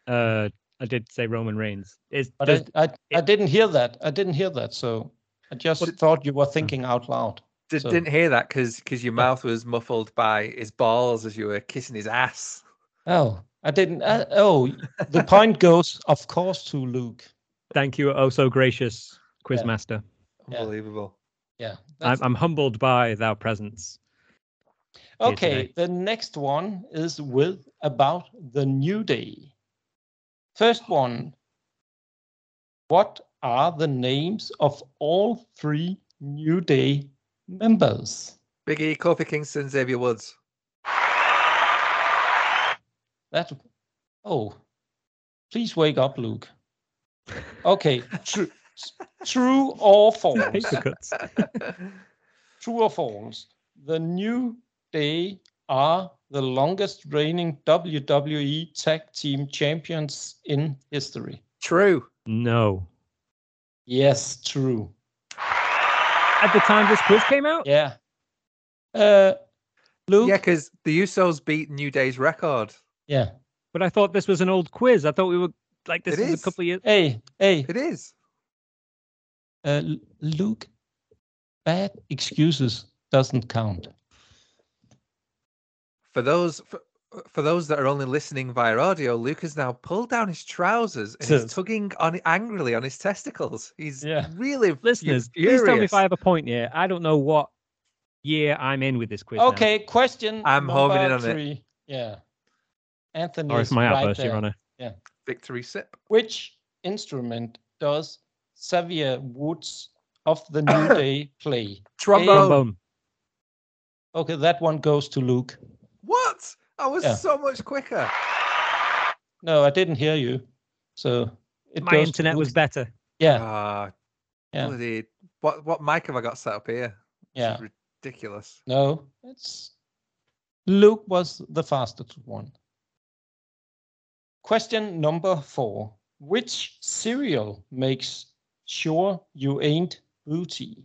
[SPEAKER 1] uh, I did say Roman Reigns. It's
[SPEAKER 2] But
[SPEAKER 1] does-
[SPEAKER 2] I, I, I didn't hear that. I didn't hear that. So I just
[SPEAKER 1] But- Hmm.
[SPEAKER 2] thought you were thinking out loud.
[SPEAKER 3] Just
[SPEAKER 2] So-
[SPEAKER 3] didn't hear that because your mouth was muffled by his balls as you were kissing his ass.
[SPEAKER 2] Oh, I didn't. Uh, oh, the point goes, of course, to Luke.
[SPEAKER 1] Thank you, oh so gracious
[SPEAKER 2] Yeah.
[SPEAKER 1] quizmaster.
[SPEAKER 2] Yeah.
[SPEAKER 3] Unbelievable.
[SPEAKER 2] Yeah.
[SPEAKER 1] I'm, I'm humbled by thou presence. here
[SPEAKER 2] Okay,
[SPEAKER 1] today.
[SPEAKER 2] the next one is with about the new day. First one. What are the names of all three New Day members?
[SPEAKER 3] Big E, Kofi Kingston,
[SPEAKER 1] *laughs*
[SPEAKER 3] Xavier Woods.
[SPEAKER 2] That oh, please wake up, Luke. Okay, true, true or false?
[SPEAKER 1] Paper
[SPEAKER 2] *laughs*
[SPEAKER 1] cuts.
[SPEAKER 2] True or false? The New Day are the longest reigning WWE Tag Team Champions in history.
[SPEAKER 3] True.
[SPEAKER 1] No.
[SPEAKER 2] Yes, true.
[SPEAKER 1] At the time this quiz came out?
[SPEAKER 2] Yeah. Uh, Luke.
[SPEAKER 3] Yeah, because the Usos beat New Day's record.
[SPEAKER 2] Yeah.
[SPEAKER 1] But I thought this was an old quiz. I thought we were like this
[SPEAKER 3] It
[SPEAKER 1] is
[SPEAKER 3] is.
[SPEAKER 1] a couple of years.
[SPEAKER 2] Hey, hey,
[SPEAKER 3] It is.
[SPEAKER 2] uh, L- Luke. Bad excuses doesn't count.
[SPEAKER 3] For those for, for those that are only listening via audio, Luke has now pulled down his trousers and
[SPEAKER 2] Yes.
[SPEAKER 3] is tugging on angrily on his testicles. He's
[SPEAKER 2] Yeah.
[SPEAKER 3] really fu-
[SPEAKER 1] Listeners, please tell me
[SPEAKER 3] furious.
[SPEAKER 1] if I have a point here. I don't know what year I'm in with this quiz. now.
[SPEAKER 2] Okay, question.
[SPEAKER 3] I'm homing in
[SPEAKER 2] number
[SPEAKER 3] on it.
[SPEAKER 2] three. Yeah. Anthony.
[SPEAKER 1] Or
[SPEAKER 2] is
[SPEAKER 1] Oh, it's my
[SPEAKER 2] right
[SPEAKER 1] outburst,
[SPEAKER 2] there.
[SPEAKER 1] Your Honor.
[SPEAKER 3] victory sip.
[SPEAKER 2] Which instrument does Xavier Woods of the New
[SPEAKER 1] *coughs*
[SPEAKER 2] Day play?
[SPEAKER 3] Trombone.
[SPEAKER 1] Trombone.
[SPEAKER 2] Okay, that one goes to Luke.
[SPEAKER 3] What? I was
[SPEAKER 2] Yeah.
[SPEAKER 3] so much quicker.
[SPEAKER 2] No, I didn't hear you. So it
[SPEAKER 1] My
[SPEAKER 2] goes to
[SPEAKER 1] internet was
[SPEAKER 2] Luke.
[SPEAKER 1] better.
[SPEAKER 2] Yeah,
[SPEAKER 3] Ah,
[SPEAKER 2] *laughs* Yeah.
[SPEAKER 3] bloody- What what mic have I got set up here? This
[SPEAKER 2] yeah.
[SPEAKER 3] is ridiculous.
[SPEAKER 2] No, it's Luke was the fastest one. Question number four. Which cereal makes sure you ain't booty?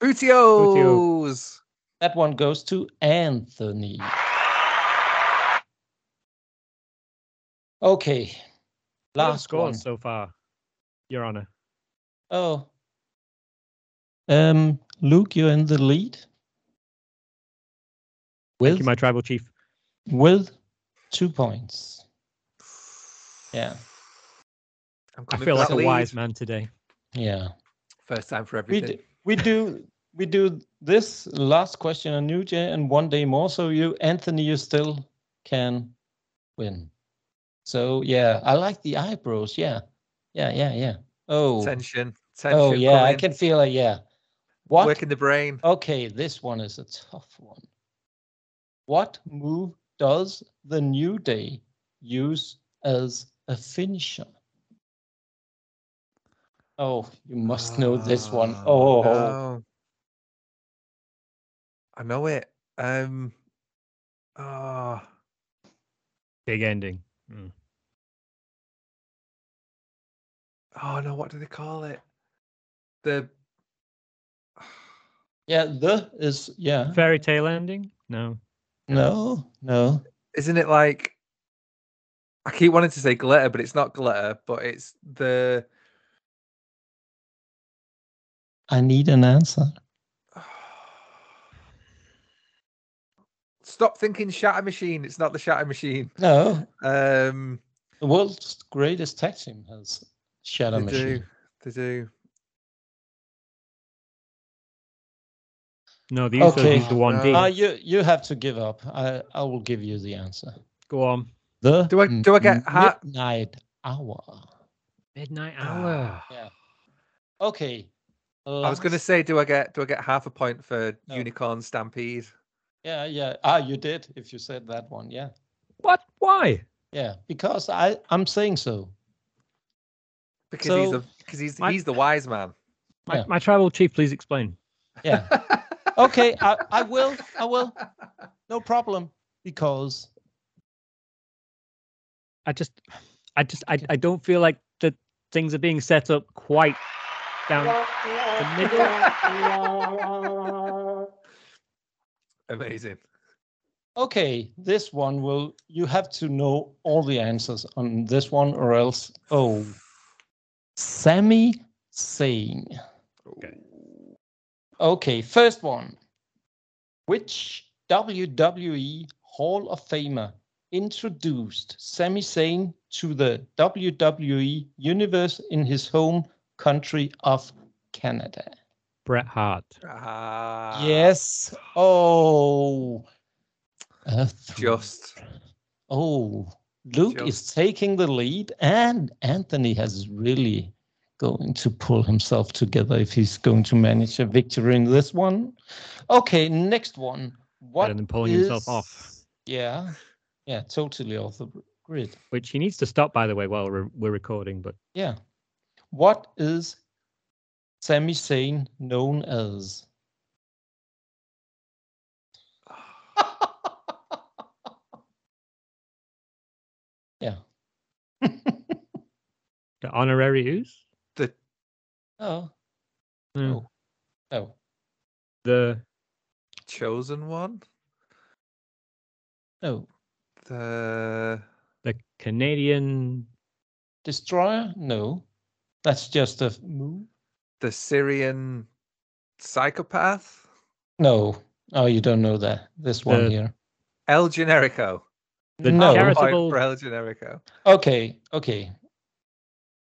[SPEAKER 3] Bootios.
[SPEAKER 2] That one goes to Anthony. Okay.
[SPEAKER 1] What are the
[SPEAKER 2] Last one.
[SPEAKER 1] scores so far, Your Honor.
[SPEAKER 2] Oh. Um, Luke, you're in the lead.
[SPEAKER 1] Thank
[SPEAKER 2] With
[SPEAKER 1] you, my tribal chief.
[SPEAKER 2] with two points. Yeah.
[SPEAKER 3] I'm
[SPEAKER 1] I
[SPEAKER 3] coming
[SPEAKER 1] feel
[SPEAKER 3] for
[SPEAKER 1] like
[SPEAKER 3] that
[SPEAKER 1] a
[SPEAKER 3] lead.
[SPEAKER 1] wise man today.
[SPEAKER 2] Yeah.
[SPEAKER 3] First time for
[SPEAKER 2] We
[SPEAKER 3] everything.
[SPEAKER 2] do, we do we do this last question on New Jay and one day more. So you, Anthony, you still can win. So yeah, I like the eyebrows. Yeah, yeah, yeah, yeah. Oh,
[SPEAKER 3] Tension. Tension.
[SPEAKER 2] oh yeah, I
[SPEAKER 3] coming.
[SPEAKER 2] can feel it. Yeah. What?
[SPEAKER 3] Working the brain.
[SPEAKER 2] Okay, this one is a tough one. What move does the New Day use as a finisher? Oh, you must know this one. Oh,
[SPEAKER 3] Uh, Ah, no. I know it. Um. Oh,
[SPEAKER 1] Big ending.
[SPEAKER 3] oh no! What do they call it? The
[SPEAKER 2] yeah, the is yeah.
[SPEAKER 1] Fairy tale ending? No.
[SPEAKER 2] No, no.
[SPEAKER 3] isn't it like? I keep wanting to say glitter, but it's not glitter. But it's the.
[SPEAKER 2] I need an answer.
[SPEAKER 3] *sighs* Stop thinking shatter machine. It's not the shatter machine.
[SPEAKER 2] No,
[SPEAKER 3] Um,
[SPEAKER 2] the world's greatest tag team has Shadow
[SPEAKER 3] they
[SPEAKER 2] Machine.
[SPEAKER 3] do. They do.
[SPEAKER 1] No, the Usos
[SPEAKER 2] Okay.
[SPEAKER 1] used the one D.
[SPEAKER 3] No.
[SPEAKER 2] Ah, you you have to give up. I I will give you the answer.
[SPEAKER 1] Go on.
[SPEAKER 2] The
[SPEAKER 3] Do I- do I get ha-
[SPEAKER 2] midnight hour?
[SPEAKER 1] Midnight
[SPEAKER 3] Ah.
[SPEAKER 2] Yeah. Okay. um,
[SPEAKER 3] I was going to
[SPEAKER 2] last-
[SPEAKER 3] say, do I get do I get half a point for
[SPEAKER 2] No.
[SPEAKER 3] unicorn stampede?
[SPEAKER 2] Yeah, yeah. Ah, you did. If you said that one, yeah,
[SPEAKER 1] What? Why?
[SPEAKER 2] yeah. Because I I'm saying so.
[SPEAKER 3] Because he's
[SPEAKER 2] So-
[SPEAKER 3] the because he's
[SPEAKER 1] My-
[SPEAKER 3] he's the wise man. *laughs*
[SPEAKER 1] My,
[SPEAKER 2] Yeah.
[SPEAKER 1] my tribal chief, please explain.
[SPEAKER 2] Yeah. Okay. I I will. I will. No problem. Because
[SPEAKER 1] I just, I just, I, I don't feel like that things are being set up quite down. *laughs*
[SPEAKER 3] Amazing.
[SPEAKER 2] okay, this one will. You have to know all the answers on this one, or else. Oh, Sammy Sane. Okay, first one. Which WWE Hall of Famer introduced Sami Zayn to the WWE universe in his home country of Canada?
[SPEAKER 1] Bret Hart.
[SPEAKER 3] Ah,
[SPEAKER 2] yes. Oh. Uh, th-
[SPEAKER 3] Just
[SPEAKER 2] Oh, Luke is taking the lead, and Anthony has really going to pull himself together if he's going to manage a victory in this one. Okay, next one. What
[SPEAKER 1] than pulling himself
[SPEAKER 2] is-
[SPEAKER 1] off.
[SPEAKER 2] Yeah, yeah, totally off the grid.
[SPEAKER 1] Which he needs to stop, by the way, while we're, we're recording. But
[SPEAKER 2] Yeah. What is Sami Zayn
[SPEAKER 1] *laughs*
[SPEAKER 2] known as?
[SPEAKER 1] *laughs*
[SPEAKER 2] yeah.
[SPEAKER 1] the honorary ooze,
[SPEAKER 2] oh.
[SPEAKER 1] Hmm.
[SPEAKER 2] No. Oh.
[SPEAKER 1] the
[SPEAKER 3] chosen one.
[SPEAKER 2] No.
[SPEAKER 3] The
[SPEAKER 1] the Canadian
[SPEAKER 2] Destroyer? No. That's just a move.
[SPEAKER 3] the Syrian psychopath.
[SPEAKER 2] No. Oh, you don't know that. This one
[SPEAKER 1] The-
[SPEAKER 2] here.
[SPEAKER 3] El Generico.
[SPEAKER 1] The
[SPEAKER 2] no.
[SPEAKER 3] Point
[SPEAKER 1] charitable-
[SPEAKER 3] for El Generico.
[SPEAKER 2] Okay. Okay.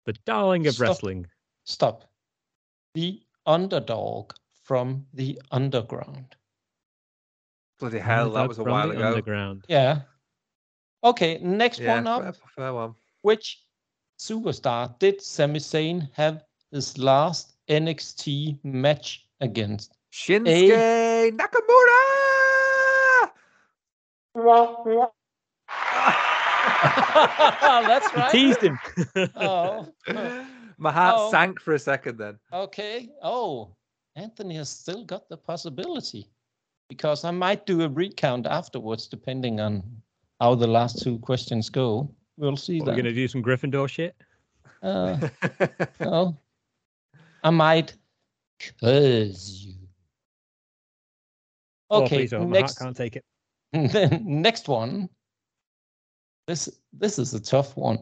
[SPEAKER 1] the darling of
[SPEAKER 2] Stop.
[SPEAKER 1] wrestling.
[SPEAKER 2] Stop. The underdog from the underground.
[SPEAKER 3] Bloody hell, that was a
[SPEAKER 1] From the
[SPEAKER 3] while ago.
[SPEAKER 1] Underground.
[SPEAKER 2] Yeah. Okay. Next
[SPEAKER 3] Yeah,
[SPEAKER 2] one up.
[SPEAKER 3] fair, fair one.
[SPEAKER 2] Which superstar did Sami Zayn have his last NXT match against? *laughs*
[SPEAKER 3] Shinsuke Nakamura.
[SPEAKER 2] That's
[SPEAKER 1] He
[SPEAKER 2] right.
[SPEAKER 1] teased him.
[SPEAKER 2] Oh. oh.
[SPEAKER 3] My heart
[SPEAKER 2] Oh.
[SPEAKER 3] sank for a second then. *laughs*
[SPEAKER 2] Okay. Oh, Anthony has still got the possibility because I might do a recount afterwards, depending on how the last two questions go. We'll see
[SPEAKER 1] We're going
[SPEAKER 2] then.
[SPEAKER 1] to do some Gryffindor shit.
[SPEAKER 2] Uh, well, I might curse you.
[SPEAKER 1] Oh,
[SPEAKER 2] Okay,
[SPEAKER 1] please, oh, my heart
[SPEAKER 2] next,
[SPEAKER 1] can't take it.
[SPEAKER 2] *laughs* then next one. This this is a tough one.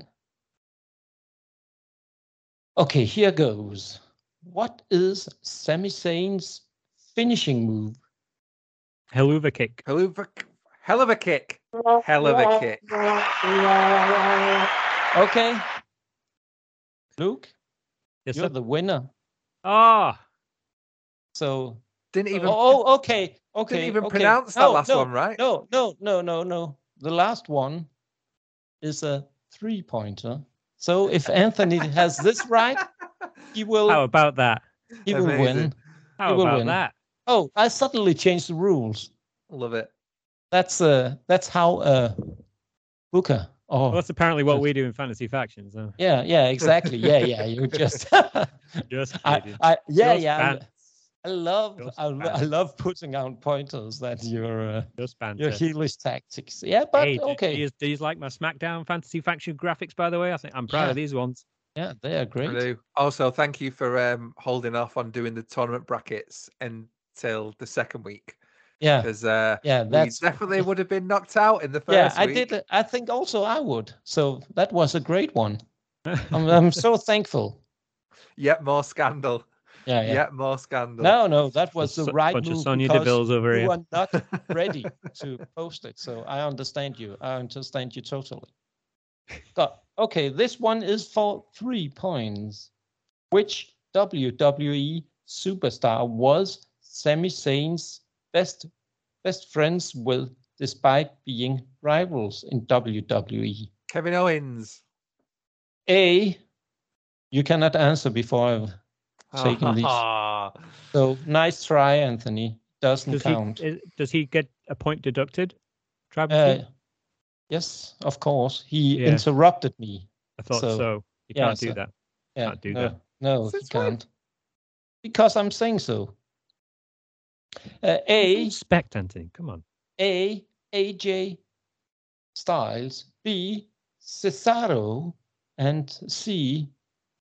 [SPEAKER 2] Okay, here goes. What is Sami Zayn's finishing move?
[SPEAKER 1] Helluva kick.
[SPEAKER 3] hell, of a, hell of a kick. Hell of a kick.
[SPEAKER 2] Okay. Luke,
[SPEAKER 1] Yes,
[SPEAKER 2] you're
[SPEAKER 1] sir.
[SPEAKER 2] the winner.
[SPEAKER 1] Ah,
[SPEAKER 2] So
[SPEAKER 3] Didn't even,
[SPEAKER 2] oh, oh, okay. Okay.
[SPEAKER 3] didn't even
[SPEAKER 2] okay.
[SPEAKER 3] pronounce that
[SPEAKER 2] No,
[SPEAKER 3] last
[SPEAKER 2] no,
[SPEAKER 3] one, right?
[SPEAKER 2] No, no, no, no, no. The last one is a three pointer. So if Anthony has this right, he will
[SPEAKER 1] how about that?
[SPEAKER 2] he will
[SPEAKER 3] Amazing.
[SPEAKER 2] win.
[SPEAKER 1] How
[SPEAKER 2] You will
[SPEAKER 1] about
[SPEAKER 2] win.
[SPEAKER 1] that?
[SPEAKER 2] Oh, I suddenly changed the rules.
[SPEAKER 3] Love it.
[SPEAKER 2] That's uh that's how uh Booker. Oh
[SPEAKER 1] Well, that's apparently what
[SPEAKER 2] Yes.
[SPEAKER 1] we do in fantasy factions. huh?
[SPEAKER 2] yeah, yeah, exactly. Yeah,
[SPEAKER 1] *laughs*
[SPEAKER 2] yeah. You just *laughs*
[SPEAKER 1] Just
[SPEAKER 2] I,
[SPEAKER 1] kidding.
[SPEAKER 2] I yeah,
[SPEAKER 1] Just
[SPEAKER 2] yeah. I'm-
[SPEAKER 1] ban-
[SPEAKER 2] I love
[SPEAKER 1] Just
[SPEAKER 2] I, lo- I
[SPEAKER 1] ban-
[SPEAKER 2] love putting out pointers that your uh,
[SPEAKER 1] Just
[SPEAKER 2] your
[SPEAKER 1] banter.
[SPEAKER 2] heelish tactics. Yeah, but
[SPEAKER 1] Hey, do-
[SPEAKER 2] okay.
[SPEAKER 1] Do you, do you like my SmackDown fantasy faction graphics, by the way? I think I'm proud
[SPEAKER 2] Yeah.
[SPEAKER 1] of these ones. *laughs*
[SPEAKER 2] Yeah, they are
[SPEAKER 3] I
[SPEAKER 2] great.
[SPEAKER 3] do. Also, thank you for um, holding off on doing the tournament brackets until the second week
[SPEAKER 2] Yeah.
[SPEAKER 3] because uh,
[SPEAKER 2] Yeah,
[SPEAKER 3] we
[SPEAKER 2] that's
[SPEAKER 3] definitely would have been knocked out in the first
[SPEAKER 2] yeah, I
[SPEAKER 3] week.
[SPEAKER 2] did. I think also I would. So that was a great *laughs* one. I'm, I'm so thankful.
[SPEAKER 3] Yet more scandal.
[SPEAKER 2] Oh, Yeah, yeah.
[SPEAKER 3] Yet more scandal.
[SPEAKER 2] No, no, that was
[SPEAKER 1] So-
[SPEAKER 2] the right
[SPEAKER 1] bunch of
[SPEAKER 2] move
[SPEAKER 1] Sonya
[SPEAKER 2] because
[SPEAKER 1] Deville's over
[SPEAKER 2] you
[SPEAKER 1] here.
[SPEAKER 2] are not ready to post it. So I understand you. I understand you totally. Got okay. This one is for three points. Which WWE superstar was Sami Zayn's best best friends with, despite being rivals in WWE? *laughs*
[SPEAKER 3] Kevin Owens.
[SPEAKER 2] A. You cannot answer before I've taken these. So nice try, Anthony. Doesn't
[SPEAKER 1] Does
[SPEAKER 2] count.
[SPEAKER 1] he, is- does he get a point deducted? Tribal
[SPEAKER 2] Uh,
[SPEAKER 1] chief?
[SPEAKER 2] yes, of course. He
[SPEAKER 1] Yeah.
[SPEAKER 2] interrupted me.
[SPEAKER 1] I thought
[SPEAKER 2] so-
[SPEAKER 1] so. You
[SPEAKER 2] yeah,
[SPEAKER 1] can't do
[SPEAKER 2] so-
[SPEAKER 1] that.
[SPEAKER 2] Yeah,
[SPEAKER 1] Can't do
[SPEAKER 2] no,
[SPEAKER 1] that.
[SPEAKER 2] No, he
[SPEAKER 3] Since when?
[SPEAKER 2] can't. Because I'm saying so. Uh, A,
[SPEAKER 1] Respect, Anthony. Come on.
[SPEAKER 2] A, AJ Styles. B, Cesaro. And C,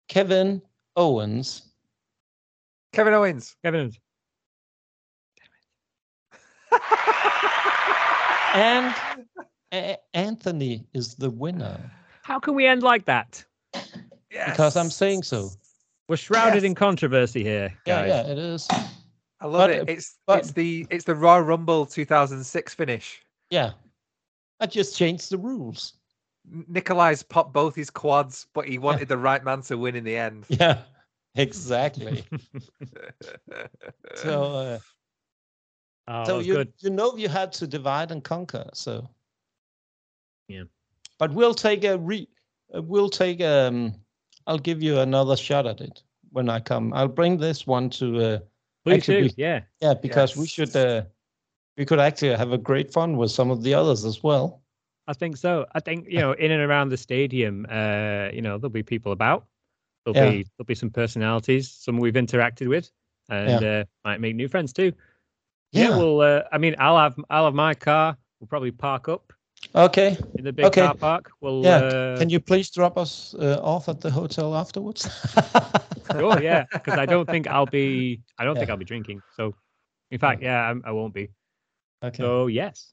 [SPEAKER 2] Kevin Owens.
[SPEAKER 3] *laughs* Kevin Owens. *laughs*
[SPEAKER 1] Kevin Owens.
[SPEAKER 2] And A- Anthony is the winner.
[SPEAKER 1] How can we end like that?
[SPEAKER 2] Because I'm saying so.
[SPEAKER 1] We're shrouded
[SPEAKER 3] Yes.
[SPEAKER 1] in controversy here,
[SPEAKER 2] Yeah,
[SPEAKER 1] guys.
[SPEAKER 2] yeah, it is.
[SPEAKER 3] I
[SPEAKER 2] But-
[SPEAKER 3] love it. It's
[SPEAKER 2] but-
[SPEAKER 3] it's the it's the Royal Rumble 2006 finish.
[SPEAKER 2] Yeah. I just changed the rules. *laughs*
[SPEAKER 3] Nikolai's popped both his quads, but he wanted the right man to win in the end.
[SPEAKER 2] Yeah, exactly. *laughs*
[SPEAKER 1] *laughs*
[SPEAKER 2] so
[SPEAKER 3] Um,
[SPEAKER 2] uh,
[SPEAKER 1] Oh, that
[SPEAKER 2] so
[SPEAKER 1] was
[SPEAKER 2] you
[SPEAKER 1] good.
[SPEAKER 2] you know you had to divide and conquer. So
[SPEAKER 1] Yeah.
[SPEAKER 2] but we'll take a re. uh, We'll take um. I'll give you another shot at it when I come. I'll bring this one to uh,
[SPEAKER 1] Please
[SPEAKER 2] actually-
[SPEAKER 1] do. Yeah.
[SPEAKER 2] yeah because we
[SPEAKER 3] Yes.
[SPEAKER 2] should uh, we could actually have a great fun with some of the others as well.
[SPEAKER 1] I think so. I think you know, in and around the stadium, uh, you know, there'll be people about. There'll
[SPEAKER 2] Yeah.
[SPEAKER 1] be there'll be some personalities, some we've interacted with, and uh, might make new friends too. Yeah. well, uh, I mean, I'll have I'll have my car. We'll probably park up
[SPEAKER 2] okay.
[SPEAKER 1] in the big
[SPEAKER 2] Okay.
[SPEAKER 1] car park. We'll
[SPEAKER 2] Yeah,
[SPEAKER 1] uh,
[SPEAKER 2] Can you please drop us uh, off at the hotel afterwards? *laughs*
[SPEAKER 1] sure, yeah, because I don't think I'll be I don't think
[SPEAKER 2] Yeah.
[SPEAKER 1] I'll be drinking. So, in fact, yeah, I'm, I won't be.
[SPEAKER 2] okay.
[SPEAKER 1] *laughs* So yes,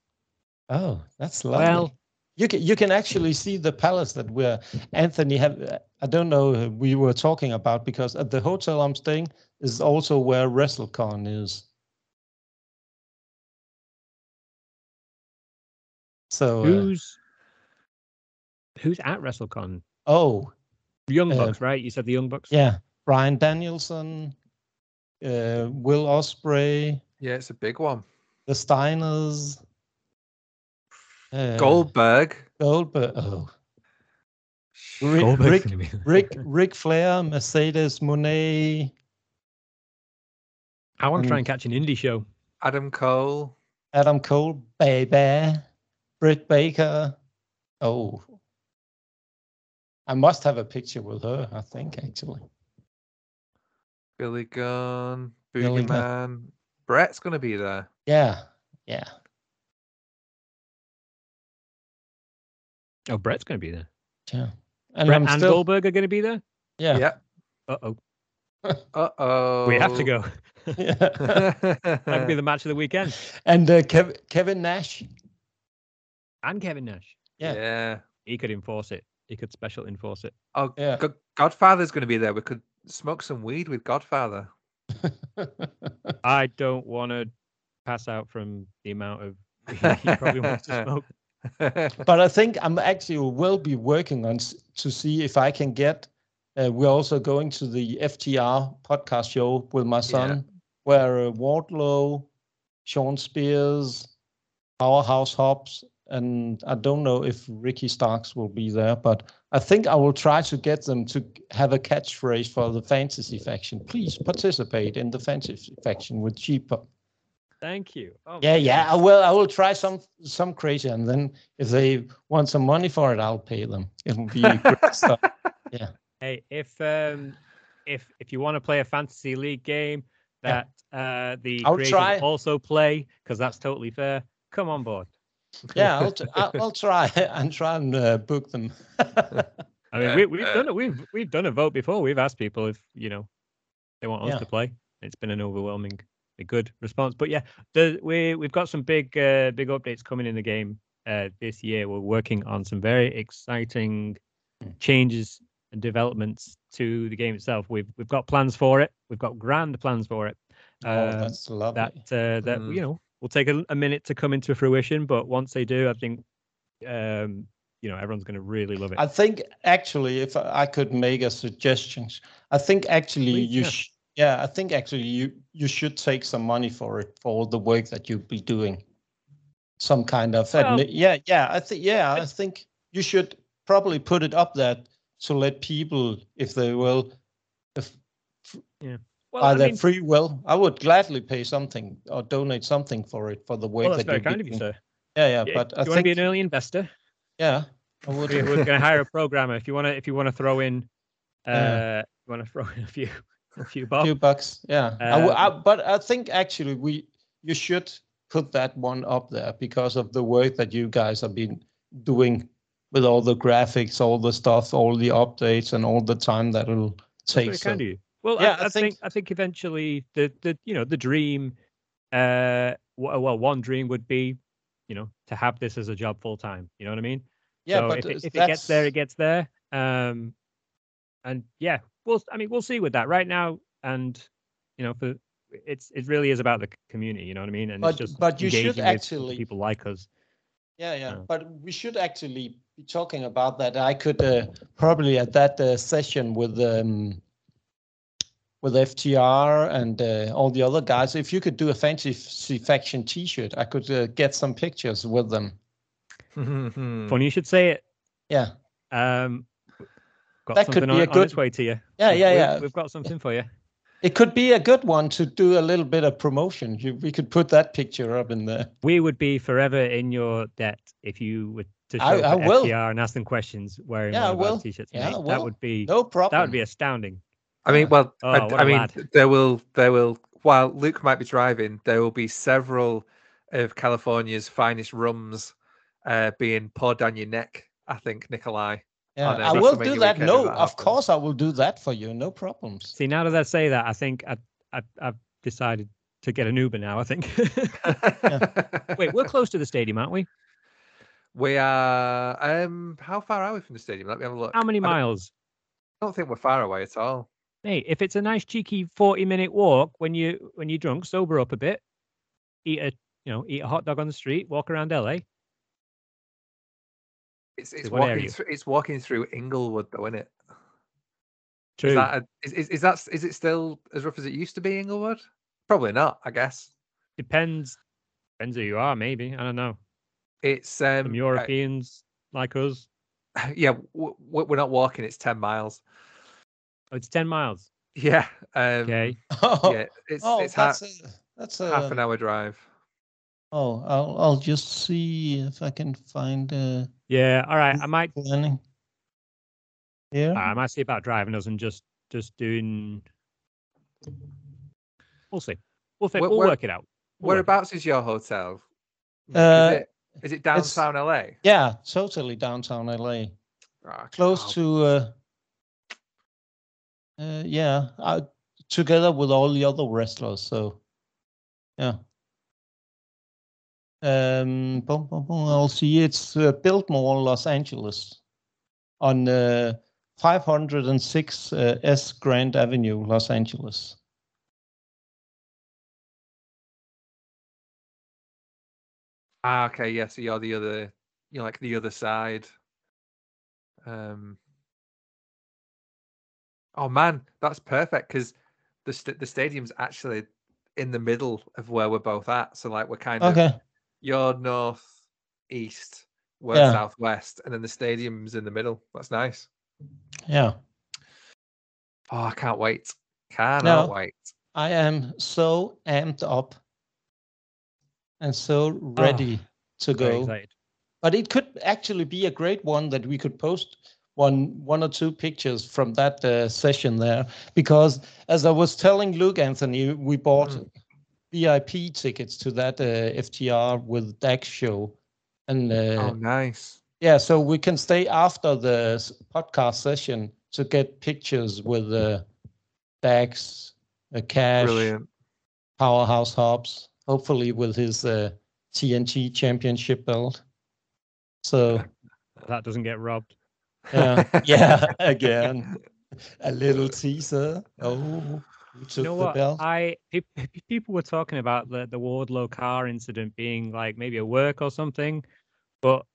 [SPEAKER 2] Oh, that's lovely.
[SPEAKER 1] Well-
[SPEAKER 2] you can you can actually see the palace that we're Anthony have. I don't know uh, we were talking about because at the hotel I'm staying is also where WrestleCon is. So uh,
[SPEAKER 1] who's who's at WrestleCon?
[SPEAKER 2] oh
[SPEAKER 1] Young
[SPEAKER 2] Uh,
[SPEAKER 1] Bucks, right? You said the Young Bucks.
[SPEAKER 2] yeah, Brian Danielson, uh, Will Osprey,
[SPEAKER 3] yeah, it's a big one.
[SPEAKER 2] the Steiners, uh,
[SPEAKER 3] Goldberg.
[SPEAKER 2] Goldberg. Oh, Rick,
[SPEAKER 1] Goldberg's
[SPEAKER 2] Rick,
[SPEAKER 1] gonna be there.
[SPEAKER 2] Rick, Rick Flair, Mercedes Monet.
[SPEAKER 1] I want to try
[SPEAKER 2] Mm.
[SPEAKER 1] and catch an indie show.
[SPEAKER 3] Adam Cole.
[SPEAKER 2] Adam Cole, baby, Britt Baker. Oh, I must have a picture with her. I think actually.
[SPEAKER 3] Billy Gunn.
[SPEAKER 2] Billy Gunn.
[SPEAKER 3] Boogeyman. Brett's gonna be there.
[SPEAKER 2] Yeah, yeah,
[SPEAKER 1] Oh, Brett's going to be there.
[SPEAKER 2] yeah. And
[SPEAKER 1] Brett
[SPEAKER 2] I'm
[SPEAKER 1] and
[SPEAKER 2] still,
[SPEAKER 1] Goldberg are going to be there.
[SPEAKER 2] yeah,
[SPEAKER 3] Yep.
[SPEAKER 1] Uh oh,
[SPEAKER 3] Uh oh. Uh.
[SPEAKER 1] we have to
[SPEAKER 3] *laughs*
[SPEAKER 1] go. *laughs*
[SPEAKER 2] yeah.
[SPEAKER 1] That could be
[SPEAKER 3] go.
[SPEAKER 1] the match of the weekend.
[SPEAKER 2] *laughs* and uh, Kev- Kevin Nash.
[SPEAKER 1] And Kevin Nash,
[SPEAKER 2] Yeah.
[SPEAKER 3] yeah.
[SPEAKER 1] he could enforce it. He could special enforce it.
[SPEAKER 3] Oh,
[SPEAKER 2] Yeah.
[SPEAKER 3] Go- Godfather's going to be there. We could smoke some weed with Godfather.
[SPEAKER 2] *laughs*
[SPEAKER 1] I don't want to pass out from the amount of *laughs* he probably wants to smoke.
[SPEAKER 2] but I think I'm actually will be working on s- to see if I can get. Uh, we're also going to the FTR podcast show with my son, where uh, Wardlow, Sean Spears, Powerhouse Hobbs, and I don't know if Ricky Starks will be there, but I think I will try to get them to have a catchphrase for the fantasy faction. Please participate in the fantasy faction with cheaper.
[SPEAKER 1] Thank you. Oh,
[SPEAKER 2] Yeah,
[SPEAKER 1] my
[SPEAKER 2] yeah. I
[SPEAKER 1] God.
[SPEAKER 2] will. I will try some some crazy, and then if they want some money for it, I'll pay them. It will be *laughs* great stuff.
[SPEAKER 1] Hey, if um, if if you want to play a fantasy league game
[SPEAKER 2] Yeah.
[SPEAKER 1] that uh, the
[SPEAKER 2] I'll
[SPEAKER 1] creators
[SPEAKER 2] try.
[SPEAKER 1] also play, because that's totally fair. Come on board.
[SPEAKER 2] Yeah, I'll, t- I'll, I'll try *laughs* and try and uh, book them. *laughs*
[SPEAKER 1] I
[SPEAKER 2] Oh,
[SPEAKER 1] mean,
[SPEAKER 3] Uh,
[SPEAKER 1] we, we've
[SPEAKER 3] uh,
[SPEAKER 1] done it. We've we've done a vote before. We've asked people if you know they want us
[SPEAKER 2] Yeah.
[SPEAKER 1] to play. It's been an overwhelming, a good response. But yeah, the, we we've got some big uh, big updates coming in the game uh, this year. We're working on some very exciting
[SPEAKER 2] Hmm.
[SPEAKER 1] changes and developments to the game itself. We've we've got plans for it. We've got grand plans for it.
[SPEAKER 2] oh,
[SPEAKER 1] Um,
[SPEAKER 2] that's lovely.
[SPEAKER 1] that uh, that
[SPEAKER 3] Mm.
[SPEAKER 1] you know will take a, a minute to come into fruition, but once they do, I think um, you know everyone's going to really love it.
[SPEAKER 2] I think actually, if I could make a suggestion, I think actually
[SPEAKER 1] Please,
[SPEAKER 2] you,
[SPEAKER 1] yeah.
[SPEAKER 2] sh- yeah, I think actually you you should take some money for it for all the work that you'll be doing. Some kind of
[SPEAKER 1] Well-
[SPEAKER 2] admi- yeah, yeah. I think yeah, I think you should probably put it up there to let people, if they will,
[SPEAKER 1] well,
[SPEAKER 2] by
[SPEAKER 1] I
[SPEAKER 2] their
[SPEAKER 1] mean-
[SPEAKER 2] free will. I would gladly pay something or donate something for it for the work
[SPEAKER 1] Well, that's
[SPEAKER 2] that
[SPEAKER 1] very
[SPEAKER 2] you'll
[SPEAKER 1] kind
[SPEAKER 2] be
[SPEAKER 1] of you,
[SPEAKER 2] doing.
[SPEAKER 1] sir.
[SPEAKER 2] Yeah, yeah.
[SPEAKER 1] Yeah,
[SPEAKER 2] But
[SPEAKER 1] you
[SPEAKER 2] I
[SPEAKER 1] want to
[SPEAKER 2] think
[SPEAKER 1] be an early *laughs* investor?
[SPEAKER 2] yeah, I would.
[SPEAKER 1] We- We're going to hire a programmer. If you want to, if you want to throw in, uh,
[SPEAKER 2] Yeah.
[SPEAKER 1] you want to throw in a few, a few
[SPEAKER 2] few
[SPEAKER 1] bob.
[SPEAKER 2] bucks. Yeah. I w I
[SPEAKER 1] Um,
[SPEAKER 2] but I think actually we you should put that one up there because of the work that you guys have been doing with all the graphics, all the stuff, all the updates, and all the time that it'll
[SPEAKER 1] That's
[SPEAKER 2] take.
[SPEAKER 1] very
[SPEAKER 2] So,
[SPEAKER 1] kind of you. Well,
[SPEAKER 2] Yeah,
[SPEAKER 1] I,
[SPEAKER 2] I
[SPEAKER 1] I think
[SPEAKER 2] think-
[SPEAKER 1] I think eventually the the you know the dream, uh, w- well, one dream would be, you know, to have this as a job full time. You know what I mean?
[SPEAKER 2] yeah,
[SPEAKER 1] So
[SPEAKER 2] but
[SPEAKER 1] if, it,
[SPEAKER 2] it's-
[SPEAKER 1] if it gets there,
[SPEAKER 2] that's-
[SPEAKER 1] it gets there. Um, and yeah, we'll. I mean, we'll see with that. Right now, and you know, for it's it really is about the community. You know what I mean? And
[SPEAKER 2] But-
[SPEAKER 1] it's just
[SPEAKER 2] but you should
[SPEAKER 1] engaging with
[SPEAKER 2] actually-
[SPEAKER 1] people like us.
[SPEAKER 2] Yeah, yeah.
[SPEAKER 1] Yeah.
[SPEAKER 2] But we should actually be talking about that. I could uh, probably at that uh, session with um, with FTR and uh, all the other guys, if you could do a fantasy faction T-shirt, I could uh, get some pictures with them.
[SPEAKER 1] Funny you should say it.
[SPEAKER 2] Hmm. Yeah,
[SPEAKER 1] Um, got
[SPEAKER 2] That could
[SPEAKER 1] something
[SPEAKER 2] be
[SPEAKER 1] on,
[SPEAKER 2] a
[SPEAKER 1] on
[SPEAKER 2] good-
[SPEAKER 1] its way to you.
[SPEAKER 2] yeah,
[SPEAKER 1] We've-
[SPEAKER 2] yeah,
[SPEAKER 1] we've-
[SPEAKER 2] yeah.
[SPEAKER 1] We've got something for you.
[SPEAKER 2] It could be a good one to do a little bit of promotion. You, we could put that picture up in there.
[SPEAKER 1] We would be forever in your debt if you were to show
[SPEAKER 2] I-
[SPEAKER 1] up
[SPEAKER 2] I
[SPEAKER 1] at
[SPEAKER 2] will.
[SPEAKER 1] FTR and ask them questions wearing
[SPEAKER 2] Yeah,
[SPEAKER 1] one
[SPEAKER 2] I
[SPEAKER 1] of
[SPEAKER 2] will.
[SPEAKER 1] our t-shirts.
[SPEAKER 2] Yeah, I
[SPEAKER 1] mate.
[SPEAKER 2] will.
[SPEAKER 1] That would be
[SPEAKER 2] No problem.
[SPEAKER 1] that would be astounding.
[SPEAKER 3] I mean, well, I,
[SPEAKER 1] Oh, what
[SPEAKER 3] I
[SPEAKER 1] a
[SPEAKER 3] mean,
[SPEAKER 1] lad.
[SPEAKER 3] there will, there will. While Luke might be driving, there will be several of California's finest rums uh, being poured down your neck. I think Nikolai.
[SPEAKER 2] yeah,
[SPEAKER 3] on a
[SPEAKER 2] I will
[SPEAKER 3] WrestleMania
[SPEAKER 2] do that.
[SPEAKER 3] weekend
[SPEAKER 2] No,
[SPEAKER 3] if that
[SPEAKER 2] of
[SPEAKER 3] happens.
[SPEAKER 2] course I will do that for you. No problems. *laughs*
[SPEAKER 1] See, now that I say that, I think I, I I've decided to get an Uber now. I think. *laughs*
[SPEAKER 3] *laughs*
[SPEAKER 1] Wait, we're close to the stadium, aren't we?
[SPEAKER 3] we are. Um, how far are we from the stadium? Let me have a look.
[SPEAKER 1] How many
[SPEAKER 3] I don't-
[SPEAKER 1] miles?
[SPEAKER 3] I don't think we're far away at all.
[SPEAKER 1] Mate, if it's a nice cheeky forty-minute walk when you when you're drunk, sober up a bit, eat a you know eat a hot dog on the street, walk around LA.
[SPEAKER 3] It's it's
[SPEAKER 1] what area?
[SPEAKER 3] walking. Through, it's walking through Inglewood, though, isn't it?
[SPEAKER 1] True.
[SPEAKER 3] Is that a, is, is is that s- is it still as rough as it used to be, Inglewood? Probably not. I guess
[SPEAKER 1] Depends. Depends who you are, maybe. I don't know.
[SPEAKER 3] it's um.
[SPEAKER 1] Some
[SPEAKER 3] uh,
[SPEAKER 1] Europeans like us.
[SPEAKER 3] yeah, w- w- we're not walking. It's ten miles. *laughs*
[SPEAKER 1] Oh, it's ten miles.
[SPEAKER 3] Yeah. Um,
[SPEAKER 1] Okay.
[SPEAKER 3] Yeah. It's
[SPEAKER 2] oh,
[SPEAKER 3] it's ha-
[SPEAKER 2] that's uh, a, that's a,
[SPEAKER 3] half an hour drive.
[SPEAKER 2] Oh, I'll I'll just see if I can find uh
[SPEAKER 1] Yeah. All right. I might.
[SPEAKER 2] planning. Yeah.
[SPEAKER 1] Um, I might see about driving us and just just doing. We'll see. We'll, fi-
[SPEAKER 3] Where-
[SPEAKER 1] we'll
[SPEAKER 3] where-
[SPEAKER 1] work it out. We'll work it out.
[SPEAKER 3] Whereabouts is your hotel?
[SPEAKER 2] Uh,
[SPEAKER 3] is, it, is it downtown LA?
[SPEAKER 2] Yeah, totally downtown LA.
[SPEAKER 3] Ah,
[SPEAKER 2] Close
[SPEAKER 3] oh,
[SPEAKER 2] to uh, uh yeah, uh, together with all the other wrestlers, so yeah. Um boom, boom, boom, I'll see it's uh, Biltmore, Los Angeles on uh 506 uh, S Grand Avenue, Los Angeles.
[SPEAKER 3] Ah, okay. Yeah. So you're the other. You're like the other side. Um. Oh man, that's perfect because the st- the stadium's actually in the middle of where we're both at. So like we're kind of
[SPEAKER 2] Okay.
[SPEAKER 3] you're north east, we're
[SPEAKER 2] Yeah.
[SPEAKER 3] southwest, and then the stadium's in the middle. That's nice.
[SPEAKER 2] Yeah.
[SPEAKER 3] Oh, I can't wait. Cannot
[SPEAKER 2] No.
[SPEAKER 3] wait.
[SPEAKER 2] I am so amped up and so ready
[SPEAKER 3] Ah,
[SPEAKER 2] to
[SPEAKER 1] Very
[SPEAKER 2] go.
[SPEAKER 1] excited.
[SPEAKER 2] But it could actually be a great one that we could post one one or two pictures from that uh, session there because as I was telling Luke Anthony, we bought
[SPEAKER 3] Mm.
[SPEAKER 2] VIP tickets to that uh, FTR with Dax show, and uh,
[SPEAKER 3] Oh, nice.
[SPEAKER 2] yeah, so we can stay after the s- podcast session to get pictures with uh, Dax, uh, Cash,
[SPEAKER 3] Brilliant.
[SPEAKER 2] powerhouse Hobbs, hopefully with his uh, TNT championship belt.
[SPEAKER 3] *laughs*
[SPEAKER 2] So
[SPEAKER 1] That doesn't get robbed.
[SPEAKER 2] yeah, yeah, again, a little teaser. Oh, who took
[SPEAKER 1] you know
[SPEAKER 2] the
[SPEAKER 1] what?
[SPEAKER 2] *laughs* belt?
[SPEAKER 1] I pe- pe- pe- people were talking about the the Wardlow car incident being like maybe a work or something, but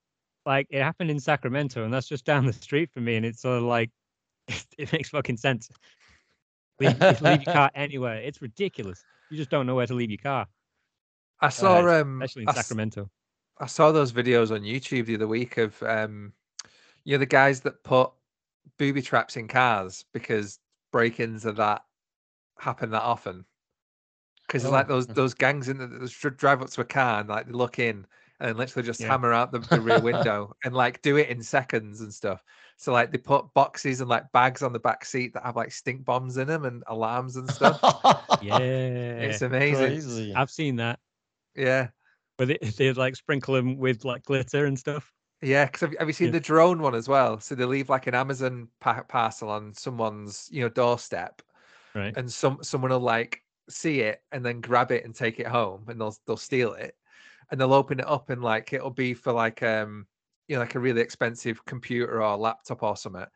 [SPEAKER 1] like it happened in Sacramento and that's just down the street from me, and it's sort of like *laughs* it makes fucking sense. Leave, just leave your
[SPEAKER 2] *laughs*
[SPEAKER 1] car anywhere. It's ridiculous. You just don't know where to leave your car,
[SPEAKER 3] I saw
[SPEAKER 1] it's
[SPEAKER 3] um
[SPEAKER 1] especially in
[SPEAKER 3] I s-
[SPEAKER 2] *laughs*
[SPEAKER 1] Sacramento.
[SPEAKER 3] I saw those videos on YouTube the other week of um you know the guys that put booby traps in cars because break-ins are that happen that often. Because it's
[SPEAKER 2] Oh,
[SPEAKER 3] like those
[SPEAKER 1] hmm.
[SPEAKER 2] mhm.
[SPEAKER 3] those gangs in that that dr- drive up to a car and like they look in and literally just
[SPEAKER 1] Yeah.
[SPEAKER 3] hammer out the, the rear
[SPEAKER 1] *laughs*
[SPEAKER 3] window and like do it in seconds and stuff. So like they put boxes and like bags on the back seat that have like stink bombs in them and alarms and stuff.
[SPEAKER 1] *laughs* Yeah,
[SPEAKER 3] it's amazing.
[SPEAKER 2] crazy.
[SPEAKER 1] I've seen that.
[SPEAKER 3] Yeah.
[SPEAKER 1] Where they *laughs* they like sprinkle them with like glitter and stuff.
[SPEAKER 3] Yeah, because have, you- have you seen
[SPEAKER 1] Yeah.
[SPEAKER 3] the drone one as well? So they leave like an Amazon pa- parcel on someone's you know doorstep,
[SPEAKER 1] Right.
[SPEAKER 3] and some someone will like see it and then grab it and take it home, and they'll they'll steal it, and they'll open it up and like it'll be for like um you know like a really expensive computer or laptop or something,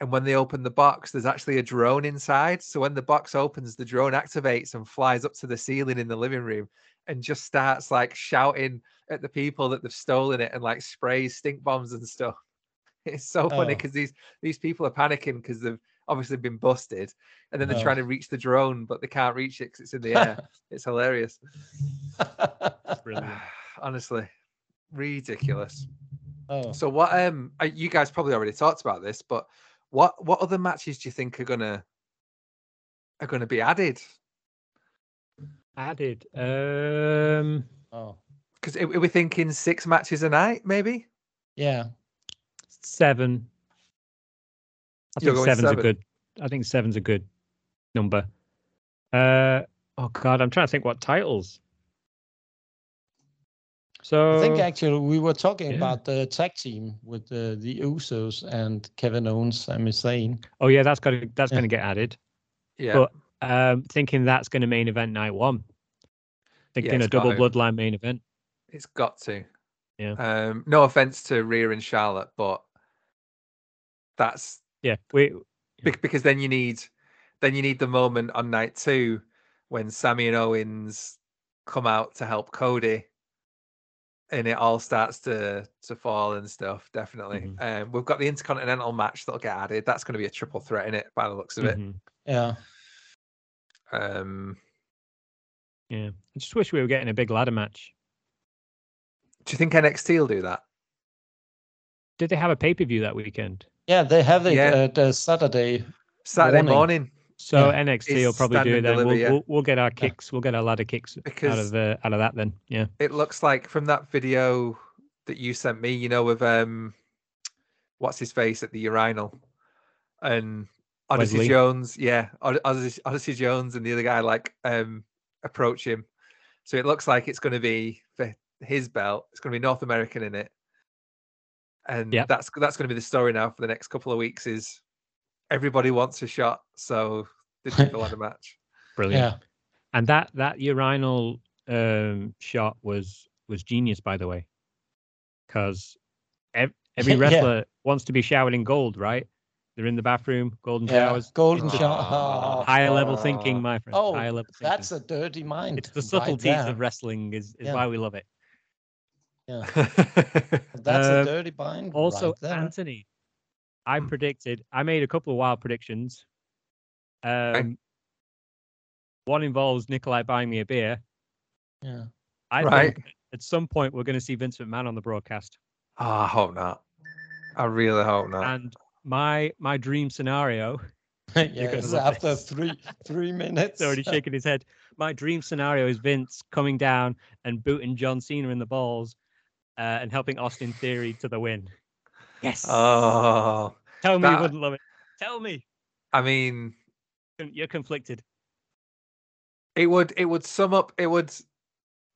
[SPEAKER 3] And when they open the box, there's actually a drone inside. So when the box opens, the drone activates and flies up to the ceiling in the living room and just starts like shouting at the people that they've stolen it and like sprays stink bombs and stuff. *laughs* It's so funny
[SPEAKER 2] Oh.
[SPEAKER 3] because these these people are panicking because they've obviously been busted, and then they're
[SPEAKER 2] Oh.
[SPEAKER 3] trying to reach the drone, but they can't reach it because it's in the air. it's hilarious.
[SPEAKER 1] Brilliant.
[SPEAKER 3] *sighs* Honestly, ridiculous.
[SPEAKER 2] *laughs* oh.
[SPEAKER 3] So what? Um, uh, you guys probably already talked about this, but what what other matches do you think are gonna are gonna be added?
[SPEAKER 1] Added. Um,
[SPEAKER 2] oh.
[SPEAKER 3] Because we're thinking six matches a night, maybe.
[SPEAKER 2] Yeah.
[SPEAKER 1] seven. I
[SPEAKER 3] You're
[SPEAKER 1] think
[SPEAKER 3] going
[SPEAKER 1] seven's
[SPEAKER 3] seven.
[SPEAKER 1] a good. I think seven's a good number. Uh oh god, I'm trying to think what titles. So
[SPEAKER 2] I think actually we were talking
[SPEAKER 1] yeah.
[SPEAKER 2] about the tag team with the, the Usos and Kevin Owens, Sami Zayn.
[SPEAKER 1] oh yeah, that's got to that's
[SPEAKER 2] Yeah.
[SPEAKER 1] going to get added.
[SPEAKER 3] Yeah,
[SPEAKER 1] But- Um, thinking that's going to main event night one. Thinking
[SPEAKER 3] it's
[SPEAKER 1] a double
[SPEAKER 3] gotta.
[SPEAKER 1] bloodline main event.
[SPEAKER 3] it's got to.
[SPEAKER 1] Yeah.
[SPEAKER 3] Um, no offense to Rhea and Charlotte, but that's
[SPEAKER 1] Yeah, we Yeah.
[SPEAKER 3] Bec- because then you need then you need the moment on night two when Sammy and Owens come out to help Cody and it all starts to to fall and stuff definitely
[SPEAKER 1] Mm-hmm.
[SPEAKER 3] um, we've got the intercontinental match that'll get added that's going to be a triple threat in it by the looks of
[SPEAKER 1] mhm,
[SPEAKER 2] Yeah.
[SPEAKER 3] it
[SPEAKER 1] Mm-hmm.
[SPEAKER 3] um,
[SPEAKER 1] yeah. I just wish we were getting a big ladder match.
[SPEAKER 3] do you think NXT will do that
[SPEAKER 1] Did they have a pay per view that weekend?
[SPEAKER 2] Yeah, they have it
[SPEAKER 3] Yeah.
[SPEAKER 2] at uh, Saturday.
[SPEAKER 3] Saturday
[SPEAKER 2] Morning.
[SPEAKER 3] morning,
[SPEAKER 1] So
[SPEAKER 2] Yeah.
[SPEAKER 1] NXT will
[SPEAKER 3] It's
[SPEAKER 1] probably
[SPEAKER 3] stand
[SPEAKER 1] do it
[SPEAKER 3] and
[SPEAKER 1] then.
[SPEAKER 3] deliver,
[SPEAKER 1] We'll,
[SPEAKER 3] yeah.
[SPEAKER 1] we'll, we'll get our kicks. We'll get our ladder kicks out
[SPEAKER 3] because
[SPEAKER 1] of uh, out of that then. Yeah.
[SPEAKER 3] it looks like from that video that you sent me, you know, with um, what's his face at the urinal, and Odyssey
[SPEAKER 1] Wesley.
[SPEAKER 3] Jones, yeah, Od- Odyssey, Odyssey Jones and the other guy like um approach him. So it looks like it's going to be for his belt. It's going to be North American in it, and
[SPEAKER 1] Yep.
[SPEAKER 3] that's that's going to be the story now for the next couple of weeks. Is everybody wants a shot, so they did the ladder match.
[SPEAKER 1] Brilliant.
[SPEAKER 2] Yeah.
[SPEAKER 1] And that that urinal um, shot was was genius, by the way, because ev- every
[SPEAKER 2] *laughs* Yeah.
[SPEAKER 1] wrestler wants to be showered in gold, right? They're in the bathroom, golden
[SPEAKER 2] Yeah.
[SPEAKER 1] showers,
[SPEAKER 2] Golden Oh,
[SPEAKER 3] Aw.
[SPEAKER 2] shower.
[SPEAKER 1] higher level
[SPEAKER 3] Ah.
[SPEAKER 1] thinking, my friend.
[SPEAKER 2] Oh,
[SPEAKER 1] higher level thinking.
[SPEAKER 2] That's a dirty mind.
[SPEAKER 1] it's the
[SPEAKER 2] right
[SPEAKER 1] subtleties
[SPEAKER 2] there.
[SPEAKER 1] of wrestling is, is
[SPEAKER 2] Yeah.
[SPEAKER 1] why we love it.
[SPEAKER 2] That's
[SPEAKER 1] Uh,
[SPEAKER 2] a dirty mind.
[SPEAKER 1] Also,
[SPEAKER 2] right there.
[SPEAKER 1] Anthony, I
[SPEAKER 3] Hmm.
[SPEAKER 1] predicted. I made a couple of wild predictions. Um, One involves Nikolai buying me a beer. *laughs*
[SPEAKER 2] yeah.
[SPEAKER 1] I
[SPEAKER 3] Right.
[SPEAKER 1] think at some point we're going to see Vince McMahon on the broadcast.
[SPEAKER 3] Oh, I hope not. I really hope not.
[SPEAKER 1] And my my dream scenario, *laughs*
[SPEAKER 2] yeah,
[SPEAKER 1] gonna
[SPEAKER 2] it's
[SPEAKER 1] love
[SPEAKER 2] after
[SPEAKER 1] this.
[SPEAKER 2] three three minutes.
[SPEAKER 1] he's already shaking his head. My dream scenario is Vince coming down and booting John Cena in the balls uh, and helping Austin Theory to the win. Yes.
[SPEAKER 3] Oh,
[SPEAKER 1] Tell me you
[SPEAKER 3] that-
[SPEAKER 1] wouldn't love it. Tell me.
[SPEAKER 3] I mean,
[SPEAKER 1] Con- You're conflicted.
[SPEAKER 3] it would it would sum up it would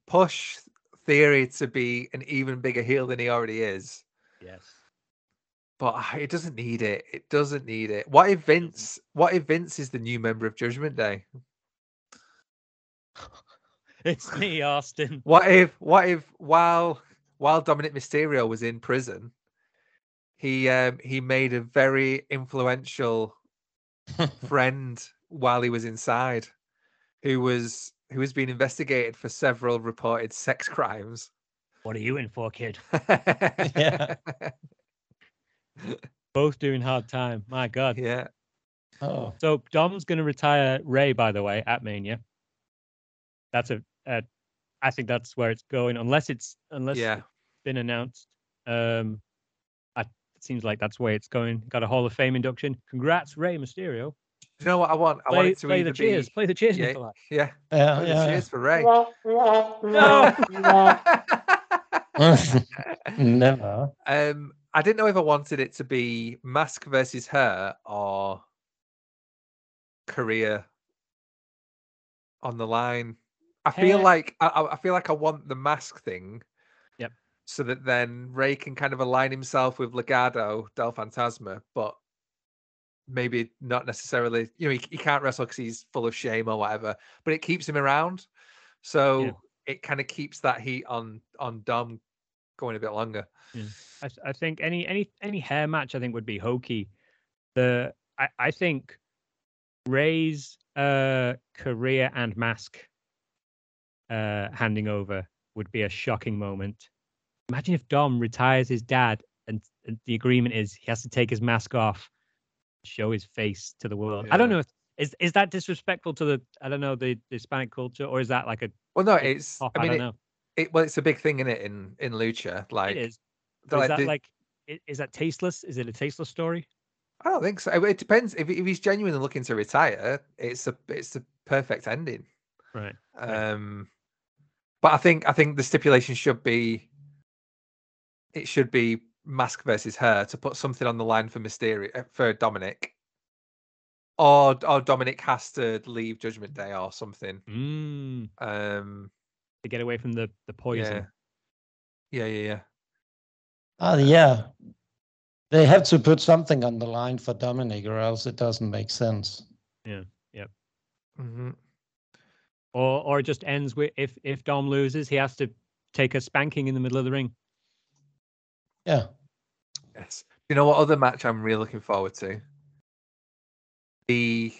[SPEAKER 3] push theory to be an even bigger heel than he already is
[SPEAKER 1] Yes.
[SPEAKER 3] but I- it doesn't need it it doesn't need it what if vince what if vince is the new member of judgment day
[SPEAKER 1] It's me, Austin.
[SPEAKER 3] what if what if while while dominic mysterio was in prison he um he made a very
[SPEAKER 1] *laughs*
[SPEAKER 3] influential friend while he was inside who was who was being investigated for several reported sex crimes
[SPEAKER 1] What are you in for, kid?
[SPEAKER 2] Yeah.
[SPEAKER 1] Both doing hard time. My God.
[SPEAKER 3] *laughs* yeah
[SPEAKER 2] Oh,
[SPEAKER 1] So Dom's going to retire Ray, by the way, at Mania. That's a, a I think that's where it's going, unless it's unless
[SPEAKER 3] yeah
[SPEAKER 1] been announced. Um, I, it seems like that's where it's going. Got a Hall of Fame induction. Congrats, Ray Mysterio.
[SPEAKER 3] Do you know what I want? I
[SPEAKER 1] Play,
[SPEAKER 3] want it to
[SPEAKER 1] play
[SPEAKER 3] either
[SPEAKER 1] the cheers. Oh,
[SPEAKER 3] be
[SPEAKER 1] Play the cheers,
[SPEAKER 3] yeah.
[SPEAKER 1] Nikolai.
[SPEAKER 3] yeah,
[SPEAKER 2] yeah,
[SPEAKER 3] play the
[SPEAKER 2] yeah.
[SPEAKER 3] cheers for Ray. *laughs*
[SPEAKER 2] *laughs* Never.
[SPEAKER 3] um, I didn't know if I wanted it to be Mask versus her or career on the line. I feel
[SPEAKER 1] Hair.
[SPEAKER 3] like I- I, I feel like I want the mask thing.
[SPEAKER 1] Yep.
[SPEAKER 3] So that then Ray can kind of align himself with Legado del Fantasma, but maybe not necessarily. You know, he, he can't wrestle because he's full of shame or whatever. But it keeps him around, so it kind of keeps that heat on on Dom going a bit longer.
[SPEAKER 1] I, th- I think any any any hair match I think would be hokey, the I, I think Ray's uh, career and mask uh, handing over would be a shocking moment. Imagine if Dom retires his dad and, and the agreement is he has to take his mask off, show his face to the world. I don't
[SPEAKER 3] Yeah.
[SPEAKER 1] know if is is that disrespectful to the I don't know the, the Hispanic culture or is that like a
[SPEAKER 3] Well, no,
[SPEAKER 1] Big
[SPEAKER 3] it's.
[SPEAKER 1] pop? I,
[SPEAKER 3] I mean,
[SPEAKER 1] don't
[SPEAKER 3] it,
[SPEAKER 1] know.
[SPEAKER 3] it- well, it's a big thing in it in in lucha. Like,
[SPEAKER 1] it is.
[SPEAKER 3] they're
[SPEAKER 1] Or is
[SPEAKER 3] like,
[SPEAKER 1] that
[SPEAKER 3] the-
[SPEAKER 1] like i- is that tasteless? Is it a tasteless story?
[SPEAKER 3] I don't think so. It- It depends if if he's genuinely looking to retire. It's a it's a perfect ending.
[SPEAKER 1] Right.
[SPEAKER 3] Um, but I think I think the stipulation should be it should be Mask versus her to put something on the line for Mysterio uh, for Dominic, or or Dominic has to leave Judgment Day or something.
[SPEAKER 1] Mm,
[SPEAKER 3] Um,
[SPEAKER 1] to get away from the the poison.
[SPEAKER 3] yeah, yeah, yeah, yeah.
[SPEAKER 2] Oh yeah, they have to put something on the line for Dominic, or else it doesn't make sense.
[SPEAKER 3] hmm
[SPEAKER 1] or or it just ends with if if Dom loses, he has to take a spanking in the middle of the ring.
[SPEAKER 2] Yeah,
[SPEAKER 1] Oh,
[SPEAKER 3] Yes. You know what other match I'm really looking forward to? The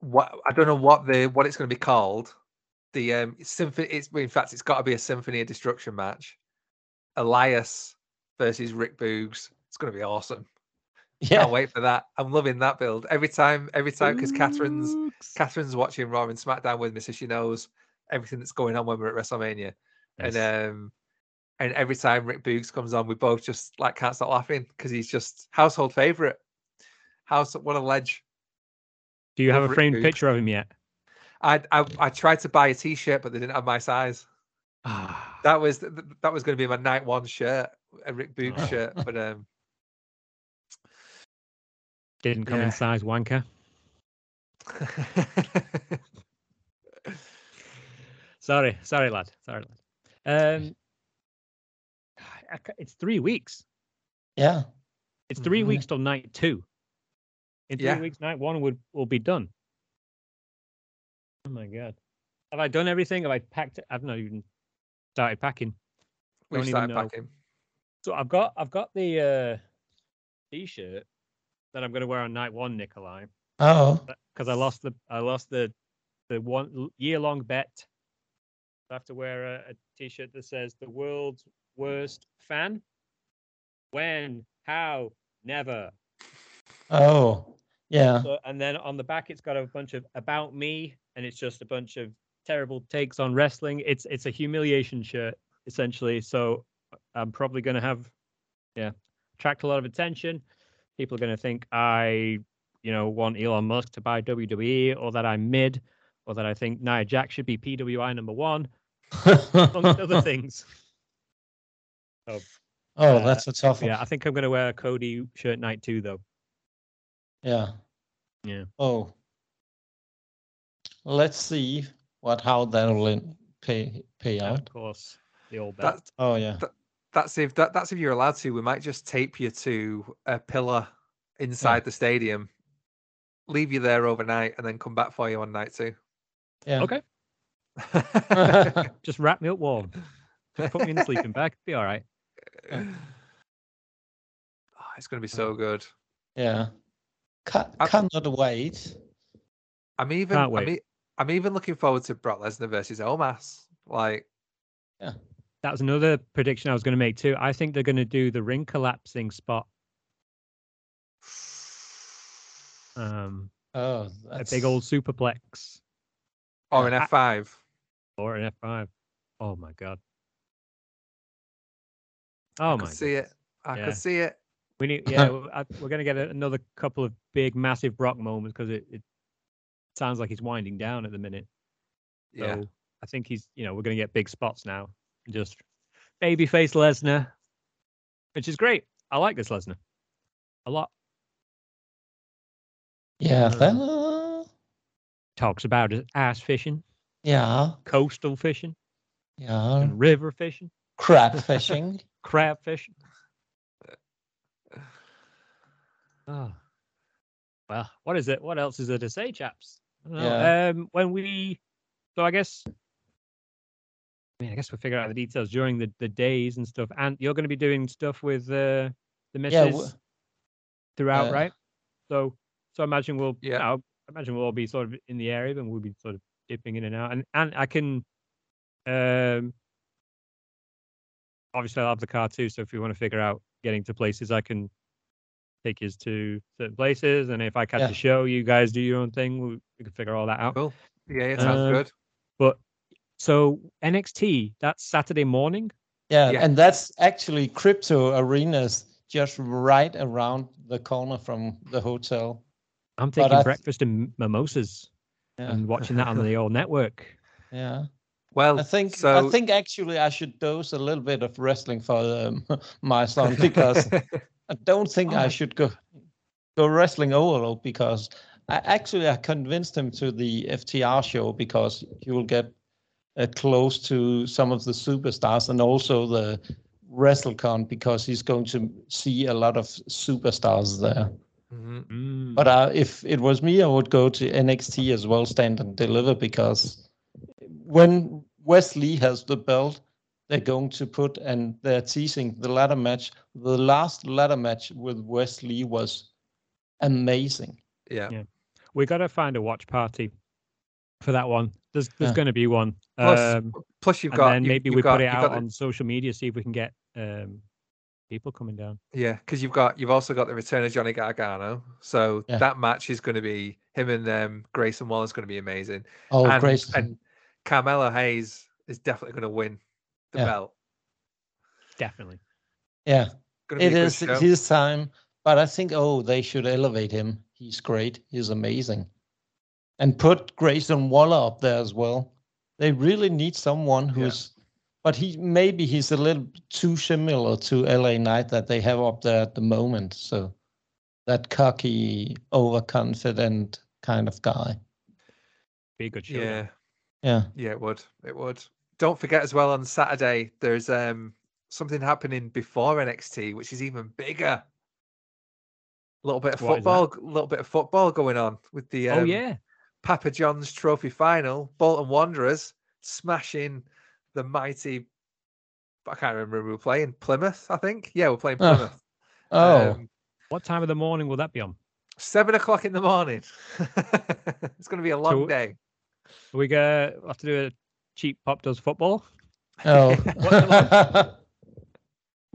[SPEAKER 3] what I don't know what the what it's going to be called. The um symphony. It's well, in fact it's got to be a symphony of destruction match. Elias versus Rick Boogs. It's going to be awesome.
[SPEAKER 2] yeah.
[SPEAKER 3] Can't wait for that. I'm loving that build every time. Every time because Catherine's
[SPEAKER 1] Oops.
[SPEAKER 3] Catherine's watching Raw and SmackDown with me, so she knows everything that's going on when we're at WrestleMania.
[SPEAKER 1] Yes.
[SPEAKER 3] And um, and every time Rick Boogs comes on, we both just like can't stop laughing because he's just household favorite. House what a ledge.
[SPEAKER 1] Do you have a
[SPEAKER 3] love Rick
[SPEAKER 1] framed
[SPEAKER 3] Boogs.
[SPEAKER 1] picture of him yet?
[SPEAKER 3] I, I I tried to buy a T-shirt, but they didn't have my size.
[SPEAKER 1] Ah,
[SPEAKER 3] That was th- th- that was going to be my night one shirt, a Rick Boogs
[SPEAKER 1] Oh.
[SPEAKER 3] shirt.
[SPEAKER 1] *laughs*
[SPEAKER 3] But um,
[SPEAKER 1] didn't come
[SPEAKER 3] yeah.
[SPEAKER 1] in size, wanker. Sorry, sorry, lad. Sorry, lad. Um, I ca- it's three weeks.
[SPEAKER 2] Yeah,
[SPEAKER 1] It's 3
[SPEAKER 3] Mhm.
[SPEAKER 1] weeks till night two. In three
[SPEAKER 3] Yeah.
[SPEAKER 1] weeks, night one would will be done. Oh my god! Have I done everything? Have I packed? it? I've not even started packing. Don't
[SPEAKER 3] we
[SPEAKER 1] even
[SPEAKER 3] started
[SPEAKER 1] know.
[SPEAKER 3] packing.
[SPEAKER 1] So I've got I've got the uh, t-shirt that I'm going to wear on night one, Nikolai,
[SPEAKER 2] oh,
[SPEAKER 1] because I lost the I lost the the one year long bet. I have to wear a, a t-shirt that says "The world's worst fan." When, how, never.
[SPEAKER 2] oh, yeah,
[SPEAKER 1] So, and then on the back, it's got a bunch of about me, and it's just a bunch of terrible takes on wrestling. It's it's a humiliation shirt essentially. So uh, I'm probably going to have, yeah, attract a lot of attention. People are going to think I, you know, want Elon Musk to buy WWE, or that I'm mid, or that I think Nia Jack should be PWI number one, amongst
[SPEAKER 2] *laughs*
[SPEAKER 1] other things.
[SPEAKER 2] oh,
[SPEAKER 1] uh,
[SPEAKER 2] that's a tough one.
[SPEAKER 1] Yeah, I think I'm going to wear a Cody shirt night too, though.
[SPEAKER 2] Yeah.
[SPEAKER 1] Yeah.
[SPEAKER 2] Oh. Let's see what how that'll in- pay pay
[SPEAKER 1] And
[SPEAKER 2] out.
[SPEAKER 1] of course, the old belt.
[SPEAKER 3] That's
[SPEAKER 2] Oh yeah.
[SPEAKER 3] that's if that, that's if you're allowed to. We might just tape you to a pillar inside the stadium, leave you there overnight, and then come back for you on night
[SPEAKER 1] *laughs*
[SPEAKER 3] two.
[SPEAKER 2] Yeah.
[SPEAKER 1] Okay. Just wrap me up warm. Just put me in the sleeping bag. Be all right.
[SPEAKER 3] Oh, Ah, it's going to be so good.
[SPEAKER 2] *laughs* yeah. Can't,
[SPEAKER 3] I-
[SPEAKER 2] cannot wait.
[SPEAKER 3] I'm even.
[SPEAKER 1] Can't wait.
[SPEAKER 3] I'm, e- I'm even looking forward to Brock Lesnar versus Omas. Like,
[SPEAKER 1] That was another prediction I was going to make too. I think they're going to do the ring collapsing spot. Um,
[SPEAKER 2] Oh,
[SPEAKER 1] a
[SPEAKER 2] that's
[SPEAKER 1] big old superplex
[SPEAKER 3] or an
[SPEAKER 1] I-
[SPEAKER 3] F5.
[SPEAKER 1] or an F5. Oh my god. Oh
[SPEAKER 3] I
[SPEAKER 1] my.
[SPEAKER 3] could see
[SPEAKER 1] goodness.
[SPEAKER 3] it. I
[SPEAKER 1] Yeah.
[SPEAKER 3] could see it.
[SPEAKER 1] We need.
[SPEAKER 3] *laughs*
[SPEAKER 1] Yeah, w- I- we're going to get a, another couple of big, massive Brock moments because it, it sounds like he's winding down at the minute. So
[SPEAKER 3] Yeah.
[SPEAKER 1] I think he's, you know, we're going to get big spots now. Just babyface Lesnar, which is great. I like this Lesnar a lot.
[SPEAKER 2] Yeah.
[SPEAKER 1] Uh,
[SPEAKER 2] That, uh,
[SPEAKER 1] Talks about his ass fishing,
[SPEAKER 2] yeah.
[SPEAKER 1] coastal fishing,
[SPEAKER 2] Yeah.
[SPEAKER 1] and river fishing,
[SPEAKER 2] Crab
[SPEAKER 1] *laughs*
[SPEAKER 2] fishing.
[SPEAKER 1] crab *sighs* fishing. Oh. Well, what is it? What else is there to say, chaps? I don't know.
[SPEAKER 2] Yeah.
[SPEAKER 1] Um, when we, so I guess, I mean, I guess we'll figure out the details during the, the days and stuff. And you're going to be doing stuff with uh, the missus.
[SPEAKER 2] yeah. w-
[SPEAKER 1] throughout,
[SPEAKER 2] Uh,
[SPEAKER 1] right? So so I imagine we'll
[SPEAKER 3] Yeah.
[SPEAKER 1] yeah. I imagine we'll all be sort of in the area, and we'll be sort of dipping in and out. And and I can um obviously I'll have the car too, so if you want to figure out getting to places I can take you to certain places and if I catch
[SPEAKER 2] Yeah.
[SPEAKER 1] a show you guys do your own thing, we, we can figure all that out.
[SPEAKER 3] Cool. Yeah, yeah, sounds
[SPEAKER 1] Um,
[SPEAKER 3] good.
[SPEAKER 1] But so NXT, that's Saturday morning.
[SPEAKER 2] Yeah,
[SPEAKER 3] Yeah.
[SPEAKER 2] and that's actually crypto arenas just right around the corner from the hotel.
[SPEAKER 1] I'm
[SPEAKER 2] But
[SPEAKER 1] taking
[SPEAKER 2] I-
[SPEAKER 1] breakfast and mimosas
[SPEAKER 2] Yeah,
[SPEAKER 1] and watching that on the old network.
[SPEAKER 2] yeah.
[SPEAKER 3] Well,
[SPEAKER 2] I think
[SPEAKER 3] so
[SPEAKER 2] I think actually I should dose a little bit of wrestling for um, *laughs* my son
[SPEAKER 3] *laughs*
[SPEAKER 2] because I don't think
[SPEAKER 1] Oh
[SPEAKER 2] I
[SPEAKER 1] my-
[SPEAKER 2] should go go wrestling overload because I actually I convinced him to the FTR show because he will get uh, close to some of the superstars and also the WrestleCon because he's going to see a lot of superstars there.
[SPEAKER 3] Mhm.
[SPEAKER 1] Mm.
[SPEAKER 2] But uh, if it was me, I would go to NXT as well, stand and deliver, because when Wesley has the belt, they're going to put, and they're teasing the ladder match. The last ladder match with Wesley was amazing.
[SPEAKER 3] yeah.
[SPEAKER 1] Yeah. we got to find a watch party for that one. There's there's
[SPEAKER 2] Yeah.
[SPEAKER 1] going to be one.
[SPEAKER 3] Plus,
[SPEAKER 1] um,
[SPEAKER 3] plus you've
[SPEAKER 1] and
[SPEAKER 3] got
[SPEAKER 1] then
[SPEAKER 3] you-
[SPEAKER 1] maybe
[SPEAKER 3] you've
[SPEAKER 1] we
[SPEAKER 3] got-
[SPEAKER 1] put it
[SPEAKER 3] you've got
[SPEAKER 1] out
[SPEAKER 3] the-
[SPEAKER 1] on social media, see if we can get um, people coming down.
[SPEAKER 3] Yeah, because you've got you've also got the return of Johnny Gargano. So
[SPEAKER 2] Yeah.
[SPEAKER 3] that match is going to be him and um, Grayson Waller's going to be amazing.
[SPEAKER 2] Oh,
[SPEAKER 3] and,
[SPEAKER 2] great!
[SPEAKER 3] and Carmelo Hayes is definitely going to win the
[SPEAKER 2] Yeah.
[SPEAKER 3] belt.
[SPEAKER 1] Definitely.
[SPEAKER 2] yeah,
[SPEAKER 3] Gonna
[SPEAKER 2] it
[SPEAKER 3] be a good
[SPEAKER 2] is
[SPEAKER 3] show.
[SPEAKER 2] his time. But I think, oh, they should elevate him. He's great. He's amazing, and put Grayson Waller up there as well. They really need someone
[SPEAKER 3] Yeah.
[SPEAKER 2] who's, but he maybe he's a little too similar to LA Knight that they have up there at the moment. So that cocky, overconfident kind of guy.
[SPEAKER 1] Be a good show.
[SPEAKER 3] Yeah,
[SPEAKER 2] Yeah.
[SPEAKER 3] yeah, it would, it would. Don't forget as well on Saturday there's um something happening before NXT, which is even bigger. A little bit of
[SPEAKER 1] What is that?
[SPEAKER 3] football, a little bit of football going on with the um,
[SPEAKER 1] oh yeah.
[SPEAKER 3] Papa John's Trophy final, Bolton Wanderers smashing the mighty. I can't remember who we were playing. Plymouth, I think. Yeah, we're playing
[SPEAKER 2] Ah,
[SPEAKER 3] Plymouth.
[SPEAKER 2] Oh,
[SPEAKER 3] *laughs* Um,
[SPEAKER 1] What time of the morning will that be on?
[SPEAKER 3] seven o'clock in the morning. *laughs* it's going to be a long
[SPEAKER 1] So-
[SPEAKER 3] day.
[SPEAKER 1] Are we go have to do a cheap pop does football.
[SPEAKER 2] oh.
[SPEAKER 1] Will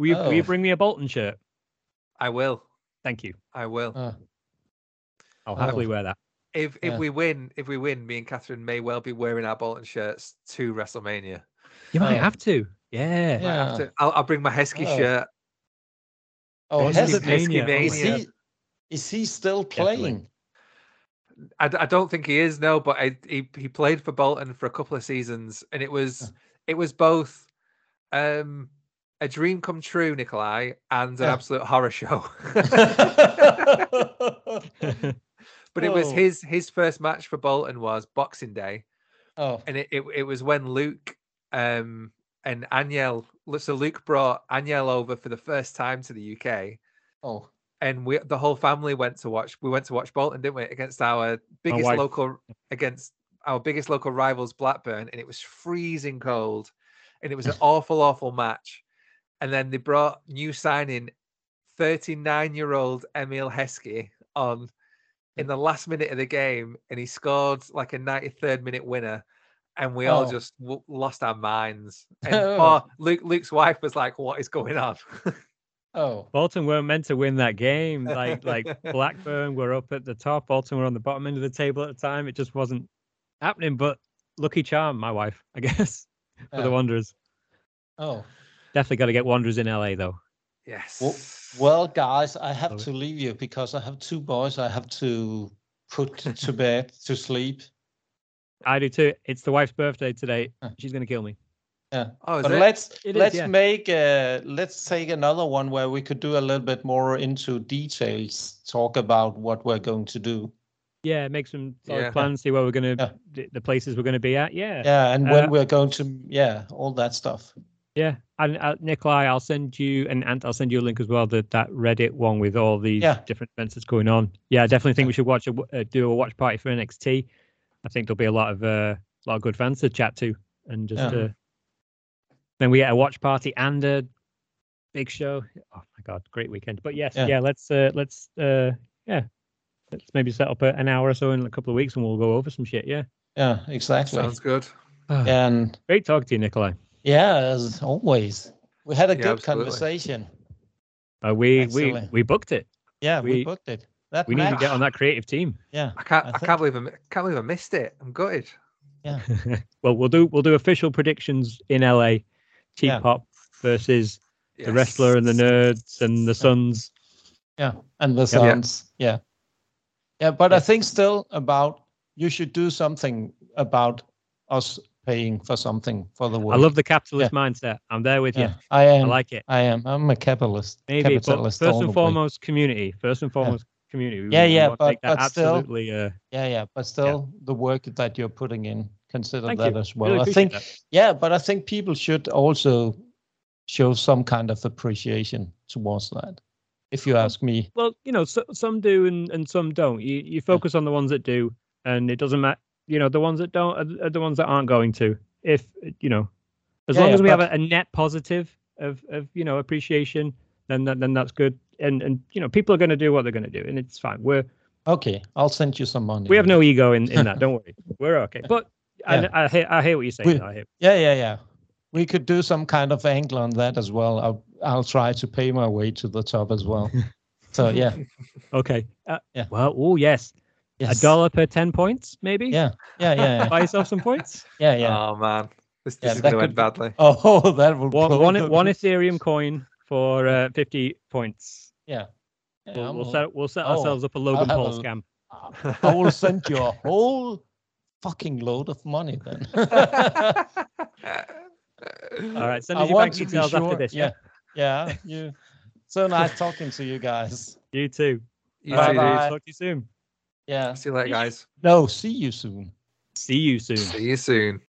[SPEAKER 1] you, will you
[SPEAKER 2] Oh.
[SPEAKER 1] bring me a Bolton shirt?
[SPEAKER 3] I will.
[SPEAKER 1] Thank you.
[SPEAKER 3] I will.
[SPEAKER 2] *laughs* Uh,
[SPEAKER 1] I'll
[SPEAKER 2] Oh.
[SPEAKER 1] happily wear that.
[SPEAKER 3] if if
[SPEAKER 2] yeah.
[SPEAKER 3] we win, if we win, me and Catherine may well be wearing our Bolton shirts to WrestleMania.
[SPEAKER 1] You might
[SPEAKER 2] Oh.
[SPEAKER 1] have to. Yeah.
[SPEAKER 3] Might have
[SPEAKER 2] Yeah.
[SPEAKER 3] to- I'll, I'll bring my Heskey
[SPEAKER 2] Oh.
[SPEAKER 3] shirt.
[SPEAKER 2] oh,
[SPEAKER 1] Is he
[SPEAKER 2] has it-
[SPEAKER 1] paying you?
[SPEAKER 3] Heskey
[SPEAKER 2] is
[SPEAKER 3] Mania.
[SPEAKER 2] he? Is he still
[SPEAKER 1] Definitely.
[SPEAKER 2] playing?
[SPEAKER 3] I, d- I don't think he is no, but I, he he played for Bolton for a couple of seasons, and it was it was both um, a dream come true, Nikolai, and an
[SPEAKER 2] Yeah.
[SPEAKER 3] absolute
[SPEAKER 2] *laughs*
[SPEAKER 3] horror show. *laughs*
[SPEAKER 2] oh,
[SPEAKER 3] but it was
[SPEAKER 2] Oh.
[SPEAKER 3] his his first match for Bolton was Boxing Day, and it it, it was when Luke um, and Aniel. So Luke brought Aniel over for the first time to the UK,
[SPEAKER 2] oh,
[SPEAKER 3] and we the whole family went to watch. We went to watch Bolton, didn't we? Against our biggest
[SPEAKER 1] wife-
[SPEAKER 3] local against our biggest local rivals, Blackburn, and it was freezing cold, and it was
[SPEAKER 2] *laughs*
[SPEAKER 3] an awful, awful match. And then they brought new signing, thirty-nine-year-old Emil Heskey on
[SPEAKER 2] Mm.
[SPEAKER 3] in the last minute of the game, and he scored like a ninety-third minute winner. And we all
[SPEAKER 2] Oh.
[SPEAKER 3] just w- lost
[SPEAKER 2] *laughs*
[SPEAKER 3] our minds. And
[SPEAKER 2] Oh.
[SPEAKER 3] poor Luke, Luke's wife was like, "What is going on?" *laughs*
[SPEAKER 2] oh,
[SPEAKER 1] Bolton weren't meant to win that
[SPEAKER 2] *laughs*
[SPEAKER 1] game. Like like Blackburn were up at the top, Bolton were on the bottom end of the table at the time. It just wasn't happening. But lucky charm, my wife, *laughs* I guess, for
[SPEAKER 2] yeah,
[SPEAKER 1] the Wanderers.
[SPEAKER 2] oh.
[SPEAKER 1] Definitely got to get Wanderers in LA though.
[SPEAKER 3] yes.
[SPEAKER 2] Well, guys, I have
[SPEAKER 1] Love it.
[SPEAKER 2] to leave you because I have two boys I have to put to bed to sleep.
[SPEAKER 1] I do too. It's the wife's birthday today.
[SPEAKER 2] Huh.
[SPEAKER 1] She's gonna kill me.
[SPEAKER 3] oh, is
[SPEAKER 2] But
[SPEAKER 3] it?
[SPEAKER 2] let's
[SPEAKER 1] It is,
[SPEAKER 2] let's
[SPEAKER 1] yeah.
[SPEAKER 2] make uh let's take another one where we could do a little bit more into details, talk about what we're going to do.
[SPEAKER 1] Yeah, make some solid
[SPEAKER 3] Yeah.
[SPEAKER 1] plans. See where we're gonna,
[SPEAKER 2] Yeah.
[SPEAKER 1] the- the places we're gonna be at. Yeah, yeah.
[SPEAKER 2] Yeah, and when
[SPEAKER 1] Uh,
[SPEAKER 2] we're going to yeah, all that stuff.
[SPEAKER 1] And uh, Nikolai, I'll send you and Ant, I'll send you a link as well. That that Reddit one with all the
[SPEAKER 2] Yeah.
[SPEAKER 1] different events that's going on. Yeah, I definitely think
[SPEAKER 2] Yeah.
[SPEAKER 1] we should watch a, w- uh, do a watch party for NXT. I think there'll be a lot of uh, lot of good fans to chat to, and just
[SPEAKER 2] Yeah.
[SPEAKER 1] uh, then we get a watch party and a big show. Oh my god, great weekend! But yes,
[SPEAKER 2] Yeah.
[SPEAKER 1] yeah, let's uh, let's uh, yeah Let's maybe set up a, an hour or so in a couple of weeks, and we'll go over some shit.
[SPEAKER 2] *sighs*
[SPEAKER 1] Yeah.
[SPEAKER 2] Yeah, exactly.
[SPEAKER 3] Sounds good.
[SPEAKER 2] and
[SPEAKER 1] Great talking to you, Nikolai.
[SPEAKER 2] yeah, as always, we had a
[SPEAKER 3] Yeah,
[SPEAKER 2] good
[SPEAKER 3] absolutely.
[SPEAKER 2] conversation.
[SPEAKER 1] Uh, we
[SPEAKER 2] Excellent.
[SPEAKER 1] we we booked it.
[SPEAKER 2] Yeah, we,
[SPEAKER 1] We-
[SPEAKER 2] booked it. That
[SPEAKER 1] We need to
[SPEAKER 2] match-
[SPEAKER 1] get on that creative team.
[SPEAKER 2] Yeah,
[SPEAKER 3] I can't.
[SPEAKER 2] I
[SPEAKER 3] I,
[SPEAKER 2] think-
[SPEAKER 3] can't believe I mi- can't believe I missed it. I'm gutted.
[SPEAKER 1] well, we'll do we'll do official predictions in LA. Cheap
[SPEAKER 2] Yeah.
[SPEAKER 1] pop versus the
[SPEAKER 3] Yes.
[SPEAKER 1] wrestler and the nerds and the sons.
[SPEAKER 2] yeah, and the
[SPEAKER 1] Yeah.
[SPEAKER 3] Yeah.
[SPEAKER 2] sounds. Yeah, yeah, but I think still about you should do something about us paying for something for the work.
[SPEAKER 1] I love the capitalist mindset. I'm there with
[SPEAKER 2] Yeah, I am.
[SPEAKER 1] you. I like it.
[SPEAKER 2] I am. I'm a capitalist.
[SPEAKER 1] Maybe, but
[SPEAKER 2] capitalist
[SPEAKER 1] first
[SPEAKER 2] all the
[SPEAKER 1] and
[SPEAKER 2] way.
[SPEAKER 1] foremost, community. First and foremost, community. We
[SPEAKER 2] Yeah,
[SPEAKER 1] want- we
[SPEAKER 2] yeah,
[SPEAKER 1] want to make
[SPEAKER 2] but-
[SPEAKER 1] that
[SPEAKER 2] but still-
[SPEAKER 1] absolutely. uh,
[SPEAKER 2] Yeah, yeah, but still, the work that you're putting in, consider
[SPEAKER 1] Thank
[SPEAKER 2] that
[SPEAKER 1] you.
[SPEAKER 2] as well.
[SPEAKER 1] really
[SPEAKER 2] I
[SPEAKER 1] appreciate
[SPEAKER 2] think,
[SPEAKER 1] that.
[SPEAKER 2] yeah, but I think people should also show some kind of appreciation towards that, if you ask me.
[SPEAKER 1] Well, you know, so, some do and, and some don't. You you focus on the ones that do, and it doesn't matter. You know, the ones that don't are, th- are the ones that aren't going to. If you know, as
[SPEAKER 2] Yeah,
[SPEAKER 1] long
[SPEAKER 2] yeah,
[SPEAKER 1] as we have
[SPEAKER 2] but-
[SPEAKER 1] a, a net positive of of you know appreciation, then that, then that's good. And and you know, people are going to do what they're going to do, and it's fine. We're
[SPEAKER 2] Okay, I'll send you some money.
[SPEAKER 1] we have no ego in, in
[SPEAKER 2] *laughs*
[SPEAKER 1] that. Don't worry, we're okay. But
[SPEAKER 2] Yeah.
[SPEAKER 1] I, I hear I hear what you're saying.
[SPEAKER 2] We-
[SPEAKER 1] though, I hear.
[SPEAKER 2] Yeah, yeah, yeah. We could do some kind of angle on that as well. I'll, I'll try to pay my way to the top as
[SPEAKER 1] *laughs*
[SPEAKER 2] well. so yeah,
[SPEAKER 1] Okay. Uh,
[SPEAKER 2] Yeah.
[SPEAKER 1] Well, oh yes,
[SPEAKER 2] yes.
[SPEAKER 1] a dollar per ten points, maybe.
[SPEAKER 2] Yeah, yeah,
[SPEAKER 1] *laughs*
[SPEAKER 2] yeah, yeah,
[SPEAKER 1] Buy yourself some points.
[SPEAKER 2] yeah. yeah.
[SPEAKER 3] Oh man, this, this
[SPEAKER 2] Yeah,
[SPEAKER 3] is
[SPEAKER 2] that
[SPEAKER 3] going to end
[SPEAKER 2] could-
[SPEAKER 3] badly.
[SPEAKER 2] *laughs* oh, that will
[SPEAKER 1] One,
[SPEAKER 2] probably-
[SPEAKER 1] one, one Ethereum coin for uh, 50 points.
[SPEAKER 2] Yeah,
[SPEAKER 1] We'll,
[SPEAKER 2] I'm
[SPEAKER 1] we'll
[SPEAKER 2] all-
[SPEAKER 1] set, we'll set
[SPEAKER 2] oh,
[SPEAKER 1] ourselves up a Logan
[SPEAKER 2] have
[SPEAKER 1] Paul
[SPEAKER 2] a-
[SPEAKER 1] scam. *laughs*
[SPEAKER 2] I will send you a whole fucking load of money
[SPEAKER 1] *laughs*
[SPEAKER 2] then.
[SPEAKER 1] All right, send
[SPEAKER 2] I
[SPEAKER 1] us your
[SPEAKER 2] want
[SPEAKER 1] bank
[SPEAKER 2] to be
[SPEAKER 1] details after
[SPEAKER 2] sure-
[SPEAKER 1] this. *laughs*
[SPEAKER 2] Yeah.
[SPEAKER 1] Yeah.
[SPEAKER 2] Yeah. You. So nice talking to you guys.
[SPEAKER 1] You too.
[SPEAKER 3] *laughs* You
[SPEAKER 1] All right,
[SPEAKER 3] too,
[SPEAKER 2] Bye-bye.
[SPEAKER 3] dude.
[SPEAKER 1] Talk to you soon.
[SPEAKER 2] Yeah.
[SPEAKER 3] See you later, guys.
[SPEAKER 2] No, see you soon.
[SPEAKER 1] See you soon.
[SPEAKER 3] See you soon.